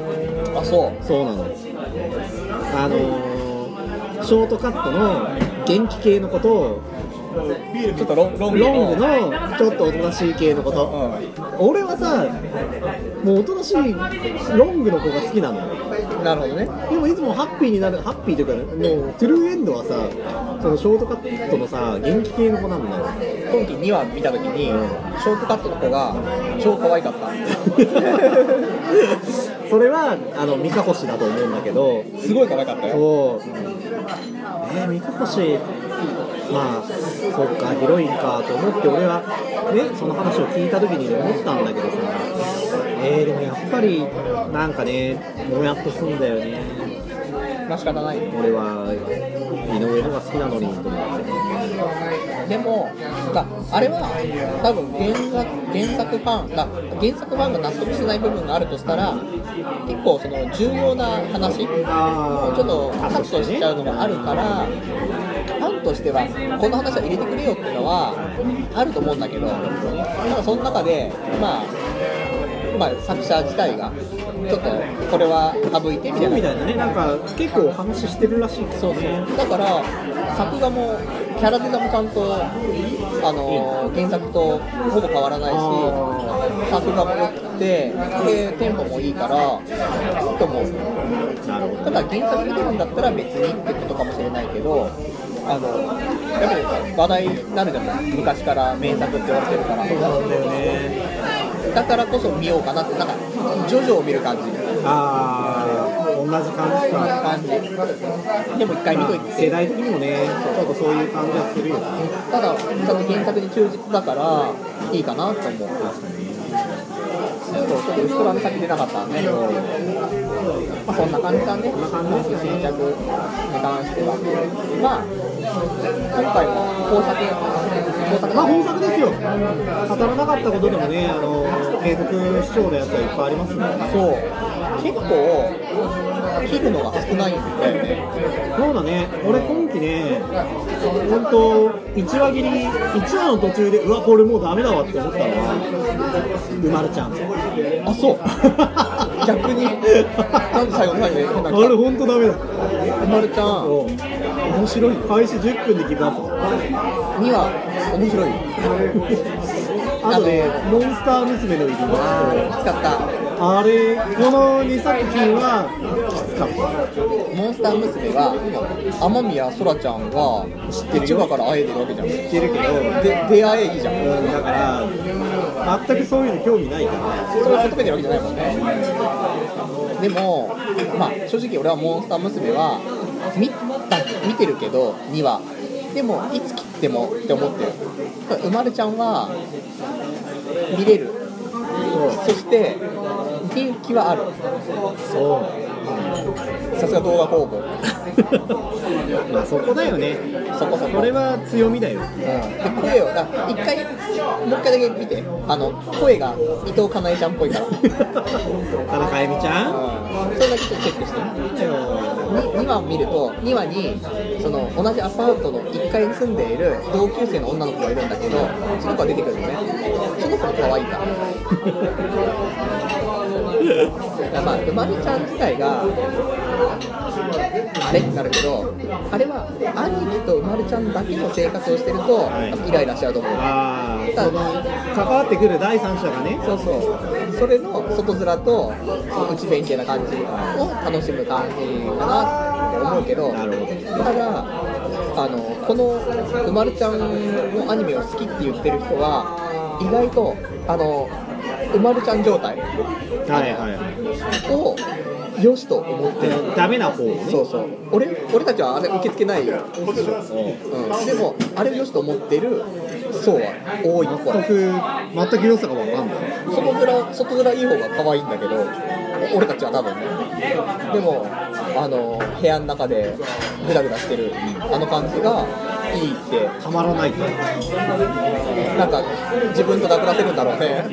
Speaker 1: あそ
Speaker 2: そうなのあのーショートカットの元気系の子と
Speaker 1: うちょっとロンロングの
Speaker 2: ロングのちょっとおとなしい系のこと、俺はさもうおとなしいロングの子が好きなのよ
Speaker 1: うんなるほどね
Speaker 2: でもいつもハッピーになるハッピーというかねもうトゥルーエンドはさそのショートカットのさ元気系の子なんだよ
Speaker 1: 今期2話見た時にショートカットの子が超可愛かった
Speaker 2: それはあの三日星だと思うんだけど
Speaker 1: すごい可愛かったよ
Speaker 2: そうえー、三日星まあそっかヒロインかと思って俺はねその話を聞いた時にね思ったんだけどさえー、でもやっぱりなんかねもやっとすんだよね
Speaker 1: まあ仕方ないよ
Speaker 2: 俺は井上のが好きなのにと思って
Speaker 1: でも、まあ、あれは多分原作原作ファンが原作ファンが納得しない部分があるとしたら結構その重要な話
Speaker 2: あー
Speaker 1: ちょっとカットしちゃうのがあるからファンとしてはこの話は入れてくれよっていうのはあると思うんだけどただその中でまあまあ、作者自体がちょっとこれは省いてみた
Speaker 2: そうみ
Speaker 1: いな
Speaker 2: たいなねなんか結構お話ししてるらしいけ
Speaker 1: そ
Speaker 2: ど
Speaker 1: う
Speaker 2: ね
Speaker 1: そうだから作画もキャラデザもちゃんとあの原作とほぼ変わらない
Speaker 2: あ
Speaker 1: し作画も良くてでテンポもいいからいいと思う
Speaker 2: なるほ
Speaker 1: ただ原作見てるんだったら別にってことかもしれないけどあのやっぱり話題になるじゃない昔から名作って言われてるから
Speaker 2: どそうなんだよね
Speaker 1: だからこそ見ようかなってなんか徐々を見る感じ
Speaker 2: ああ同じ感じか
Speaker 1: 感じでも一回見といて
Speaker 2: 世代的にもねちょっとそういう感じはするよね
Speaker 1: ただちょっと原作に忠実だからいいかなと思うそうちょっと後ろは目先出なかったんで、まあ、そんな感じだね、
Speaker 2: な感じですね
Speaker 1: 新着に関しては。まあ、今回も工作、工作
Speaker 2: まあ本作ですよ語らなかったことでもねあの継続視聴のやつはいっぱいありますね
Speaker 1: そう、結構、切るのが少ないんだよね。
Speaker 2: そうだね俺今期ね本当1話切り1話の途中でうわこれもうダメだわって思ったのはうまるちゃん
Speaker 1: あ、そう、 逆に、なんで最後の最後で変な
Speaker 2: あ
Speaker 1: の来
Speaker 2: れ本当ダメだ
Speaker 1: た、まるちゃん、
Speaker 2: そう面白い開始10分でギブア ッ
Speaker 1: には面白い。
Speaker 2: プあとねモンスター娘の入り
Speaker 1: あー、使った。
Speaker 2: あれこの2作品はきつかった
Speaker 1: モンスター娘は雨宮そらちゃんが知ってる千葉から会えてるわけじゃんで
Speaker 2: 知ってるけど
Speaker 1: 出会えいいじゃん
Speaker 2: うんだから全くそういうの興味ないから
Speaker 1: それを求めてるわけじゃないもんねでもまあ正直俺はモンスター娘は見た見てるけど2話でもいつ切ってもって思ってるただうまるちゃんは見れるそして人気はある
Speaker 2: そう
Speaker 1: さすが動画工房
Speaker 2: まあそこだよね
Speaker 1: そこそこ
Speaker 2: それは強みだよ
Speaker 1: で声をあ一回もう一回だけ見てあの声が伊藤かなえちゃんっぽいから、うん、それ
Speaker 2: 田中あゆみちゃん
Speaker 1: だけちょっとチェックして
Speaker 2: いいよ
Speaker 1: 2話を見ると2話にその同じアパートの1階に住んでいる同級生の女の子がいるんだけどその子が出てくるのねその子も可愛いからまあうまみちゃん自体がねってなるけどあれは兄貴とうまるちゃんだけの生活をしてると、
Speaker 2: い
Speaker 1: イライラしちゃうと思う
Speaker 2: ああその関わってくる第三者がね
Speaker 1: そうそうそれの外面とその内弁慶な感じを楽しむ感じかなって思うけど
Speaker 2: なるほど
Speaker 1: ただあのこのうまるちゃんのアニメを好きって言ってる人は意外とあのうまるちゃん状態
Speaker 2: はいはい
Speaker 1: を良しと思ってる
Speaker 2: でダメな方をね
Speaker 1: そうそう俺俺たちはあれ受け付けないよ、
Speaker 2: そう
Speaker 1: うん、でもあれを良しと思ってる層は多いから
Speaker 2: 全く全く良さが分かんない
Speaker 1: 外面外面いい方が可愛いんだけど俺たちは多分ねでもあの部屋の中でグダグダしてるあの感じがいいって
Speaker 2: たまらないと
Speaker 1: なんか自分とダブらせるんだろうね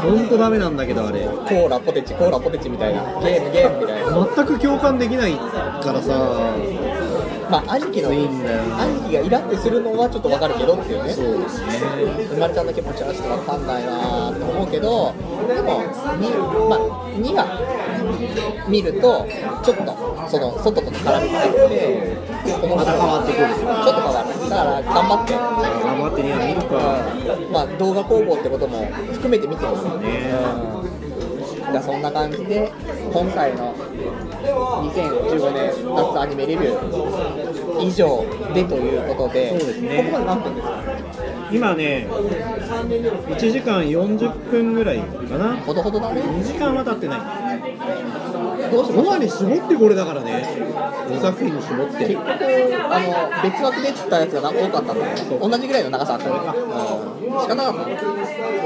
Speaker 2: 本当ダメなんだけどあれ
Speaker 1: コーラポテチコーラポテチみたいなゲームゲームみたいな
Speaker 2: 全く共感できないからさ
Speaker 1: まあ、兄貴の、
Speaker 2: い
Speaker 1: 兄
Speaker 2: んだよな
Speaker 1: 貴がイラってするのはちょっとわかるけどっていうね。
Speaker 2: そうですね
Speaker 1: 生まれちゃんだけポチャしてわかんないなーって思うけどでも2、まあ、2が見るとちょっとその外との絡みがあってまた変わってくるちょっと変わるだから頑張って
Speaker 2: 頑張って2話見るか
Speaker 1: まあ、動画工房ってことも含めて見てますよね。じゃあそんな感じで今回の2015年夏アニメレビュー以上でということで
Speaker 2: そうですね
Speaker 1: ここまで何分ですか
Speaker 2: 今ね1時間40分ぐらいかな
Speaker 1: ほどほどだね
Speaker 2: 2時間は経ってない
Speaker 1: どうし
Speaker 4: 5
Speaker 1: ましょ
Speaker 4: 話
Speaker 1: う
Speaker 4: に絞ってこれだからね5作品に絞って
Speaker 1: 結局あの別枠でったやつが多かったので同じぐらいの長さあったのか仕方なかった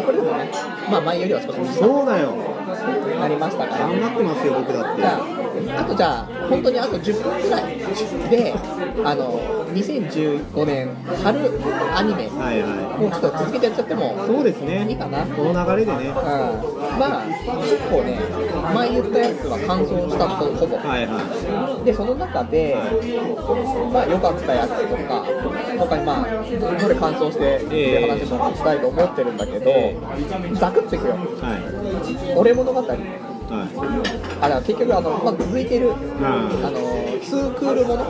Speaker 1: これでもねまあ前よりは少し短
Speaker 2: そうだよ
Speaker 1: くなりましたから
Speaker 2: 頑張ってますよ僕だって
Speaker 1: じゃあ、あとじゃあ、本当にあと10分くらいで、あの2015年春アニメ、
Speaker 2: はいは
Speaker 1: もうちょっと続けてやっちゃっても
Speaker 2: いそうです
Speaker 1: いい
Speaker 2: ね
Speaker 1: かな。うん
Speaker 2: この流れでねは
Speaker 1: まあ、結構ね、前言ったやつは完走したとほぼ、
Speaker 2: いは
Speaker 1: で、その中で、まあ、良かったやつとか、他にまあ、どれ完走して、っていう話もしたいと思ってるんだけど、
Speaker 2: え
Speaker 1: ザクッといくよ、
Speaker 2: いは
Speaker 1: 俺物語、あ
Speaker 2: いは
Speaker 1: だから結局あの、まあ、続いてる
Speaker 2: いうん
Speaker 1: あのツークールもの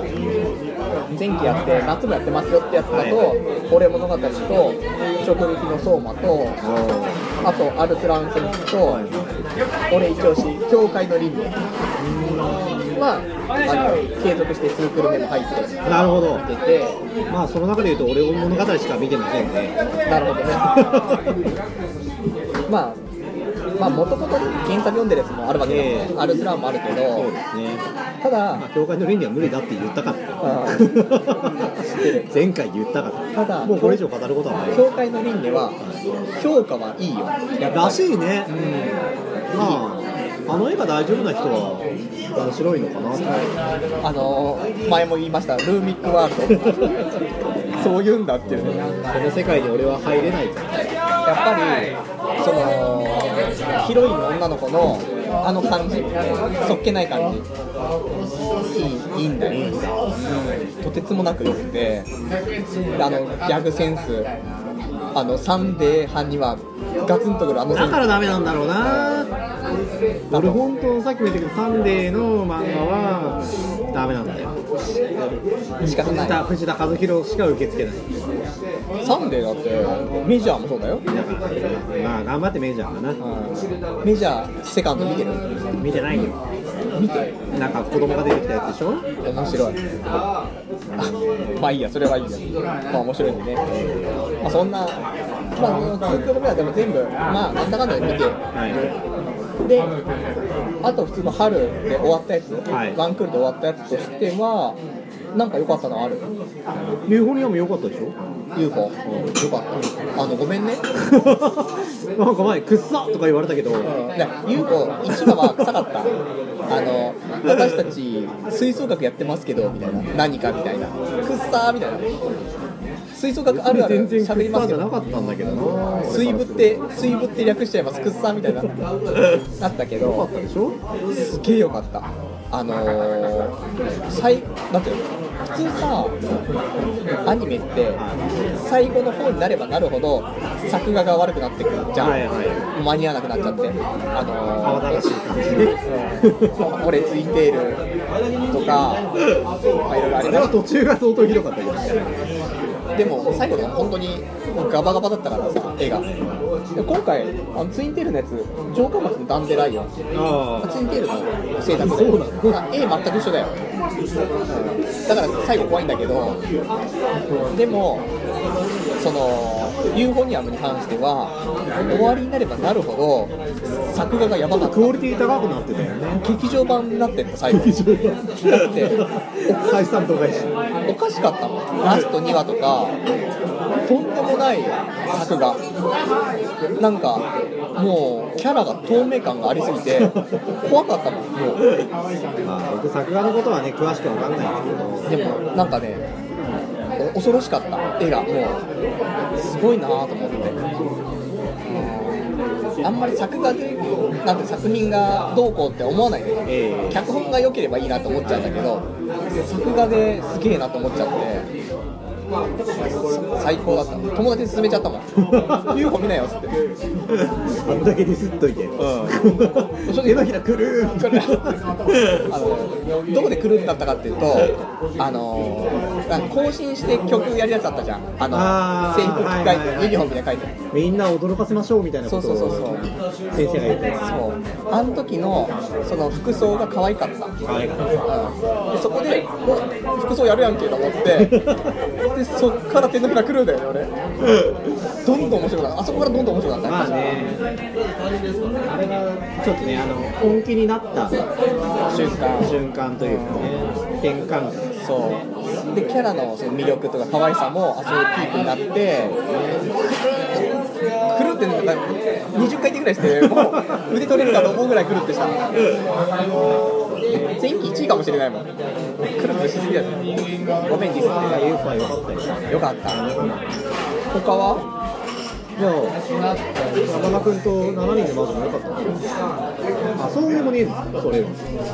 Speaker 1: 前期やって夏もやってますよってやつだと
Speaker 2: はい
Speaker 1: 「俺物語」と「直撃の相馬」とあと「アルスラン戦記」と「俺一押し教会の輪廻」はあの継続してツークール目も入って
Speaker 2: おーなるほど
Speaker 1: 出て
Speaker 2: まあその中で言うと俺を物語しか見てませんね
Speaker 1: なるほどねまあまあもともと原作読んでるやつもあるわけだもんね
Speaker 2: ええ
Speaker 1: アルスランもあるけど
Speaker 2: そうですね
Speaker 1: ただ
Speaker 2: まあ教会の倫理は無理だって言ったから
Speaker 1: うん
Speaker 2: 前回言ったから
Speaker 1: ただ
Speaker 2: もうこれ以上語ることはない
Speaker 1: 教会の輪廻は評価はいいよやっぱり
Speaker 2: らしいね、まああの絵が大丈夫な人は面白いのかなって
Speaker 1: あのー前も言いましたルーミックワールドそう言うんだっていうねやっ
Speaker 2: この世界に俺は入れないから
Speaker 1: ぱりそのヒロインの女の子のあの感じそっけない感じいいいいんだよ、とてつもなく良くてであのギャグセンスあのサンデー班にはガツンとくるあのセン
Speaker 2: だ
Speaker 1: ス
Speaker 2: からダメなんだろうな俺本当さっきも言ったけど「サンデー」の漫画はダメなんだよ
Speaker 1: 仕方ない
Speaker 2: 藤田藤田和弘しか受け付けない
Speaker 1: サンデーだってメジャーもそうだよ、
Speaker 2: だからまあ頑張ってメジャーかな
Speaker 1: うんメジャーセカンド見てる
Speaker 2: 見てないよ
Speaker 1: 見て
Speaker 2: なんか子供が出てきたやつでしょ
Speaker 1: 面白いあまあいいやそれはいいやまあ面白いんでねまあそんなまあその2クール目はでも全部まあなんだかんだで見て
Speaker 2: はい
Speaker 1: であと普通の春で終わったやつ、
Speaker 2: はい
Speaker 1: ワンクールで終わったやつとしてはなんか良かったのある
Speaker 2: ユーフォニアも良かったでしょ
Speaker 1: UFO 良かったあのごめんね
Speaker 2: なんか前「くっさ!」とか言われたけど
Speaker 1: いや、ユーコ、一話は臭かった。あの、私たち吹奏楽やってますけど、みたいな。何かみたいな。くっさーみたいな。吹奏楽あるある
Speaker 2: 全然
Speaker 1: 喋
Speaker 2: く
Speaker 1: り
Speaker 2: っ
Speaker 1: ま
Speaker 2: さ
Speaker 1: す
Speaker 2: じ
Speaker 1: け
Speaker 2: ゃ
Speaker 1: ど。
Speaker 2: なかったんだけどな
Speaker 1: 水ぶって、水ぶって略しちゃいます。くっさーみたいな。なったけ
Speaker 2: 良か
Speaker 1: ど
Speaker 2: っ、たでしょ
Speaker 1: すげえよかった。あのー、最、なんていうの普通さ、アニメって、最後の方になればなるほど、作画が悪くなってくるじゃん。
Speaker 2: はいはい
Speaker 1: 間に合わなくなっちゃって。あのー
Speaker 2: 慌ただしい感じね
Speaker 1: 俺ついているとか、まあ、いろいろあ
Speaker 2: あ
Speaker 1: り
Speaker 2: れ
Speaker 1: ま
Speaker 2: は
Speaker 1: し
Speaker 2: 途中が相当ひどかったけど
Speaker 1: たでも最後の本当にガバガバだったからさ絵がで今回あのツインテールのやつ城下町のダンデライオン
Speaker 2: あ
Speaker 1: ツインテールの制作であ絵全く一緒だよだから最後怖いんだけどでもそのユーフォニアムに関しては終わりになればなるほど作画がやばかった
Speaker 2: クオリティ高くなってたよ ね
Speaker 1: 劇場版になってんの最後
Speaker 2: 劇 場版
Speaker 1: だって
Speaker 2: 再三度外視
Speaker 1: おかしかったもんラスト2話とかとんでもない作画なんかもうキャラが透明感がありすぎて怖かったもんもう
Speaker 2: まあ僕作画のことはね詳しくわかんないんです
Speaker 1: でもなんかねお恐ろしかった絵がもうすごいなと思ってあんまり作画でなんて作品がどうこうって思わないで、
Speaker 2: ええ
Speaker 1: 脚本が良ければいいなと思っちゃうんだけど作画ですげえなと思っちゃって最高だった友達に勧めちゃったもん UFO 見なよっつって
Speaker 2: あんだけディスっといて、
Speaker 1: ん
Speaker 2: 手のひらくるーん
Speaker 1: それあのどこで狂ったったかっていうと、あのなんか更新して曲やるやつあったじゃん、あの
Speaker 2: あー
Speaker 1: 制服着替えて、
Speaker 2: はいはいはい
Speaker 1: ユニフォームで書いて、
Speaker 2: みんな驚かせましょうみたいな
Speaker 1: そ
Speaker 2: こ
Speaker 1: うそ
Speaker 2: と
Speaker 1: うそう
Speaker 2: を
Speaker 1: そう、
Speaker 2: 先生が言って
Speaker 1: そうあの時のその服装が可愛かった、うんでそこで、お服装やるやんけと思 って、でそっから手のひら狂うんだよね、俺、どんどん面白くなった、あそこからどんどん面白くなった。
Speaker 2: まあねあれがちょっとねあの本気になった
Speaker 1: 瞬間
Speaker 2: 瞬間というかね転換点
Speaker 1: そうでキャラのその魅力とか可愛さもあそこでキープになって狂ってなんか20回転ぐらいしてもう腕取れるかと思うぐらい狂ってした前期1位かもしれないもん狂ってしすぎだよごめんディス
Speaker 2: あ
Speaker 1: っ
Speaker 2: UFO は良かったです
Speaker 1: てよかった他は
Speaker 2: じゃあ山田君と7人でまずも良かったなあそうでもねえぞそれは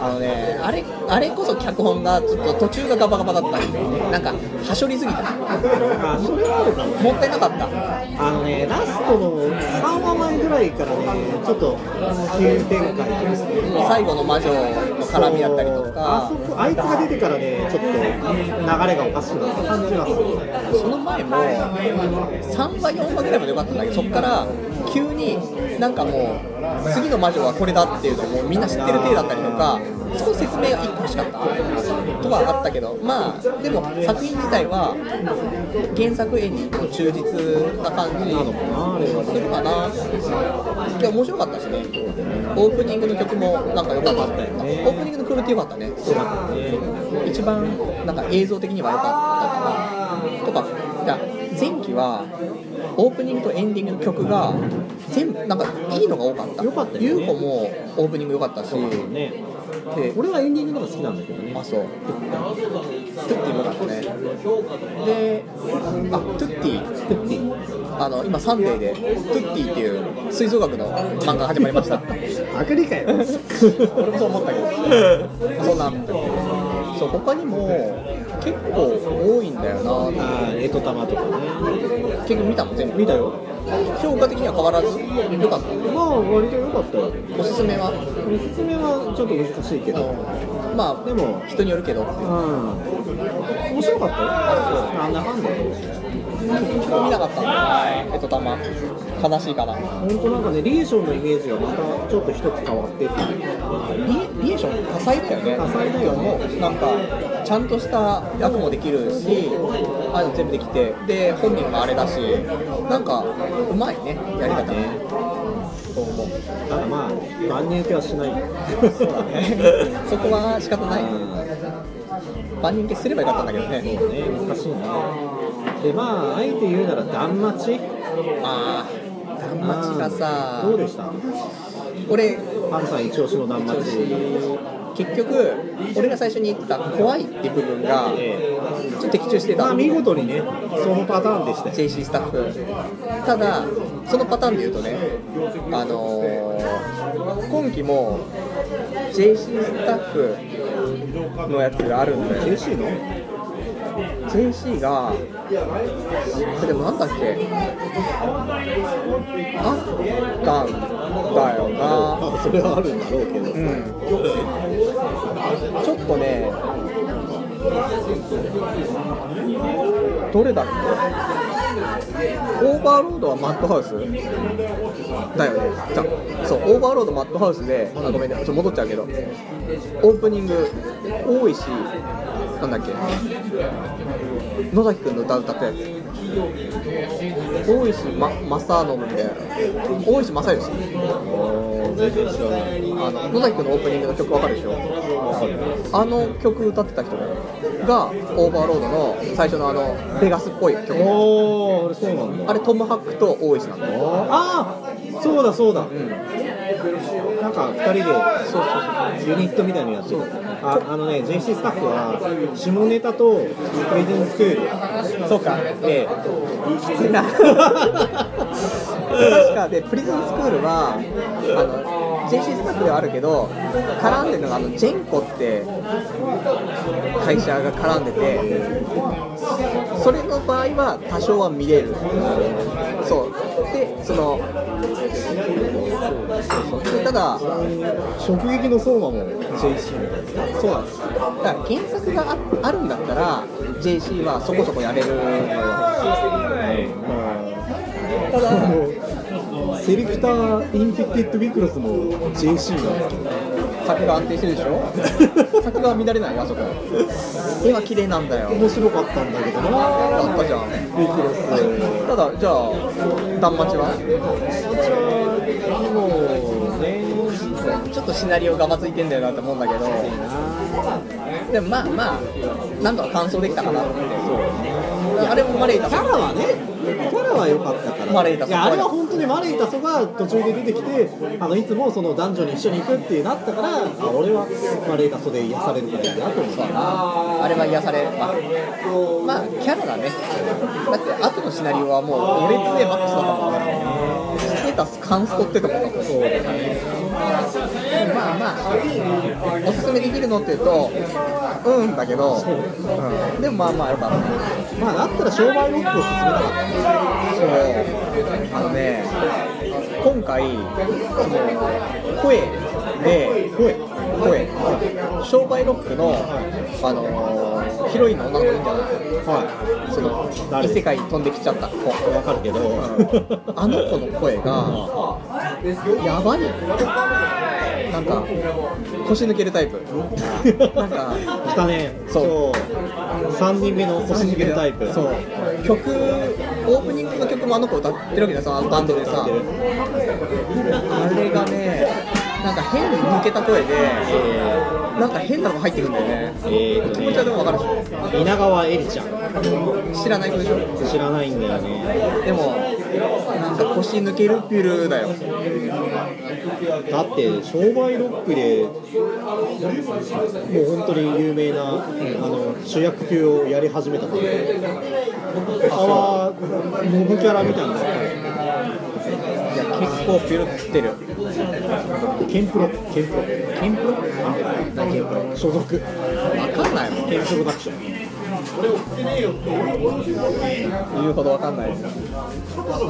Speaker 1: あのねあれあれこそ脚本がちょっと途中がガバガバだったなんかはしょりすぎた
Speaker 2: あそれはあるかも
Speaker 1: もったいなかった
Speaker 2: あのねラストの3話前ぐらいからねちょっと急展開ですね
Speaker 1: 最後の魔女の絡みだったりとか
Speaker 2: そうあそこあいつが出てからねちょっと流れがおかしくなった感じがする
Speaker 1: その前も3話4話ぐらいまで良かったんだけどそこから急になんかもう次の魔女はこれだっていうのをもうみんな知ってる体だったりとかそこ説明が1個欲しかったとはあったけどまあでも作品自体は原作絵にこう忠実な感じするかなで面白かったしねオープニングの曲もなんか良かったよねオープニングのクオリティ良かったね一番なんか映像的には良かったかなとかいや前期はオープニングとエンディングの曲が全部なんかいいのが多かった
Speaker 2: 良かったよね
Speaker 1: UFO もオープニング良かったし
Speaker 2: ね
Speaker 1: で
Speaker 2: 俺はエンディングの方が好きなんだけどね
Speaker 1: あそうトゥッティも良かったねであトゥッティトゥッティあの今サンデーでトゥッティっていう吹奏楽の漫画が始まりました
Speaker 2: パクリかよ
Speaker 1: 俺もそう思ったけどそうなんだそう他にも結構多いんだよなって
Speaker 2: あーえとたまとかね
Speaker 1: 結局見たの全部
Speaker 2: 見たよ
Speaker 1: 評価的には変わらず良かっ
Speaker 2: まあ割と良かったよ
Speaker 1: たおすすめは
Speaker 2: おすすめはちょっと難しいけど
Speaker 1: まあ
Speaker 2: でも
Speaker 1: 人によるけど
Speaker 2: うん面白かったよなんだかんだ
Speaker 1: 結局見なかったんだえっとたま悲しいかなリ
Speaker 2: 本当なんかねリエーションのイメージがまたちょっと一つ変わってっていう
Speaker 1: リエーション多彩だよね
Speaker 2: 多彩だよね
Speaker 1: って思うなんかちゃんとした役もできるしああいうの全部できてで本人もあれだしなんかうまいねやり方ねそう思う
Speaker 2: ただまあ万人受けはしない
Speaker 1: そうだね そこは仕方ない 万人受けすればよかったんだけどね
Speaker 2: そうね、難しいな。で、まあ、あえて言うなら、断待ち。
Speaker 1: ああ断末がさ
Speaker 2: どうでした。
Speaker 1: 俺
Speaker 2: パンさん一押しの断末。
Speaker 1: 結局俺が最初に言った怖いって部分がち
Speaker 2: ええ
Speaker 1: ょっと的中してた
Speaker 2: まあ、見事にね、そのパターンでしたよ。
Speaker 1: JC スタッフただそのパターンで言うとねあのー今期も JC スタッフのやつがあるんだよ
Speaker 2: JC の
Speaker 1: JC がえでもなんだっけあったんだよな
Speaker 2: まあ、それはあるんだろうけど、
Speaker 1: うんちょっとね、どれだっけ、オーバーロードはマッドハウスだよね、じゃそう、オーバーロードマッドハウスで、あごめんね、ちょっと戻っちゃうけど、オープニング多いし、なんだっけ、野崎君の歌歌ったやつ、大石ま正信みたいな、大石正義。あの野崎君のオープニングの曲わかるでしょあの曲歌ってた人がオーバーロードの最初のあのベガスっぽい曲
Speaker 2: おー、あれそうなんだ。
Speaker 1: あれトム・ハックと大石なんだよ
Speaker 2: ああ、そうだそうだ。なんか二人で
Speaker 1: そうそう
Speaker 2: ユニットみたいなのやってた。
Speaker 1: そう
Speaker 2: ああのね JC スタッフは下ネタとプレディングスクール
Speaker 1: そうか、ええ、確かで、プリズンスクールは、あの JC スタッフではあるけど、絡んでるのがあの、ジェンコって会社が絡んでて、それの場合は多少は見れる、そう、で、その、ただ、
Speaker 2: 直撃の相馬も JC みたいな
Speaker 1: そうなんです。だから原作がああるんだったら、JC はそこそこやれるのよ。ただ、
Speaker 2: もうセレクターインフェクテッドビクロスも JC なんですけど
Speaker 1: 作が安定してるでし ょ作が乱れないよ、あそこ。絵は綺麗なんだよ。
Speaker 2: 面白かったんだけどな
Speaker 1: あったじゃん。
Speaker 2: ビクロス
Speaker 1: ただ、じゃあ、端末は
Speaker 2: もうね
Speaker 1: ちょっとシナリオがまついてんだよなと思うんだけど。でもまあまあ、なんとか完走できたかなと思って。あれもマレータ
Speaker 2: キャラはねキャラは良かったから
Speaker 1: マレータソ
Speaker 2: いやあれは本当にマレータソが途中で出てきてあのいつもその男女に一緒に行くってなったからあ俺はマレータソで癒されるからいいなと思った
Speaker 1: あれは癒されまあ、まあ、キャラだねだって後のシナリオはもう俺列でマックスだったもんねステータスカンストってとこだもんそうまあまあおすすめできるのっていうとうんだけど、うん、でもまあまあよかった
Speaker 2: まあだったら商売ロックを進めなかった
Speaker 1: そうあのね今回その声で声声商売ロックの、あのヒロインの女の子いるじゃない
Speaker 2: は
Speaker 1: その
Speaker 2: 誰
Speaker 1: 異世界に飛んできちゃった子
Speaker 2: いわかるけど
Speaker 1: あの子の声がやばいよなんか腰抜けるタイプなんか
Speaker 2: 来たね
Speaker 1: そう
Speaker 2: 3人目の腰抜けるタイプ
Speaker 1: そう曲オープニングの曲もあの子歌ってるわけだよそのあのバンドでさあれがねなんか変に抜けた声でなんか変なのが入ってくるんだよね
Speaker 2: えーと
Speaker 1: 気持ちはで
Speaker 2: ね
Speaker 1: も分かるで
Speaker 2: 稲川絵里ちゃん
Speaker 1: しょ知らない子でしょ
Speaker 2: 知らないんだよね
Speaker 1: でもなんか腰抜けるピュルだよ
Speaker 2: だって商売ロックでもう本当に有名な、あの主役級をやり始めたから他はモブキャラみたいなのばっか
Speaker 1: いや結構ピュルってる
Speaker 2: りケンプロケンプロケンプロ何ケンプロ所属
Speaker 1: 分かんないもん
Speaker 2: ケンプロダクション
Speaker 1: 言うほどわかんないですそっかで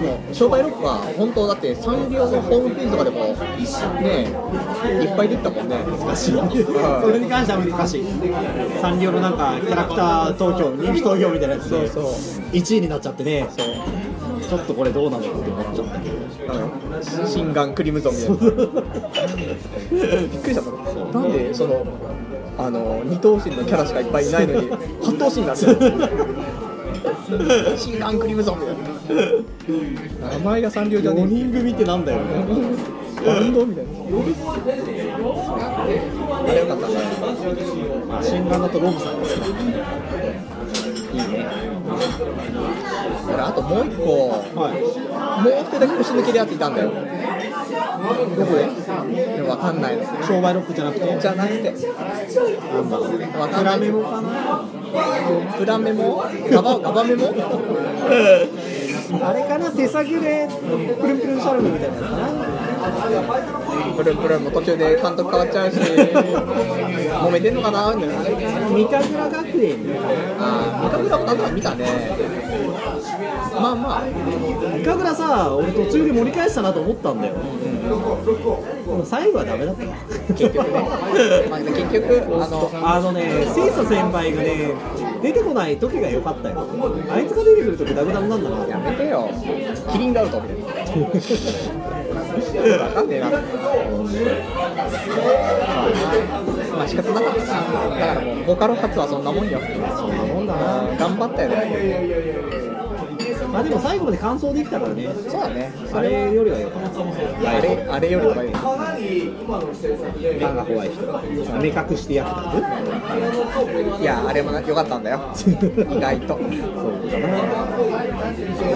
Speaker 1: も商売ロックは本当だってサンリオのホームページとかでもねいっぱい出てたもんね
Speaker 2: 難しい それに関しては難しいサンリオのなんかキャラクター投票人気投票みたいなやつで
Speaker 1: そう
Speaker 2: 1位になっちゃってねちょっとこれどうなのって思っちゃったけ ど
Speaker 1: 心眼クリムゾンみたいなびっくりしたもんなんでそのあの二頭身のキャラしかいっぱいいないのに八頭身になってる心眼クリムゾンみたいな名前がサンリオじゃね
Speaker 2: 5
Speaker 1: え
Speaker 2: 人組ってなんだよみたいな
Speaker 1: バンドみたいなあれよかったね
Speaker 2: まあ新型とロブさんですね
Speaker 1: いいね俺あともう一個
Speaker 2: は
Speaker 1: も
Speaker 2: い
Speaker 1: う一人だけ腰抜けるやついたんだよどこででも分かんないの
Speaker 2: 商売ロックじゃなくて
Speaker 1: じゃなくて
Speaker 2: なんだろう
Speaker 1: わかんない
Speaker 2: プラメモかな
Speaker 1: プラメモガバガバメモ
Speaker 2: あれかな手作でプルンプルンシャルムみたいなやつかな
Speaker 1: プルンプルンも途中で監督変わっち ゃうし揉めてんのかなみたいな
Speaker 2: 三神楽学園
Speaker 1: あー三上さんもなんとか見たねまあまあ
Speaker 2: 三神楽さ俺途中で盛り返したなと思ったんだよ、でも最後はダメだったな
Speaker 1: 結局 ね、まあ、結局あの
Speaker 2: あのね清楚先輩がね出てこない時が良かったよあいつが出てくるとグダグダになんだな
Speaker 1: やめてよキリンが アウトみたいなわかんねえなまあ仕方なかったなだからもうボカロ発はそんなもんよそんなもんだな頑張ったよね
Speaker 2: まあでも最後まで完走できたからね
Speaker 1: そうだね
Speaker 2: あれよりは良かった
Speaker 1: あれあれよりとかいい
Speaker 2: 目が怖い人目隠してやってた
Speaker 1: いやあれもな良かったんだよ意外と
Speaker 2: そうかな。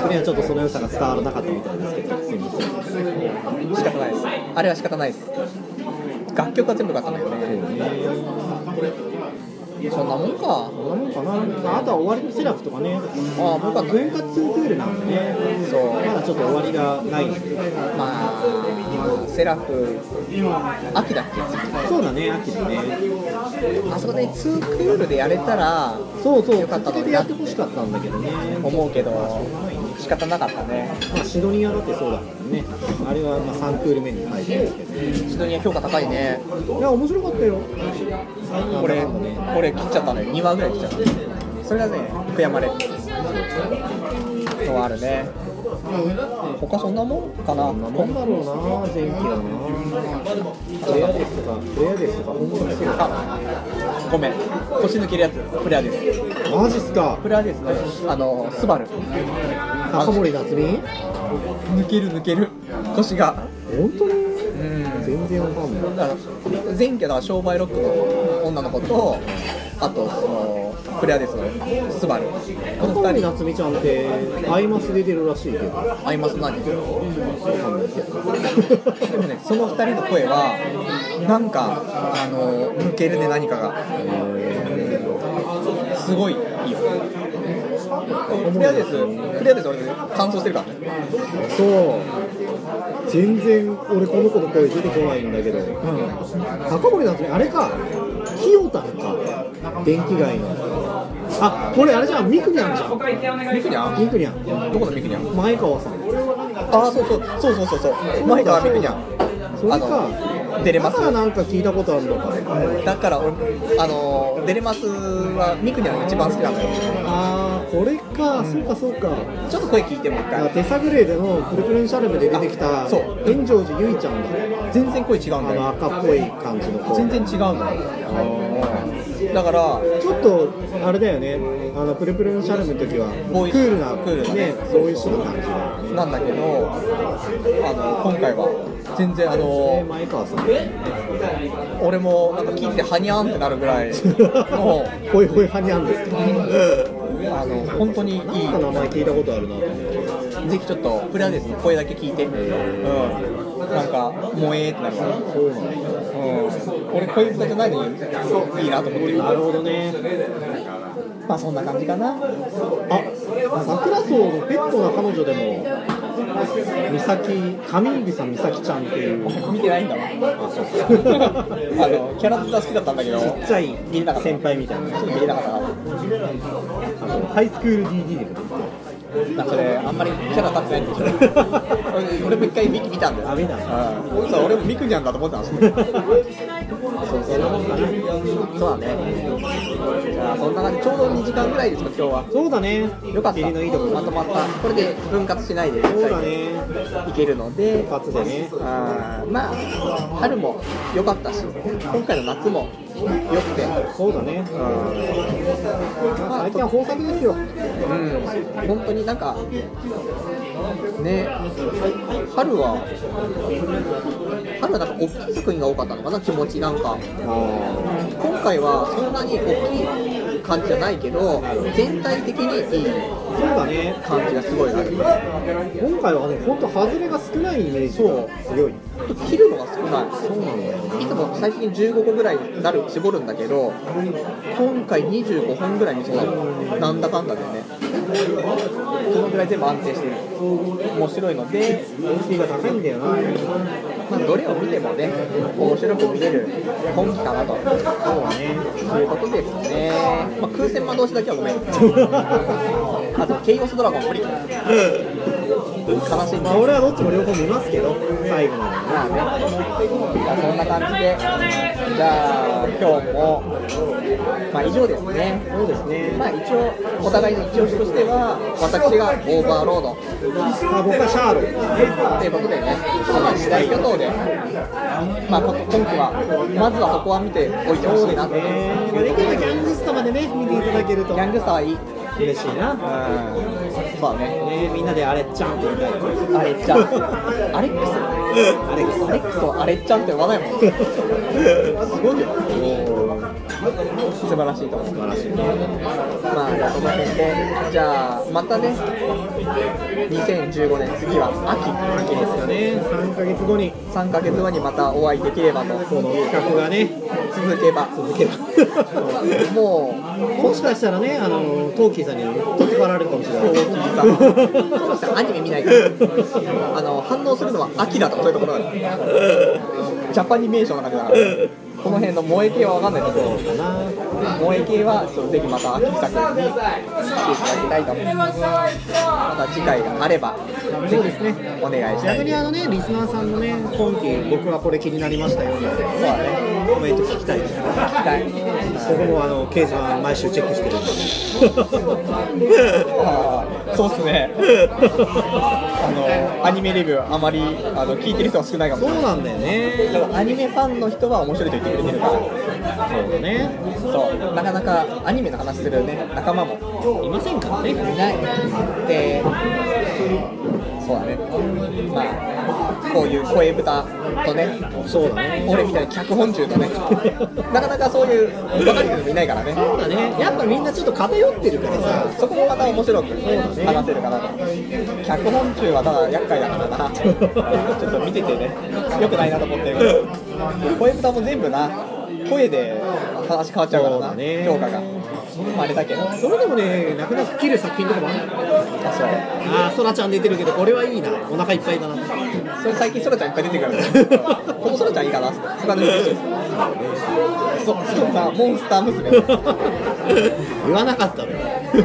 Speaker 2: それはちょっとその良さが伝わらなかったみたいですけど、すみません。
Speaker 1: 仕方ないですあれは仕方ないです楽曲は全部良かったんだよねそんなもんか
Speaker 2: そんなもんかなあとは終わりのセラフとかね
Speaker 1: ああ僕は
Speaker 2: 分割ツークールなんでね
Speaker 1: そう
Speaker 2: まだちょっと終わりがないんで
Speaker 1: まあセラフ秋だっけ次
Speaker 2: そうだね秋だね
Speaker 1: あそこでツークールでやれたら
Speaker 2: そうそう
Speaker 1: よかった
Speaker 2: 続
Speaker 1: の
Speaker 2: け
Speaker 1: に
Speaker 2: て
Speaker 1: な
Speaker 2: や
Speaker 1: っ
Speaker 2: っててほしかったんだけどね
Speaker 1: 思うけど仕方なかったね
Speaker 2: まあ、シドニアだってそうだからねあれはまあ3クール目に入ってるけど
Speaker 1: シドニア評価高いね
Speaker 2: いや面白かったよ
Speaker 1: これ
Speaker 2: なんだかんだね
Speaker 1: これ切っちゃったのよ2話ぐらい切っちゃったそれがね悔やまれるのはあるね他そんなもんかな
Speaker 2: なんだろうな前期はなレアですとかレアですとか本当にそうだ
Speaker 1: あごめん腰抜けるやつプレアです
Speaker 2: マジっすか
Speaker 1: プレアですねあのスバル
Speaker 2: 高森夏美
Speaker 1: 抜ける抜ける腰が
Speaker 2: 本当に
Speaker 1: うん
Speaker 2: 全然わかんない
Speaker 1: だから前期の商売ロックの女の子とあとそのプレアですのスバルこの
Speaker 2: 高
Speaker 1: 2
Speaker 2: 森
Speaker 1: 人
Speaker 2: 夏美ちゃんってアイマスで出るらしいけど
Speaker 1: アイマスなんですよでも
Speaker 2: へ
Speaker 1: ね、その2人の声は、なんか、あの抜けるね、何かが、すごいいいよ。フレアです、フレアです、俺、感想してるからね。
Speaker 2: ーそう全然俺この子の声出てこないんだけど、高森夏美あれか清田か電気街のあこれあれじゃんミクニャンじゃん
Speaker 1: ミクニャン
Speaker 2: ミクニャン
Speaker 1: どこのミクニャン
Speaker 2: 前川さん
Speaker 1: ああ、そうそう、そうそうそうそう、前川ミクニャン。
Speaker 2: それ
Speaker 1: あ
Speaker 2: か
Speaker 1: の出れます
Speaker 2: だからなんか聞いたことあるのか
Speaker 1: だから俺、あのデレマスはミクニャンが一番好きなのよ。
Speaker 2: あーこれか、そうかそうか
Speaker 1: ちょっと声聞いてもう一
Speaker 2: だから
Speaker 1: 回。
Speaker 2: 手探りでのプルプルンシャルムで出てきた
Speaker 1: あそう
Speaker 2: 炎上寺ゆいちゃんだ
Speaker 1: 全然声違うん
Speaker 2: あ
Speaker 1: だ
Speaker 2: の
Speaker 1: よ。
Speaker 2: 赤っぽい感じの子
Speaker 1: 全然違うのよ。だから、
Speaker 2: ちょっとあれだよねあのプルプルンシャルムの時は
Speaker 1: ボーイ
Speaker 2: クールな
Speaker 1: クールなね
Speaker 2: ねボーイッシュな感じだよね
Speaker 1: なんだけど、あの今回は全然あ
Speaker 2: え
Speaker 1: の
Speaker 2: 前川さん
Speaker 1: 俺もなんか聞いてはにゃんってなるぐらいの
Speaker 2: ホイホイ派にあんですけど
Speaker 1: あの本当にいい
Speaker 2: なんか名前聞いたことあるなと思って
Speaker 1: ぜひちょっとプラデスの声だけ聞いて、うん、なんか萌えーってなるわ、
Speaker 2: そうなんだ
Speaker 1: うん、俺恋人じゃないのにいいなと思ってる
Speaker 2: なるほどね
Speaker 1: まあそんな感じかな
Speaker 2: あ桜荘のペットな彼女 でも美咲上指さん美咲ちゃんっていう
Speaker 1: 見てないんだわ
Speaker 2: あそう
Speaker 1: あのキャラクター好きだったんだけどちょ
Speaker 2: ちっちゃい先輩みたいな
Speaker 1: っと見れなかったな
Speaker 2: あのハイスクール DD でも
Speaker 1: なんかね、あんまりキャラ立ってないんだけど俺も一回ミキ見たんだよ
Speaker 2: あ見た
Speaker 1: うんそう俺もミクニャンだと思ってたんですよ
Speaker 2: そうそんなもんかな
Speaker 1: そうだねじゃあそんな感じちょうど2時間ぐらいですか今日は
Speaker 2: そうだね
Speaker 1: よかった
Speaker 2: 霧のいいところ
Speaker 1: まとまったこれで分割しないで
Speaker 2: そうだね
Speaker 1: いけるので
Speaker 2: 一発でね
Speaker 1: あーまあ春も良かったし今回の夏も良くて
Speaker 2: そうだね
Speaker 1: まあ
Speaker 2: 最近は豊作ですよ
Speaker 1: うん、本当になんか、ね、春は、春はなんか大きい作品が多かったのかな、気持ちなんか、
Speaker 2: あ
Speaker 1: 今回はそんなに大きい感じじゃないけど、全体的にいい
Speaker 2: あそうだね
Speaker 1: 感じがすごいある、
Speaker 2: 今回はね本当外れが少ないイメージが強い
Speaker 1: 切るのが少ない。
Speaker 2: そうなんだよね
Speaker 1: いつも最近15個ぐらいになる絞るんだけど今回25本ぐらいにそうなるなんだかんだでねそのぐらい全部安定してる面白いので、
Speaker 2: クオリティが高いんだよな
Speaker 1: まあ、どれを見てもね面白く見れる本気かなと
Speaker 2: そうだね
Speaker 1: いうことですね、まあ、空戦魔同士だけはごめんあとケイオスドラゴン無理悲しい
Speaker 2: まあ俺はどっちも両方見ますけど最後までね
Speaker 1: まあね、まあ、そんな感じで、じゃあ、今日も、まあ、以上ですね。
Speaker 2: そうですね
Speaker 1: まあ、一応、お互いの一押しとしては、私がオーバーロード
Speaker 2: あ僕はシャーロ
Speaker 1: ということでね、まあ、次第挙動で、まあ、こ今期は、まずはそこは見ておいてほしいなという
Speaker 2: えーまあ
Speaker 1: と
Speaker 2: で
Speaker 1: こ
Speaker 2: き
Speaker 1: ろ
Speaker 2: れ
Speaker 1: で、
Speaker 2: ばギ
Speaker 1: ギ
Speaker 2: ャングスタまでね見ていただけると
Speaker 1: ャングスターはいい。
Speaker 2: 嬉しいな
Speaker 1: うん、そうだね。
Speaker 2: ねみんなであれっちゃんって言いたい
Speaker 1: あれっちゃん。アレックスアレックスをアレッちゃんって呼ばないもん。すごいよ。素晴らしいと思う素晴らしいまあじゃあその辺でじゃあまたね2015年次は秋秋ですよね
Speaker 2: ね3ヶ月後に
Speaker 1: 3ヶ月後にまたお会いできればと
Speaker 2: この企画がね
Speaker 1: 続けば続けばも
Speaker 2: もしかしたらねあのトーキーさんに取ってこられるかもしれな
Speaker 1: う
Speaker 2: い
Speaker 1: 大きいさトミさんアニメ見ないからあの反応するのは秋だとかそういうところだからジャパニメーションな感じだからこの辺の萌え系は分かんないけど萌え系はちょっとぜひまた秋作に来ていただきたいと思いますまた次回があればぜひお願いしたい
Speaker 2: 逆にあのねリスナーさんのね今期僕はこれ気になりましたよみたい
Speaker 1: そ
Speaker 2: な
Speaker 1: うだね
Speaker 2: コメント聞きたいですね
Speaker 1: 期待
Speaker 2: 僕もあのケイさん毎週チェックしてるんで
Speaker 1: そうっすね。 あのアニメレビューあまりあの聞いてる人は少ないかもし
Speaker 2: そ
Speaker 1: れな
Speaker 2: うなんだよね
Speaker 1: い。だからアニメファンの人は面白いと言ってくれてるから、
Speaker 2: そうだね
Speaker 1: そうなかなかアニメの話するね仲間も
Speaker 2: いませんからね
Speaker 1: いない。で、そうだね。まあこういう声豚とね、
Speaker 2: そうだね
Speaker 1: 俺みたいな脚本中とね、 なかなかそういう分かりてる人いないからね。
Speaker 2: そうだねやっぱみんなちょっと偏ってるからさ
Speaker 1: そこもまた面白く話せるかなと、脚本中はただ厄介だからなちょっと見ててねよくないなと思ってるけど声豚も全部な声で話変わっちゃうから
Speaker 2: そう
Speaker 1: な、
Speaker 2: だね
Speaker 1: 評価がまああれだけどあ
Speaker 2: それでもねなくなく切る作品とかもある
Speaker 1: そう
Speaker 2: あーそらちゃん出てるけどこれはいいなお腹いっぱいだな
Speaker 1: それ最近そらちゃんいっぱい出てくるからねこのそらちゃんいいかなって他の人と一緒ですそそんなモンスター娘の
Speaker 2: 言わなかったのよ
Speaker 1: 話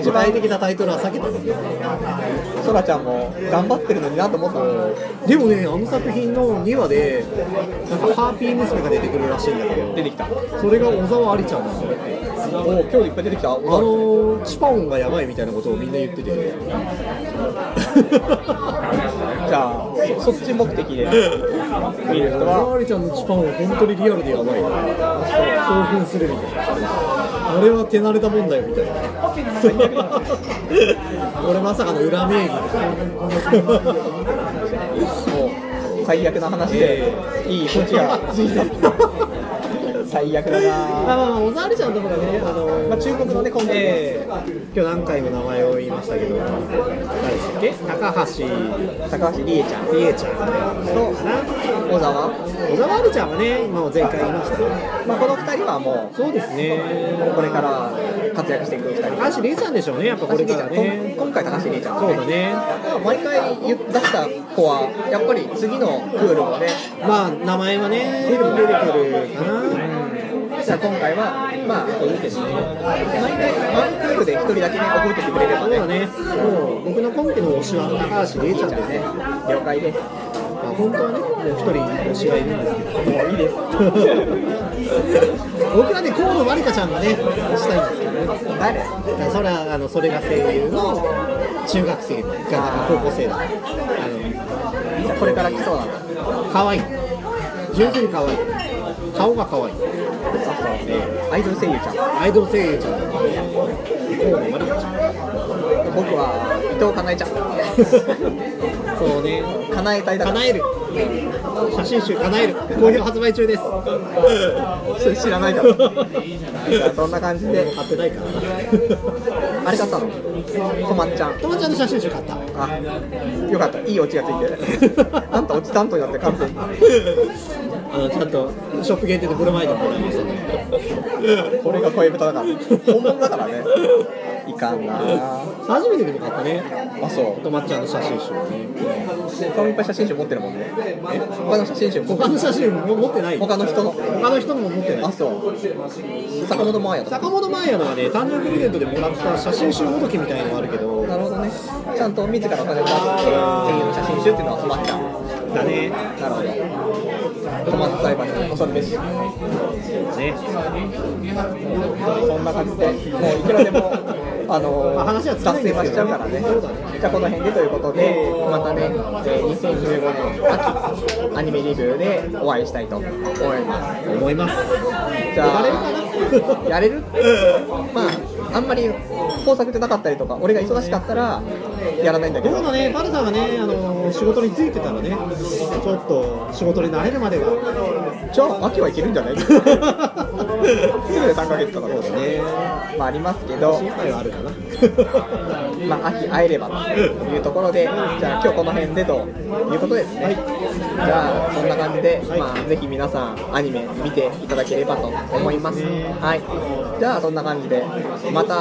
Speaker 1: 一
Speaker 2: 具
Speaker 1: 番
Speaker 2: 体的なタイトルは避けたの
Speaker 1: そらちゃんも頑張ってるのになと思ったの
Speaker 2: でもねあの作品の2話でなんかハーピー娘が出てくるらしいんだけど
Speaker 1: 出てきたお
Speaker 2: それが小沢ありちゃんなんだよ
Speaker 1: お今日いっぱい出てきた
Speaker 2: あのーチパオンがやばいみたいなことをみんな言ってて
Speaker 1: じゃあそそっち目的で見る人
Speaker 2: 小沢
Speaker 1: は
Speaker 2: ありちゃんのチパオンは本当にリアルでやばい興奮するみたいなあれは手慣れたもんだよみたいな俺まさかの裏名義
Speaker 1: もう最悪な話でいいこっちがついた最悪だ
Speaker 2: まあ
Speaker 1: な
Speaker 2: まあまあ、小沢ありちゃんのところがね、あの
Speaker 1: まあ中国のねコンテンツ
Speaker 2: えー今日何回も名前を言いましたけど、誰でしたっけ高橋
Speaker 1: 高橋理恵ちゃんと
Speaker 2: 理恵ちゃんかな。
Speaker 1: 小沢、
Speaker 2: 小沢ありちゃんはね、今も前回言いましたね。
Speaker 1: まあ、この2人はも
Speaker 2: そうですね。
Speaker 1: うこれから活躍していく2人
Speaker 2: 高橋理恵ちゃんでしょうね、やっぱこれから
Speaker 1: 今
Speaker 2: ね。
Speaker 1: 今回高橋理恵ちゃん
Speaker 2: そう
Speaker 1: ね
Speaker 2: だね。
Speaker 1: 毎回言っ出した子はやっぱり次のクールもね
Speaker 2: まあ、名前はね、出てくるかな。
Speaker 1: じゃあ今回はまあそういうですね毎回ワンクールで1人だけね覚えててくれれば
Speaker 2: そうだ
Speaker 1: ね
Speaker 2: ね。もう、僕の今期の推しは高橋理恵ちゃんですね。
Speaker 1: 了解です
Speaker 2: まあ、本当はね、もう一人推しがいるんですけど。
Speaker 1: もういいです
Speaker 2: 僕はね、河野まりかちゃんがね、したいんですけどね。
Speaker 1: 誰
Speaker 2: それはあのそれが声優の中学生がなんか高校生だあ
Speaker 1: これから来そうなの
Speaker 2: の可愛い純粋に可愛い顔が可愛い
Speaker 1: そうそうアイドル声優ちゃん
Speaker 2: アイドル声優ちゃん河野まりかちゃん
Speaker 1: 僕は伊藤かなえちゃん
Speaker 2: そうね
Speaker 1: かなえたいだから
Speaker 2: 叶える写真集叶える好評発売中です
Speaker 1: それ知らないからじゃあそんな感じで
Speaker 2: 買ってないからな
Speaker 1: あれ買ったのとまっちゃん
Speaker 2: 友ちゃんの写真集買った
Speaker 1: あよかったいいオチがついてるあんたオチ担当になって完全に
Speaker 2: あのちゃんとショップ限定でブロマイドもらいましたね
Speaker 1: これが恋豚だから本物だからねいかんなあ
Speaker 2: 初めてでも買ったね
Speaker 1: そう
Speaker 2: とまっちゃんの写真集ね
Speaker 1: 他もいっぱい写真集持ってるもんね他の写真集
Speaker 2: 他の写真も持ってない
Speaker 1: 他の人の
Speaker 2: 他の人のも持ってない
Speaker 1: あそう坂本真綾だ
Speaker 2: 坂本真綾のはね誕生日イベントでもらった写真集もどきみたいのがあるけど
Speaker 1: なるほどね。ちゃんと自らお金を出して、声優の写真集っていうのは止まっちゃう。
Speaker 2: だね
Speaker 1: なるほど。止まった裁判に恐るべし。
Speaker 2: ね、
Speaker 1: そんな感じで、もういくらでも。あの
Speaker 2: まあ話は尽きない
Speaker 1: 脱
Speaker 2: ん
Speaker 1: 線
Speaker 2: です
Speaker 1: は
Speaker 2: け
Speaker 1: しちゃ
Speaker 2: ど
Speaker 1: う
Speaker 2: ね
Speaker 1: からね。じゃあこの辺でということで、またね、えー2015年秋アニメリビューでお会いしたいと思います。
Speaker 2: 思います
Speaker 1: じゃあ
Speaker 2: やれるかな
Speaker 1: やれるまああんまり工作ってなかったりとか、俺が忙しかったらやらないんだけど
Speaker 2: 僕。もねパルさんがねあの仕事についてたらねちょっと仕事に慣れるまでは
Speaker 3: じゃあ秋はいけるんじ ゃないすぐで3ヶ月とかだね
Speaker 1: まあありますけど、
Speaker 2: 心配はあるか な。
Speaker 1: まあ、秋会えればというところで、じゃあ今日この辺でということですね。じゃあそんな感じで、まあ、ぜひ皆さんアニメ見ていただければと思います。はい。じゃあそんな感じで、また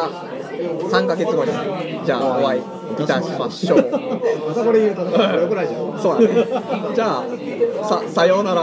Speaker 1: 3ヶ月後に、じゃあお会いいたしましょう。
Speaker 2: またこれ言うと、よくないじゃん。
Speaker 1: そうだね。じゃあ、さ、さようなら。